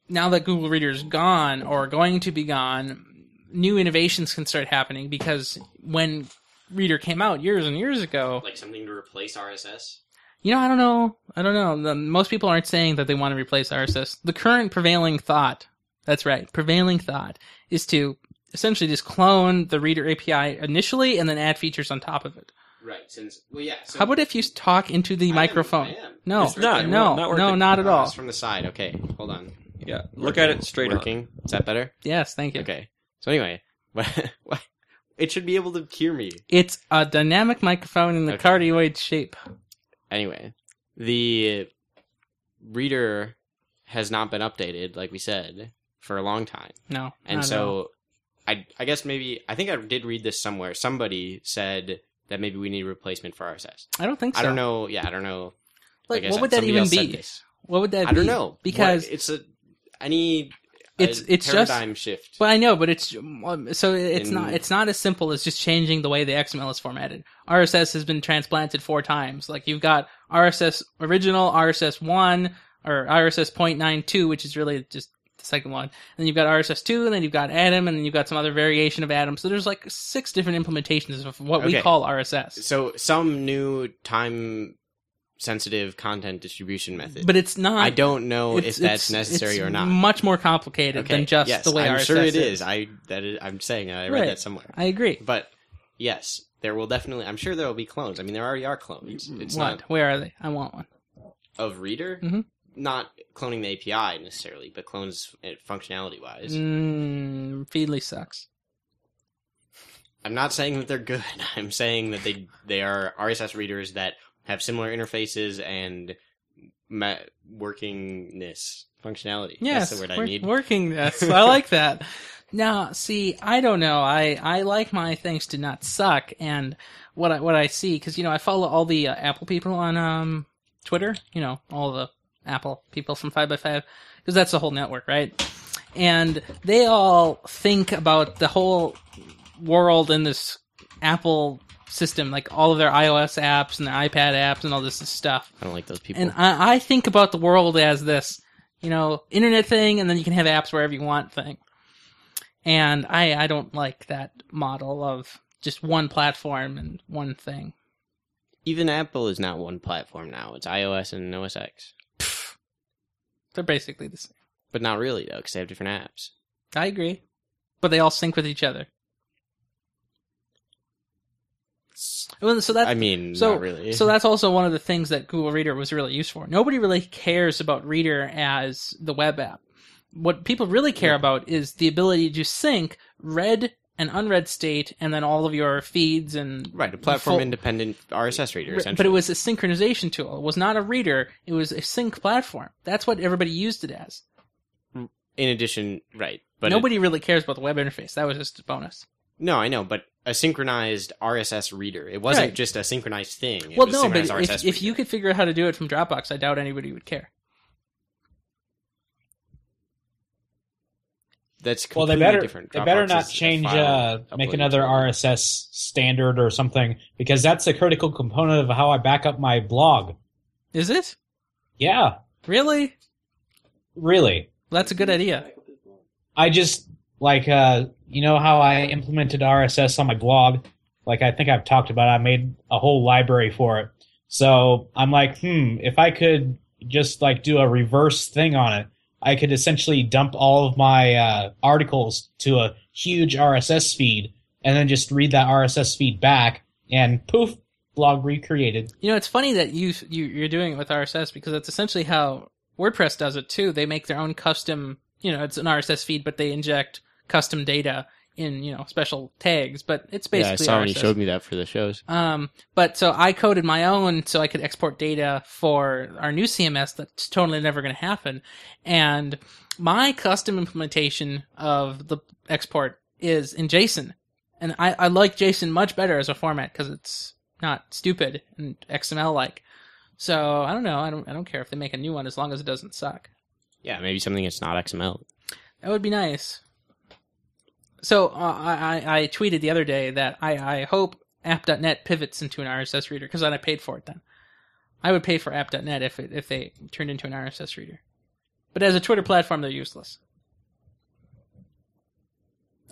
Speaker 1: now that Google Reader is gone or going to be gone, new innovations can start happening because when Reader came out years and years ago,
Speaker 5: Like something to replace RSS.
Speaker 1: you know, I don't know. I don't know. The, most people aren't saying that they want to replace RSS. The current prevailing thought, that's right, prevailing thought, is to essentially just clone the reader API initially and then add features on top of it.
Speaker 5: Right. Since well, yeah. So
Speaker 1: How about if you talk into the
Speaker 5: I am-
Speaker 1: microphone?
Speaker 5: I am.
Speaker 1: No,
Speaker 2: It's not.
Speaker 1: no,
Speaker 2: Not
Speaker 1: no,
Speaker 2: working.
Speaker 1: not at
Speaker 4: Oh,
Speaker 1: all.
Speaker 4: it's from the side. Okay, hold on.
Speaker 2: Yeah, look at it straight up.
Speaker 4: Working. Is that better?
Speaker 1: Yes, thank you.
Speaker 4: Okay. So anyway, *laughs* what, what, it should be able to hear me.
Speaker 1: It's a dynamic microphone in the
Speaker 4: Okay.
Speaker 1: cardioid shape.
Speaker 4: Anyway, the reader has not been updated, like we said, for a long time.
Speaker 1: No,
Speaker 4: And
Speaker 1: not at all.
Speaker 4: so I I guess maybe I think I did read this somewhere. Somebody said that maybe we need a replacement for RSS.
Speaker 1: I don't think so.
Speaker 4: I don't know. Yeah, I don't know.
Speaker 1: Like,
Speaker 4: I
Speaker 1: what
Speaker 4: said,
Speaker 1: would that
Speaker 4: somebody
Speaker 1: even
Speaker 4: else said
Speaker 1: be?
Speaker 4: this.
Speaker 1: What would that be?
Speaker 4: I don't know
Speaker 1: because
Speaker 4: What- it's a any
Speaker 1: It's- it's just-
Speaker 4: paradigm shift.
Speaker 1: Well, I know, but it's um, so it's
Speaker 4: In-
Speaker 1: not it's not as simple as just changing the way the XML is formatted. RSS has been transplanted four times. Like you've got RSS original, RSS one, or RSS 0.92, which is really just the second one. And then you've got RSS two, and then you've got Atom, and then you've got some other variation of Atom. So there's like six different implementations of what we
Speaker 4: Okay.
Speaker 1: call RSS.
Speaker 4: So some new time sensitive content distribution method.
Speaker 1: But it's not.
Speaker 4: I don't know
Speaker 1: it's-
Speaker 4: if that's
Speaker 1: it's-
Speaker 4: necessary
Speaker 1: it's
Speaker 4: or not.
Speaker 1: Much more complicated than just
Speaker 4: yes,
Speaker 1: the way
Speaker 4: I'm
Speaker 1: RSS
Speaker 4: sure it
Speaker 1: is.
Speaker 4: is. I that is, I'm saying I read
Speaker 1: Right.
Speaker 4: that somewhere.
Speaker 1: I agree.
Speaker 4: But yes, there will definitely. I'm sure there will be clones. I mean, there already are clones. It's
Speaker 1: Mm-hmm. what?
Speaker 4: not
Speaker 1: Where are they? I want one.
Speaker 4: of reader,
Speaker 1: Mhm.
Speaker 4: not cloning the API necessarily, but clones eh, functionality wise.
Speaker 1: Mm, Feedly sucks.
Speaker 4: I'm not saying that they're good. *laughs* I'm saying that they they are RSS readers that have similar interfaces and ma- workingness functionality.
Speaker 1: Yes,
Speaker 4: that's the word I
Speaker 1: work-
Speaker 4: need.
Speaker 1: working. Yes, I like that. *laughs* Now, see, I don't know. I, I like my things to not suck, and what I what I see because you know I follow all the uh, Apple people on um Twitter. You know all the Apple people from Five by Five because that's the whole network, right? And they all think about the whole world in this Apple system, like all of their iOS apps and their iPad apps and all this stuff.
Speaker 4: I don't like those people.
Speaker 1: And I, I think about the world as this, you know, internet thing, and then you can have apps wherever you want thing. And I, I don't like that model of just one platform and one thing.
Speaker 4: Even Apple is not one platform now. It's iOS and OS X,
Speaker 1: They're basically the same.
Speaker 4: but not really though, because they have different apps.
Speaker 1: I agree, but they all sync with each other. Well, So that's
Speaker 4: I mean,
Speaker 1: so-
Speaker 4: not really.
Speaker 1: So that's also one of the things that Google Reader was really used for. Nobody really cares about Reader as the web app. What people really care about is the ability to sync read and unread state and then all of your feeds and
Speaker 4: right, a platform
Speaker 1: full-
Speaker 4: independent RSS reader. Essentially,
Speaker 1: but it was a synchronization tool. It was not a reader. It was a sync platform. That's what everybody used it as.
Speaker 4: in addition, right? But it-
Speaker 1: Nobody really cares about the web interface. That was just a bonus.
Speaker 4: no, I know, but a synchronized RSS reader. It wasn't
Speaker 1: Right.
Speaker 4: just a synchronized thing. It
Speaker 1: well,
Speaker 4: was
Speaker 1: no, but
Speaker 4: synchronized
Speaker 1: if,
Speaker 4: RSS
Speaker 1: if you
Speaker 4: reader.
Speaker 1: could figure out how to do it from Dropbox, I doubt anybody would care.
Speaker 4: That's
Speaker 3: Well,
Speaker 4: completely
Speaker 3: they better
Speaker 4: different.
Speaker 3: they better
Speaker 4: Dropbox
Speaker 3: not
Speaker 4: is a
Speaker 3: change uh,
Speaker 4: file
Speaker 3: make
Speaker 4: uploaded
Speaker 3: another
Speaker 4: to-
Speaker 3: RSS standard or something because that's a critical component of how I back up my blog.
Speaker 1: Is it
Speaker 3: Yeah,
Speaker 1: really?
Speaker 3: really.
Speaker 1: That's a good idea.
Speaker 3: I just like uh, you know how I implemented RSS on my blog. Like I think I've talked about, it. I made a whole library for it. So I'm like, hmm, if I could just like do a reverse thing on it, I could essentially dump all of my uh, articles to a huge RSS feed, and then just read that RSS feed back, and poof, blog recreated.
Speaker 1: You know, it's funny that you, you you're doing it with RSS because that's essentially how WordPress does it too. They make their own custom. You know, it's an RSS feed, but they inject custom data in you know special tags. But it's
Speaker 4: Yeah, I
Speaker 1: basically
Speaker 4: saw when
Speaker 1: RSS.
Speaker 4: you showed me that for the shows.
Speaker 1: Um, but so I coded my own so I could export data for our new CMS that's totally never going to happen. And my custom implementation of the export is in JSON. And I, I like JSON much better as a format because it's not stupid and XML like. So I don't know. I don't, I don't care if they make a new one as long as it doesn't suck.
Speaker 4: Yeah, maybe something that's not XML.
Speaker 1: That would be nice. So uh, I, I I tweeted the other day that I, I hope app.net pivots into an RSS reader because then I paid for it then. I would pay for app.net if it, if they turned into an RSS reader. But as a Twitter platform, they're useless.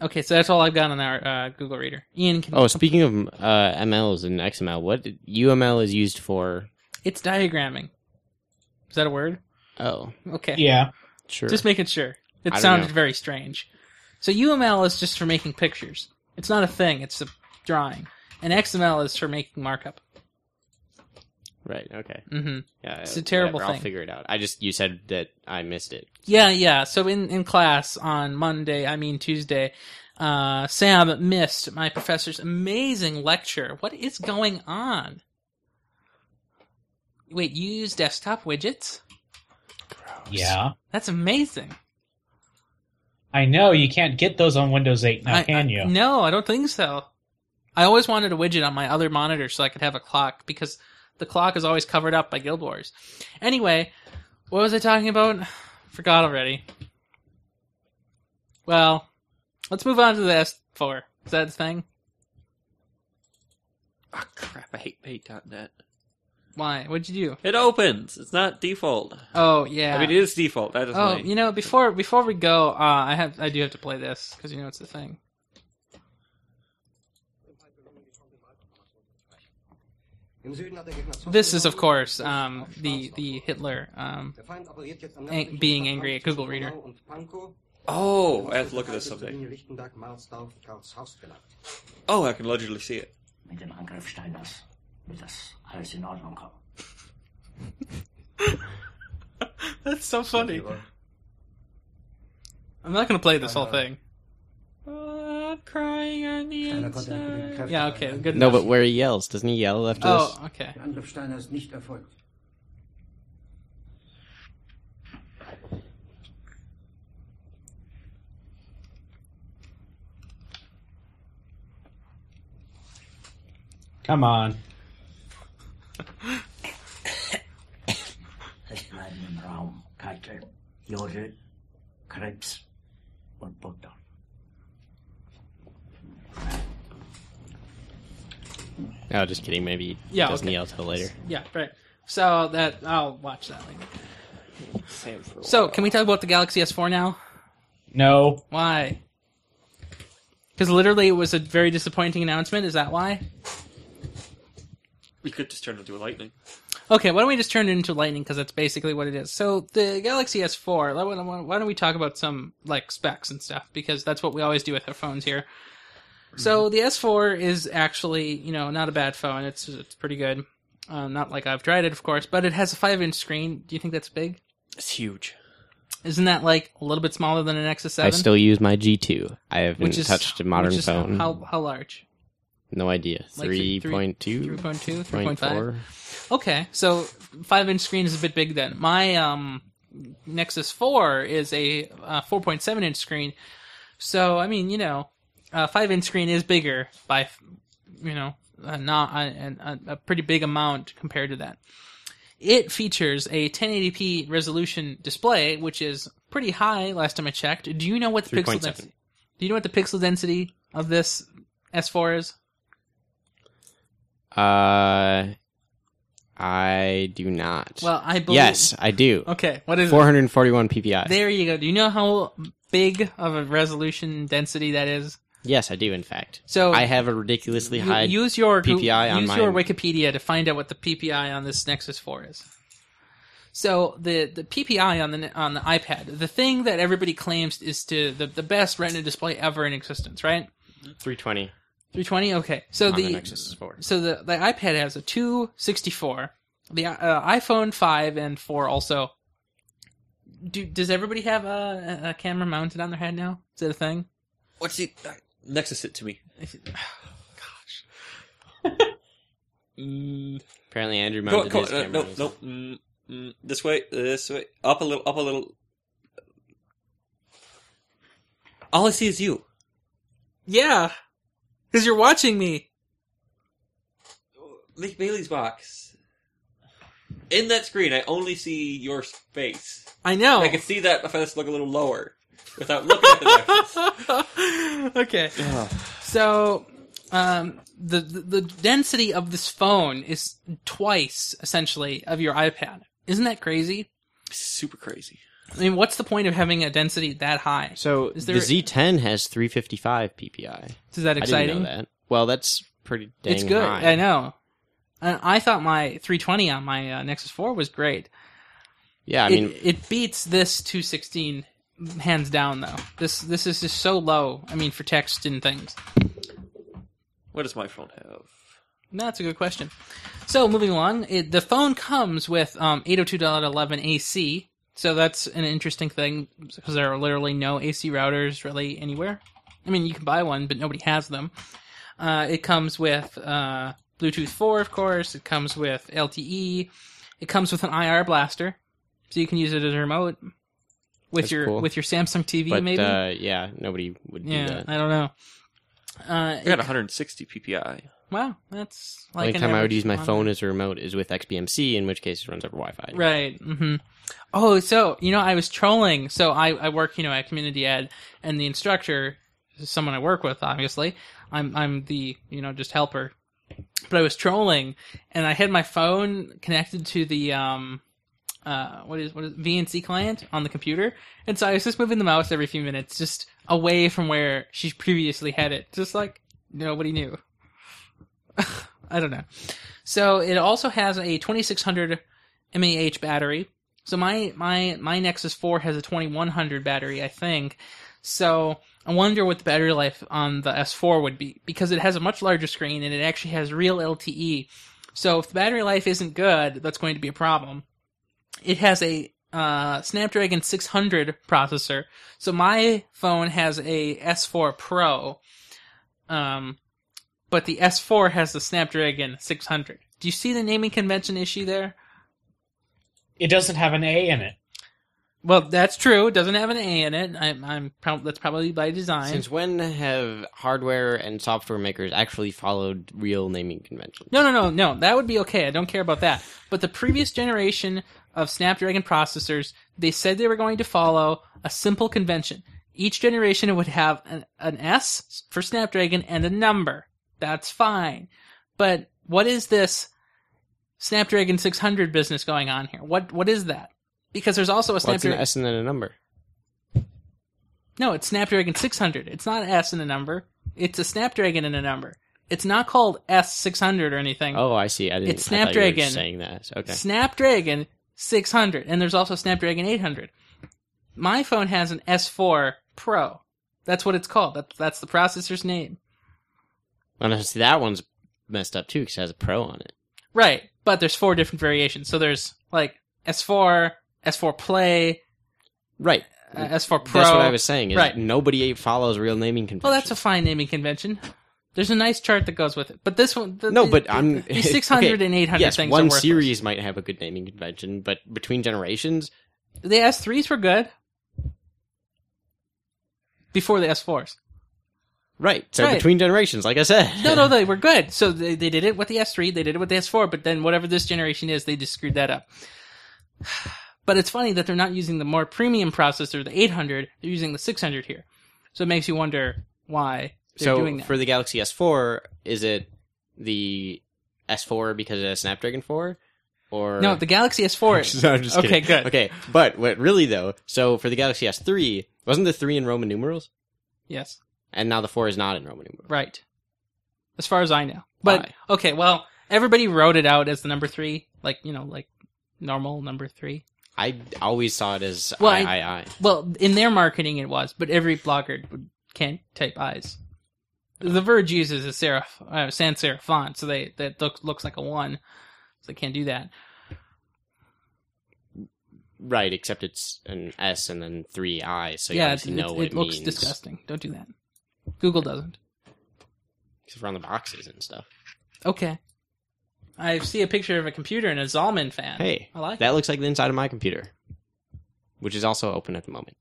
Speaker 1: Okay, so that's all I've got on our uh, Google Reader. Ian, can,
Speaker 4: Oh, speaking of uh, MLs and XML, what UML is used for?
Speaker 1: it's diagramming. Is that a word?
Speaker 4: Oh,
Speaker 1: Okay.
Speaker 3: Yeah,
Speaker 4: sure.
Speaker 1: Just making sure. It
Speaker 4: I don't
Speaker 1: sounded
Speaker 4: know.
Speaker 1: very strange. So UML is just for making pictures. It's not a thing. It's a drawing. And XML is for making markup.
Speaker 4: right. Okay.
Speaker 1: hmm
Speaker 4: Yeah,
Speaker 1: It's a terrible
Speaker 4: whatever,
Speaker 1: thing.
Speaker 4: I'll figure it out. I just you said that I missed it.
Speaker 1: Yeah, yeah. So in, in class on Monday, I mean Tuesday, uh, Sam missed my professor's amazing lecture. What is going on? Wait, you use desktop widgets?
Speaker 3: yeah.
Speaker 1: That's amazing.
Speaker 3: I know you can't get those on Windows 8 now,
Speaker 1: I-
Speaker 3: can
Speaker 1: I-
Speaker 3: you?
Speaker 1: no, I don't think so. I always wanted a widget on my other monitor so I could have a clock because the clock is always covered up by Guild Wars. Anyway, what was I talking about? *sighs* Forgot already. Well, let's move on to the S4. Is that the thing?
Speaker 2: Oh, crap, I hate pay.net.
Speaker 1: Why? What'd you do?
Speaker 2: It opens. It's not default.
Speaker 1: Oh yeah.
Speaker 2: I mean, it is default. That is
Speaker 1: oh,
Speaker 2: my-
Speaker 1: you know, before before we go, uh, I have I do have to play this because you know it's the thing. This is, of course, um, the the Hitler um, an- being angry at Google Reader.
Speaker 2: oh, I have to look at this someday. Oh, I can legibly see it.
Speaker 6: Mit dem Angriff Steiners wird das alles in Ordnung kommen.
Speaker 1: That's so funny. I'm not gonna play this whole thing.
Speaker 2: I'm Oh, crying on the inside.
Speaker 1: Yeah, okay, good
Speaker 4: No,
Speaker 1: enough.
Speaker 4: but where he yells, doesn't he yell after
Speaker 1: oh, okay.
Speaker 6: Der Angriff Steiners nicht erfolgt.
Speaker 3: Come on.
Speaker 6: Es bleiben im Raum Keitel, Jodel, Krebs und Butter.
Speaker 4: this? Oh, just kidding. Maybe he
Speaker 1: Yeah,
Speaker 4: doesn't
Speaker 1: okay.
Speaker 4: yell till later.
Speaker 1: Yeah, right. So that I'll watch that later. So can we talk about the Galaxy S4 now?
Speaker 3: No,
Speaker 1: Why? Because literally, it was a very disappointing announcement. Is that why?
Speaker 2: We could just turn it into a lightning.
Speaker 1: Okay, why don't we just turn it into lightning because that's basically what it is. So the Galaxy S4. let- why- Why don't we talk about some like specs and stuff because that's what we always do with our phones here. So
Speaker 4: Mm-hmm.
Speaker 1: the S4 is actually you know not a bad phone. It's it's pretty good. Uh, not like I've tried it, of course, but it has a five-inch screen. Do you think that's big?
Speaker 2: It's huge.
Speaker 1: Isn't that like a little bit smaller than an Nexus
Speaker 4: I
Speaker 1: Seven?
Speaker 4: still use my G2. I haven't
Speaker 1: which is
Speaker 4: touched a modern
Speaker 1: which is
Speaker 4: phone.
Speaker 1: How how large?
Speaker 4: no idea.
Speaker 1: Like
Speaker 4: Three
Speaker 1: th- three-
Speaker 4: point two.
Speaker 1: 3.2, 3.5.
Speaker 4: 3.4.
Speaker 1: Okay, so five inch screen is a bit big then. My um, Nexus 4 is a uh, 4.7 inch screen, so I mean, you know, a five inch screen is bigger by, you know, a not a, a, a pretty big amount compared to that. It features a 1080p resolution display, which is pretty high last time I checked. Do you know what the pixel
Speaker 4: 3.7.
Speaker 1: density? Do you know what the pixel density of this S4 is?
Speaker 4: Uh, I do not.
Speaker 1: Well, I believe.
Speaker 4: yes, I do.
Speaker 1: Okay. What is it?
Speaker 4: 441 ppi.
Speaker 1: There you go. Do you know how big of a resolution density that is?
Speaker 4: yes, I do. In fact,
Speaker 1: So
Speaker 4: I have a ridiculously
Speaker 1: Oh. you-
Speaker 4: high.
Speaker 1: use your Goo-
Speaker 4: PPI on
Speaker 1: use your
Speaker 4: mine.
Speaker 1: Wikipedia to find out what the PPI on this Nexus 4 is. So the the PPI on the on the iPad, the thing that everybody claims is to the, the best Retina display ever in existence, right?
Speaker 4: 320
Speaker 1: 320. Okay. So
Speaker 4: on
Speaker 1: the,
Speaker 4: the Nexus 4.
Speaker 1: so the the iPad has a 264. The uh, iPhone 5 and 4 also. Do, does everybody have a, a- a camera mounted on their head now? Is that a thing?
Speaker 2: What's the uh, Nexus it to me? Mm,
Speaker 4: Apparently, Andrew
Speaker 2: go,
Speaker 4: mounted
Speaker 2: go,
Speaker 4: his
Speaker 1: uh,
Speaker 2: no,
Speaker 4: camera.
Speaker 2: no, no, mm, mm, this way, this way, up a little, up a little. All I see is you.
Speaker 1: *sighs* Yeah, because you're watching me.
Speaker 2: Make Bailey's box. In that screen, I only see your face.
Speaker 1: I know.
Speaker 2: I can see that if I just look a little lower without looking at the
Speaker 1: *laughs*
Speaker 2: Nexus.
Speaker 1: okay. So, um, the, the the density of this phone is twice essentially of your iPad. Isn't that crazy?
Speaker 2: Super crazy.
Speaker 1: I mean, what's the point of having a density that high?
Speaker 4: So
Speaker 1: Is
Speaker 4: the
Speaker 1: there-
Speaker 4: Z10 has 355 ppi.
Speaker 1: Is that
Speaker 4: I
Speaker 1: exciting?
Speaker 4: didn't know that. Well, that's pretty dang
Speaker 1: it's good.
Speaker 4: high.
Speaker 1: I know. Uh, I thought my 320 on my uh, Nexus 4 was great.
Speaker 4: Yeah, I
Speaker 1: It-
Speaker 4: mean,
Speaker 1: it, beats this 216 hands down though. This this is just so low. I mean, for text and things.
Speaker 2: What does my phone have?
Speaker 1: No, That's a good question. So moving along, it, the phone comes with um, 802.11 AC. So that's an interesting thing because there are literally no AC routers really anywhere. I mean, you can buy one, but nobody has them. Uh, it comes with uh, Bluetooth 4, of course. It comes with LTE. It comes with an IR blaster, so you can use it as a remote with
Speaker 4: That's
Speaker 1: your
Speaker 4: cool.
Speaker 1: with your Samsung TV,
Speaker 4: but
Speaker 1: maybe.
Speaker 4: uh, yeah, nobody would do
Speaker 1: yeah,
Speaker 4: that.
Speaker 1: I don't know. Uh,
Speaker 2: I got 160 ppi.
Speaker 1: wow, that's
Speaker 4: The
Speaker 1: like
Speaker 4: only
Speaker 1: an
Speaker 4: time I would
Speaker 1: average
Speaker 4: use my
Speaker 1: monitor.
Speaker 4: phone as a remote is with XBMC, in which case it runs over Wi-Fi.
Speaker 1: Right. hmm Oh, so you know, I was trolling. So I, I work, you know, at community ed, and the instructor is someone I work with. Obviously, I'm I'm the you know just helper. But I was trolling, and I had my phone connected to the um, uh, what is what is VNC client on the computer, and so I was just moving the mouse every few minutes, just away from where she previously had it, just like nobody knew. *laughs* I don't know. So it also has a 2600 mAh battery. So my my my Nexus 4 has a 2100 battery, I think. So I wonder what the battery life on the S4 would be because it has a much larger screen and it actually has real LTE. So if the battery life isn't good, that's going to be a problem. It has a uh, Snapdragon 600 processor. So my phone has a S4 Pro, um, but the S4 has the Snapdragon 600. Do you see the naming convention issue there?
Speaker 3: It doesn't have an A in it.
Speaker 1: Well, that's true. It doesn't have an A in it. I'm, I'm prob- that's probably by design.
Speaker 4: Since when have hardware and software makers actually followed real naming conventions?
Speaker 1: no, no, no, no. That would be okay. I don't care about that. But the previous generation of Snapdragon processors, they said they were going to follow a simple convention. Each generation would have an, an S for Snapdragon and a number. That's fine. But what is this Snapdragon 600 business going on here? What What is that? Because there's also a
Speaker 4: Well, it's an
Speaker 1: Snapdragon.
Speaker 4: S and then a number.
Speaker 1: No, it's Snapdragon 600. It's not an S in a number. It's a Snapdragon in a number. It's not called S600 or anything.
Speaker 4: Oh, I see. I didn't.
Speaker 1: It's
Speaker 4: I thought you were
Speaker 1: Snapdragon.
Speaker 4: just saying that. Okay.
Speaker 1: Snapdragon 600. And there's also Snapdragon 800. My phone has an S4 Pro. That's what it's called. That, that's the processor's name.
Speaker 4: Well, no, see, that one's messed up too because it has a pro on it.
Speaker 1: Right. But there's four different variations. So there's like S4, S4 Play,
Speaker 4: Right.
Speaker 1: uh, S4 Pro.
Speaker 4: That's what I was saying. Is
Speaker 1: Right.
Speaker 4: Nobody follows real naming conventions.
Speaker 1: Well, that's a fine naming convention. There's a nice chart that goes with it. But this one. The,
Speaker 4: no,
Speaker 1: the-
Speaker 4: but
Speaker 1: the-
Speaker 4: I'm
Speaker 1: The 600
Speaker 4: *laughs* okay,
Speaker 1: and 800
Speaker 4: yes,
Speaker 1: things are
Speaker 4: one
Speaker 1: worthless.
Speaker 4: series might have a good naming convention, but between generations,
Speaker 1: The S3s were good. Before the S4s.
Speaker 4: right? So
Speaker 1: Right.
Speaker 4: between generations, like I said,
Speaker 1: No,
Speaker 4: *laughs*
Speaker 1: no, they were good. So they, they did it with the S3, they did it with the S4, but then whatever this generation is, they just screwed that up. *sighs* But it's funny that they're not using the more premium processor, the 800. They're using the 600 here, so it makes you wonder why they're doing
Speaker 4: So
Speaker 1: that.
Speaker 4: for the Galaxy S4, is it the S4 because it has Snapdragon 4? Or
Speaker 1: no, the Galaxy S4.
Speaker 4: *laughs* No, I'm just
Speaker 1: Okay,
Speaker 4: kidding.
Speaker 1: good.
Speaker 4: Okay, but what really though? So for the Galaxy S3, wasn't the three in Roman numerals,
Speaker 1: Yes,
Speaker 4: and now the four is not in Roman numerals.
Speaker 1: right. As far as I know, but
Speaker 4: Why?
Speaker 1: okay. Well, everybody wrote it out as the number three, like you know, like normal number three.
Speaker 4: I always saw it as
Speaker 1: Well,
Speaker 4: I,
Speaker 1: I-
Speaker 4: I, I.
Speaker 1: Well, in their marketing, it was, but every blogger would- can type eyes. The Verge uses a serif, uh, sans serif font, so they that looks looks like a one, so they can't do that.
Speaker 4: Right, except it's an S and then three I, so you
Speaker 1: yeah, it,
Speaker 4: obviously know
Speaker 1: it-
Speaker 4: what
Speaker 1: it
Speaker 4: it,
Speaker 1: looks
Speaker 4: means.
Speaker 1: disgusting. Don't do that. Google doesn't.
Speaker 4: Except for on the boxes and stuff.
Speaker 1: Okay, I see a picture of a computer and a Zalman fan.
Speaker 4: Hey,
Speaker 1: I like
Speaker 4: that looks like the inside of my computer, which is also open at the moment.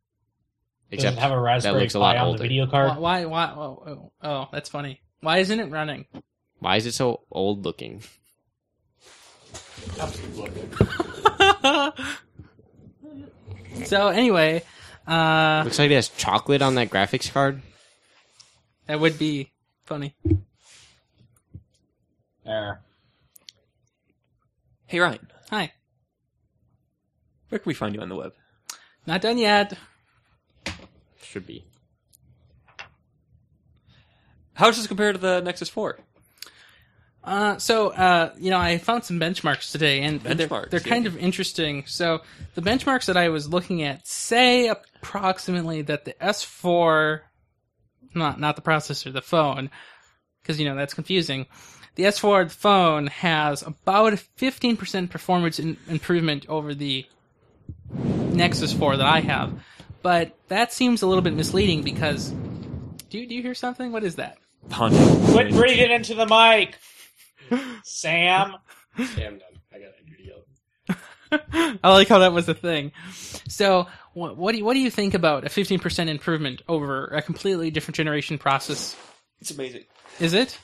Speaker 3: Does it
Speaker 4: Except
Speaker 3: have a Raspberry
Speaker 4: looks a lot
Speaker 3: Pi on
Speaker 4: older.
Speaker 3: the video
Speaker 1: it.
Speaker 3: card?
Speaker 1: Why? Why? why oh, oh, oh, that's funny. Why isn't it running? *laughs*
Speaker 4: why is it so old looking?
Speaker 1: so anyway, uh,
Speaker 4: looks like it has chocolate on that graphics card.
Speaker 1: that would be funny.
Speaker 3: There.
Speaker 2: Hey Ryan,
Speaker 1: Hi,
Speaker 2: where can we find you on the web?
Speaker 1: not done yet.
Speaker 4: Should be.
Speaker 2: How does this compare to the Nexus Four?
Speaker 1: Uh, so uh, you know, I found some benchmarks today, and they're,
Speaker 2: Benchmarks,
Speaker 1: they're
Speaker 2: yeah.
Speaker 1: kind of interesting. So the benchmarks that I was looking at say approximately that the S4, not not the processor, the phone, because you know that's confusing. The S4 the phone has about a 15% performance in, improvement over the Nexus 4 that I have, but that seems a little bit misleading because. Do you, do you hear something? What is that?
Speaker 3: Quit breathing into the
Speaker 4: *laughs*
Speaker 3: mic, Sam.
Speaker 5: Yeah, I'm done. I got Andrew to yell.
Speaker 1: *laughs* I like how that was a thing. So, what, what do you, what do you think about a fifteen percent improvement over a completely different generation process?
Speaker 2: It's amazing.
Speaker 1: Is it?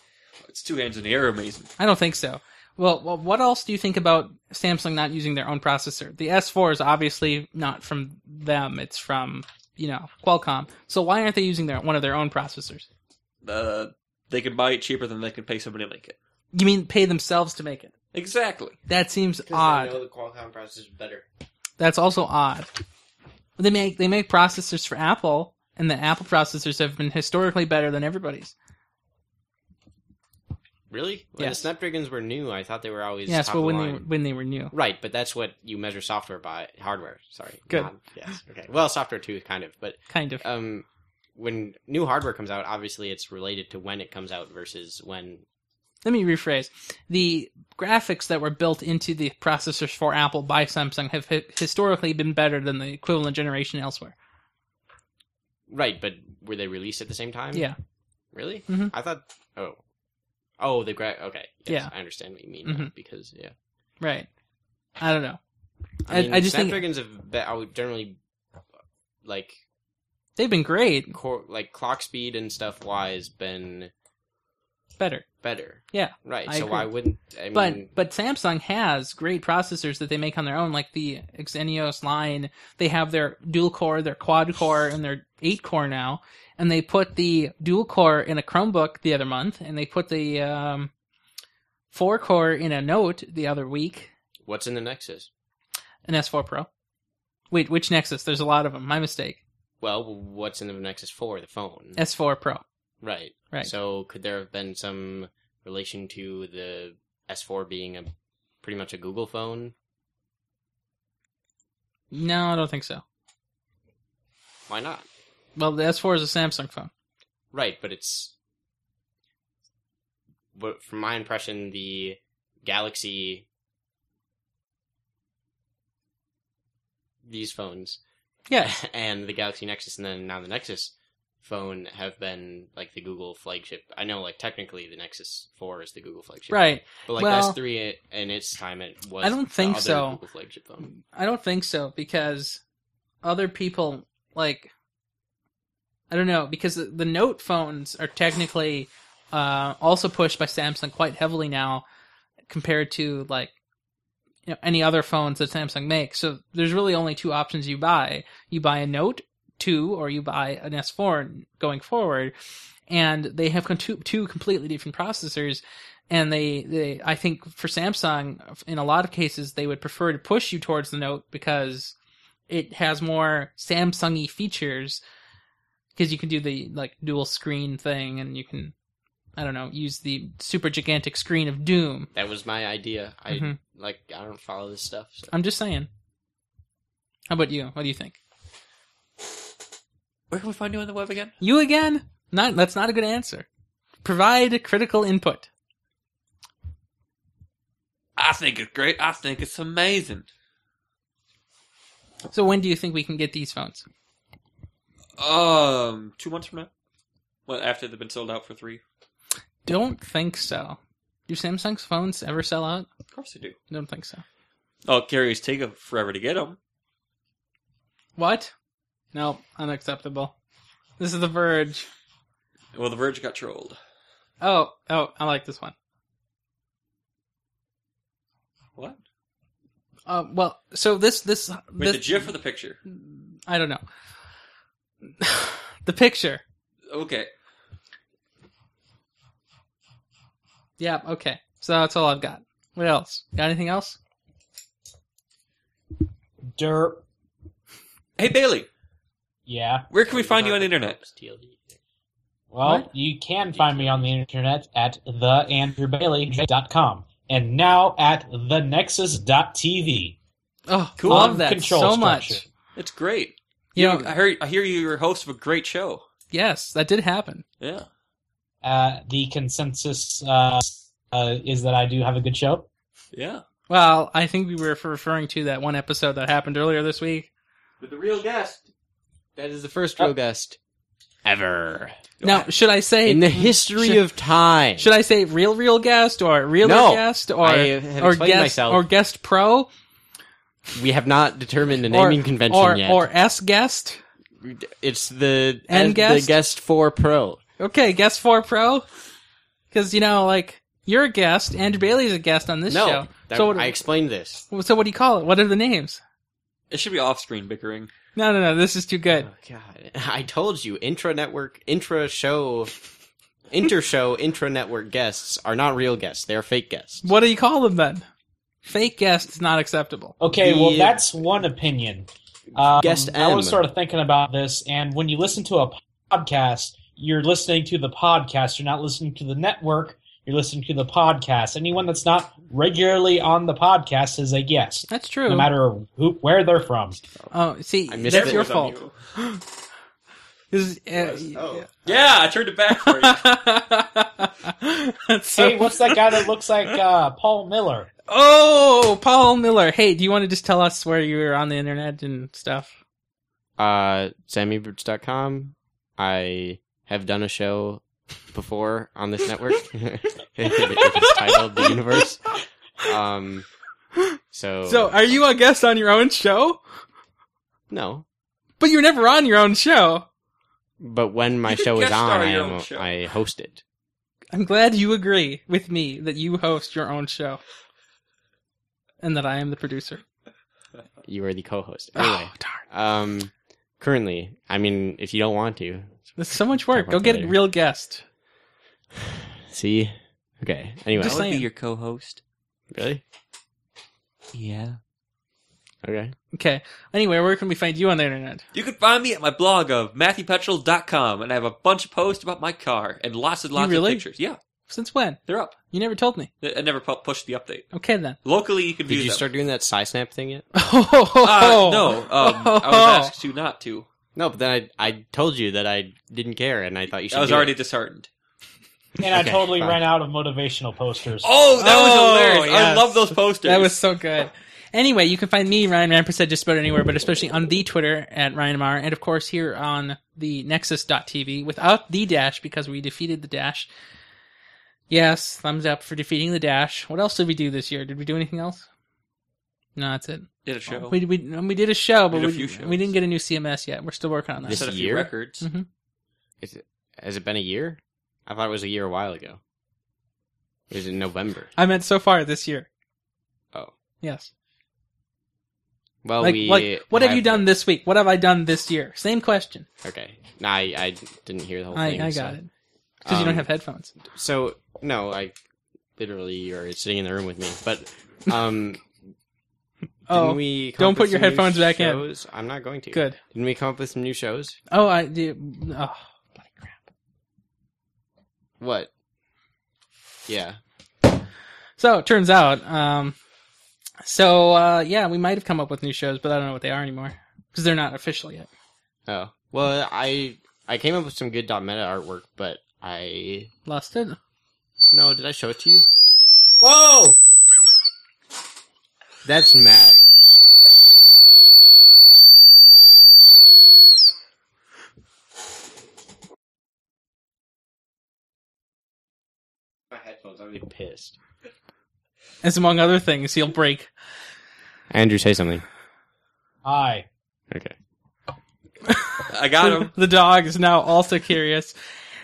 Speaker 2: It's two hands in the air, amazing.
Speaker 1: I don't think so. Well, well, what else do you think about Samsung not using their own processor? The S4 is obviously not from them; it's from you know Qualcomm. So why aren't they using their one of their own processors?
Speaker 2: Uh, they can buy it cheaper than they can pay somebody to make it.
Speaker 1: You mean pay themselves to make it?
Speaker 2: Exactly.
Speaker 1: That seems
Speaker 5: Because I
Speaker 1: odd.
Speaker 5: know the Qualcomm processor is better.
Speaker 1: That's also odd. They make they make processors for Apple, and the Apple processors have been historically better than everybody's.
Speaker 4: Really? When
Speaker 1: Yes.
Speaker 4: the Snapdragons were new, I thought they were always
Speaker 1: Yes,
Speaker 4: top
Speaker 1: well,
Speaker 4: of
Speaker 1: when
Speaker 4: the
Speaker 1: they,
Speaker 4: line.
Speaker 1: were- when they were new.
Speaker 4: Right, but that's what you measure software by hardware. Sorry.
Speaker 1: Good.
Speaker 4: Not- yes. Okay. Well, software too, kind of. But
Speaker 1: Kind of.
Speaker 4: um, when new hardware comes out, obviously it's related to when it comes out versus when.
Speaker 1: Let me rephrase. The graphics that were built into the processors for Apple by Samsung have hi- historically been better than the equivalent generation elsewhere.
Speaker 4: Right, but were they released at the same time?
Speaker 1: Yeah.
Speaker 4: Really?
Speaker 1: Mhm.
Speaker 4: I thought. Oh. Oh, the gra- Okay. Yes,
Speaker 1: Yeah.
Speaker 4: I understand what you mean
Speaker 1: Mhm.
Speaker 4: now, because yeah.
Speaker 1: Right. I don't know. I-
Speaker 4: I, mean,
Speaker 1: I just think-
Speaker 4: Snapdragons have be- I would generally like
Speaker 1: They've been great.
Speaker 4: core like clock speed and stuff wise been
Speaker 1: Better.
Speaker 4: better.
Speaker 1: Yeah,
Speaker 4: Right.
Speaker 1: I
Speaker 4: so why
Speaker 1: agree.
Speaker 4: wouldn't I mean
Speaker 1: But but Samsung has great processors that they make on their own, like the Exynos line. They have their dual core, their quad core, and their eight core now. And they put the dual core in a Chromebook the other month, and they put the um, four core in a Note the other week.
Speaker 4: what's in the Nexus?
Speaker 1: an S4 Pro. Wait, which Nexus? There's a lot of them. My mistake.
Speaker 4: Well, what's in the Nexus 4, the phone?
Speaker 1: S4 Pro.
Speaker 4: right.
Speaker 1: Right.
Speaker 4: So could there have been some relation to the S4 being a pretty much a Google phone?
Speaker 1: No, I don't think so.
Speaker 4: Why not?
Speaker 1: Well, the S4 is a Samsung phone.
Speaker 4: Right, but it's but from my impression the Galaxy these phones
Speaker 1: Yeah.
Speaker 4: *laughs* and the Galaxy Nexus and then now the Nexus phone have been like the Google flagship. I know like technically the Nexus 4 is the Google flagship.
Speaker 1: Right.
Speaker 4: But like
Speaker 1: Well-
Speaker 4: the S3 i- in its time it was
Speaker 1: I don't
Speaker 4: the
Speaker 1: think
Speaker 4: other
Speaker 1: so.
Speaker 4: Google flagship phone.
Speaker 1: I don't think so because other people like I don't know because the, the Note phones are technically uh, also pushed by Samsung quite heavily now compared to like you know, any other phones that Samsung makes. So there's really only two options you buy. You buy a Note 2 or you buy an S4 going forward. And they have con- two, two completely different processors. And they, they, I think for Samsung, in a lot of cases, they would prefer to push you towards the Note because it has more Samsungy features because you can do the like dual screen thing and you can, I don't know, use the super gigantic screen of Doom.
Speaker 7: That was my idea. I
Speaker 1: Mhm.
Speaker 2: Mm-hmm.
Speaker 7: like I don't follow this stuff. So.
Speaker 1: I'm just saying. How about you? What do you think?
Speaker 2: Where can we find you on the web again?
Speaker 1: You again? Not that's not a good answer. Provide critical input.
Speaker 2: I think it's great. I think it's amazing.
Speaker 1: So when do you think we can get these phones?
Speaker 2: Um, two months from now? Well, after they've been sold out for three.
Speaker 1: Don't think so. Do Samsung's phones ever sell out?
Speaker 2: Of course they do.
Speaker 1: Don't think so.
Speaker 2: Oh, carriers take 'em forever to get them.
Speaker 1: What? Nope, unacceptable. This is The Verge.
Speaker 2: Well, The Verge got trolled.
Speaker 1: Oh, oh, I like this one.
Speaker 2: What?
Speaker 1: Uh, well, so this this this
Speaker 2: Wait, the GIF or the picture?
Speaker 1: I don't know. *laughs* the picture.
Speaker 2: Okay.
Speaker 1: Yeah, okay. So that's all I've got. What else? Got anything else?
Speaker 3: Derp.
Speaker 2: Hey, Bailey,
Speaker 3: Yeah.
Speaker 2: where can we find you on the internet?
Speaker 7: TLD.
Speaker 3: Well,
Speaker 1: What?
Speaker 3: you can find me on the internet at theandrewbailey.com and now at thenexus.tv.
Speaker 1: Oh,
Speaker 2: Cool.
Speaker 1: love that so much.
Speaker 3: structure.
Speaker 2: It's great.
Speaker 1: You
Speaker 2: You-
Speaker 1: know-
Speaker 2: I heard. I hear you're a host of a great show.
Speaker 1: Yes, that did happen.
Speaker 2: Yeah.
Speaker 3: Uh, the consensus uh, uh, is that I do have a good show.
Speaker 2: Yeah.
Speaker 1: Well, I think we were referring to that one episode that happened earlier this week.
Speaker 2: With the real guest.
Speaker 7: That is the first
Speaker 1: Oh.
Speaker 7: real guest ever
Speaker 1: Now, should I say
Speaker 4: in the history
Speaker 1: should-
Speaker 4: of time.
Speaker 1: Should I say real, real guest or real
Speaker 4: No.
Speaker 1: guest or
Speaker 4: I have
Speaker 1: or
Speaker 4: explained
Speaker 1: guest
Speaker 4: myself.
Speaker 1: or guest pro
Speaker 4: we have not determined a naming
Speaker 1: or,
Speaker 4: convention
Speaker 1: or
Speaker 4: yet.
Speaker 1: or S guest?
Speaker 4: it's the
Speaker 1: And
Speaker 4: as
Speaker 1: guest?
Speaker 4: the guest four pro.
Speaker 1: Okay, guest four pro. Because you know, like you're a guest, Andrew Bailey's a guest on this
Speaker 4: no,
Speaker 1: show.
Speaker 4: that-
Speaker 1: so what,
Speaker 4: I explained this.
Speaker 1: so what do you call it? What are the names?
Speaker 2: It should be off-screen bickering.
Speaker 1: No, no, no. This is too good.
Speaker 4: Oh, God, I told you, intra network, intra show, inter show, intra network guests are not real guests; they are fake guests.
Speaker 1: What do you call them then? Fake guest is not acceptable.
Speaker 3: Okay, well,
Speaker 4: The-
Speaker 3: that's one opinion. Um,
Speaker 4: Guest
Speaker 3: I was
Speaker 4: M.
Speaker 3: sort of thinking about this, and when you listen to a podcast, you're listening to the podcast. You're not listening to the network. You're listening to the podcast. Anyone that's not regularly on the podcast is a guest,
Speaker 1: That's true.
Speaker 3: no matter who where they're from.
Speaker 1: Oh, see,
Speaker 4: I missed
Speaker 1: that's
Speaker 4: it.
Speaker 1: your
Speaker 4: It was
Speaker 1: fault. This is, uh,
Speaker 5: Oh,
Speaker 2: Yeah, I turned it back
Speaker 4: Oh,
Speaker 1: *laughs*
Speaker 2: for you.
Speaker 1: That's so-
Speaker 3: hey, what's that guy that
Speaker 1: *laughs*
Speaker 3: looks like uh, Paul Miller?
Speaker 1: Oh, Paul Miller. Hey, do you want to just tell us where you were on the internet and stuff?
Speaker 4: Uh, SammyBroots.com. I have done a show before on this network. *laughs* it's titled "The Universe." Um, so
Speaker 1: So,
Speaker 2: uh,
Speaker 1: are you a guest on your own show?
Speaker 4: no,
Speaker 1: But you're never on your own show.
Speaker 4: but when my
Speaker 2: You could
Speaker 4: show is
Speaker 2: guest star
Speaker 4: on, I,
Speaker 2: your own
Speaker 4: am,
Speaker 2: show.
Speaker 4: I host it.
Speaker 1: I'm glad you agree with me that you host your own show and that I am the producer.
Speaker 4: You are the co-host.
Speaker 2: Ah.
Speaker 4: Anyway,
Speaker 1: Oh, darn.
Speaker 4: um, currently, I mean, if you don't want to,
Speaker 1: That's so much work.
Speaker 4: Talk
Speaker 1: Go
Speaker 4: about
Speaker 1: get
Speaker 4: that
Speaker 1: a
Speaker 4: later.
Speaker 1: real guest.
Speaker 4: see, okay. Anyway,
Speaker 1: Just
Speaker 2: I would be
Speaker 1: saying.
Speaker 2: your co-host.
Speaker 4: really,
Speaker 2: Yeah.
Speaker 4: okay.
Speaker 1: Okay. Anyway, where can we find you on the internet?
Speaker 2: You can find me at my blog of MatthewPetrol.com, and I have a bunch of posts about my car and lots and lots
Speaker 1: really?
Speaker 2: of pictures. Yeah,
Speaker 1: Since when?
Speaker 2: they're up.
Speaker 1: You never told me.
Speaker 2: I I never pu- pushed the update.
Speaker 1: Okay then. *laughs*
Speaker 2: Locally, you can
Speaker 4: Did
Speaker 2: view
Speaker 4: you
Speaker 2: them.
Speaker 4: start doing that SciSnap thing yet?
Speaker 1: Oh,
Speaker 2: Uh, no,
Speaker 1: *laughs*
Speaker 2: um, I was asked to not to.
Speaker 4: No, but then I I told you that I didn't care, and I thought you should.
Speaker 2: I was
Speaker 4: do it.
Speaker 2: already disheartened.
Speaker 3: And I
Speaker 4: Okay,
Speaker 3: totally
Speaker 4: fine.
Speaker 3: ran out of motivational posters.
Speaker 2: Oh, that
Speaker 1: Oh,
Speaker 2: was hilarious! I
Speaker 1: yes.
Speaker 2: love those posters.
Speaker 1: That was so good. Anyway, you can find me, Ryan Rampersad, just about anywhere, but especially on the Twitter at Ryan Amar, and of course here on the Nexus.tv without the dash because we defeated the dash. Yes, thumbs up for defeating the dash. What else did we do this year? Did we do anything else? No, that's it.
Speaker 2: did a show.
Speaker 1: We, we, we did a show, but
Speaker 2: Did a
Speaker 1: we,
Speaker 2: few
Speaker 1: we,
Speaker 2: shows.
Speaker 1: didn't get a new CMS yet. We're still working on that.
Speaker 4: This
Speaker 2: Set a few
Speaker 4: year?
Speaker 1: *laughs*
Speaker 2: records.
Speaker 1: Mhm.
Speaker 4: Is it, has it been a year? I thought it was a year a while ago. It was in November.
Speaker 1: I meant so far this year.
Speaker 4: Oh.
Speaker 1: Yes.
Speaker 7: Well,
Speaker 1: Like,
Speaker 7: we.
Speaker 1: like, what have you done this week? What have I done this year? Same question.
Speaker 7: Okay.
Speaker 4: No, I, I didn't hear the whole
Speaker 1: I,
Speaker 4: thing.
Speaker 1: I
Speaker 4: so-
Speaker 1: got it. Because you don't
Speaker 4: Um,
Speaker 1: have headphones.
Speaker 4: So no, I literally you're sitting in the room with me.
Speaker 1: *laughs*
Speaker 4: But um,
Speaker 1: Oh,
Speaker 4: didn't we come
Speaker 1: don't
Speaker 4: up
Speaker 1: put
Speaker 4: with
Speaker 1: your
Speaker 4: some new
Speaker 1: headphones back in.
Speaker 4: shows? I'm not going to.
Speaker 1: Oh, good.
Speaker 4: Didn't we come up with some new shows?
Speaker 1: Oh, I do. Oh, bloody crap.
Speaker 4: What? Yeah.
Speaker 1: So it turns out, um, so uh, yeah, we might have come up with new shows, but I don't know what they are anymore because they're not official yet.
Speaker 4: Oh well, I I came up with some good .meta artwork, but I
Speaker 1: Lost it.
Speaker 4: no, did I show it to you?
Speaker 1: Oh!
Speaker 3: Whoa!
Speaker 4: That's Matt.
Speaker 5: My headphones. I'm
Speaker 4: I'm pissed.
Speaker 1: As among other things, he'll break.
Speaker 4: Andrew, say something.
Speaker 3: Hi.
Speaker 4: Okay.
Speaker 2: I
Speaker 1: *laughs*
Speaker 2: got him.
Speaker 1: the dog is now also curious.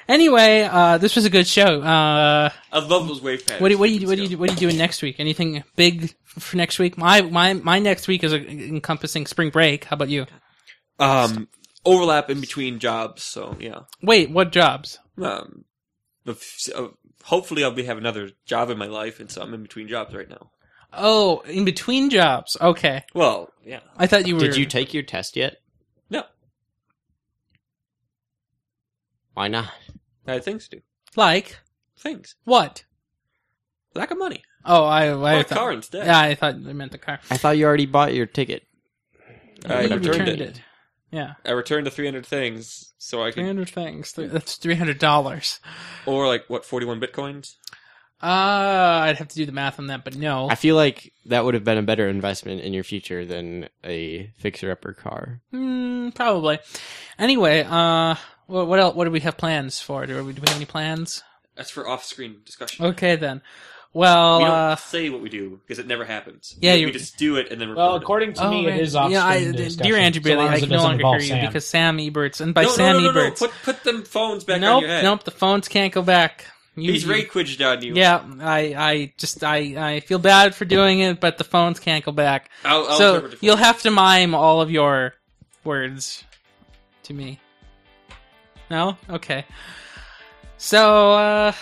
Speaker 1: Anyway, uh, this was a good show. Uh,
Speaker 2: I love those wave patterns.
Speaker 1: what do, what do you
Speaker 2: Let's
Speaker 1: what do
Speaker 2: go.
Speaker 1: you what are you doing next week? Anything big for next week? My my my next week is uh, encompassing spring break. How about you?
Speaker 2: Um, overlap in between jobs. So yeah.
Speaker 1: Wait, what jobs?
Speaker 2: Um, but f- uh, hopefully I'll be have another job in my life, and so I'm in between jobs right now.
Speaker 1: Oh, in between jobs. Okay,
Speaker 2: Well, yeah.
Speaker 1: I thought you were.
Speaker 4: Did you take your test yet?
Speaker 2: No.
Speaker 4: Why not?
Speaker 2: I had things to do.
Speaker 1: like
Speaker 2: Things.
Speaker 1: what?
Speaker 2: Lack of money.
Speaker 1: Oh, I I
Speaker 2: Buy a
Speaker 1: thought-
Speaker 2: car instead.
Speaker 1: Yeah, I thought they meant the car.
Speaker 4: I thought you already bought your ticket.
Speaker 2: I
Speaker 1: You
Speaker 2: returned, it.
Speaker 1: Yeah,
Speaker 2: I returned the 300 things, so I
Speaker 1: three
Speaker 2: could,
Speaker 1: hundred things. Th- That's three hundred dollars.
Speaker 2: or like what 41 bitcoins.
Speaker 1: Uh, I'd have to do the math on that, but no.
Speaker 4: I feel like that would have been a better investment in your future than a fixer-upper car.
Speaker 1: Hmm, probably. Anyway, uh, what what else? What do we have plans for? Do we do we have any plans?
Speaker 2: That's for off-screen discussion.
Speaker 1: Okay then. Well,
Speaker 2: We don't
Speaker 1: uh,
Speaker 2: say what we do because it never happens.
Speaker 1: Yeah,
Speaker 2: we,
Speaker 1: you-
Speaker 2: we just do it and then.
Speaker 3: Well,
Speaker 2: report it.
Speaker 3: according to
Speaker 1: oh,
Speaker 3: me,
Speaker 1: man.
Speaker 3: it is off
Speaker 1: Yeah, I,
Speaker 3: screen
Speaker 1: dear Andrew Bailey, I can no longer hear you because Sam Eberts, and by
Speaker 2: no,
Speaker 1: Sam
Speaker 2: no, no, no, no.
Speaker 1: Eberts,
Speaker 2: Put put them phones back on
Speaker 1: nope,
Speaker 2: your head.
Speaker 1: nope, the phones can't go back. You,
Speaker 2: He's
Speaker 1: you-
Speaker 2: Ray Quidged on you.
Speaker 1: Yeah, I, I just, I, I feel bad for doing it, but the phones can't go back.
Speaker 2: Oh, I'll, I'll
Speaker 1: so
Speaker 2: interpret it for
Speaker 1: you'll
Speaker 2: you.
Speaker 1: have to mime all of your words to me. No? Okay. So, uh,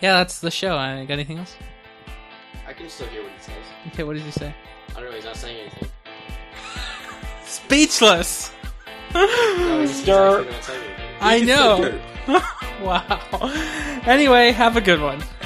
Speaker 1: yeah, that's the show. I got anything else?
Speaker 4: I can still hear what he says.
Speaker 1: Okay, what did you say?
Speaker 4: I don't know. He's not saying anything.
Speaker 2: *laughs*
Speaker 1: Speechless!
Speaker 3: Stir.
Speaker 1: I know.
Speaker 2: Sure.
Speaker 1: *laughs* wow. Anyway, have a good one.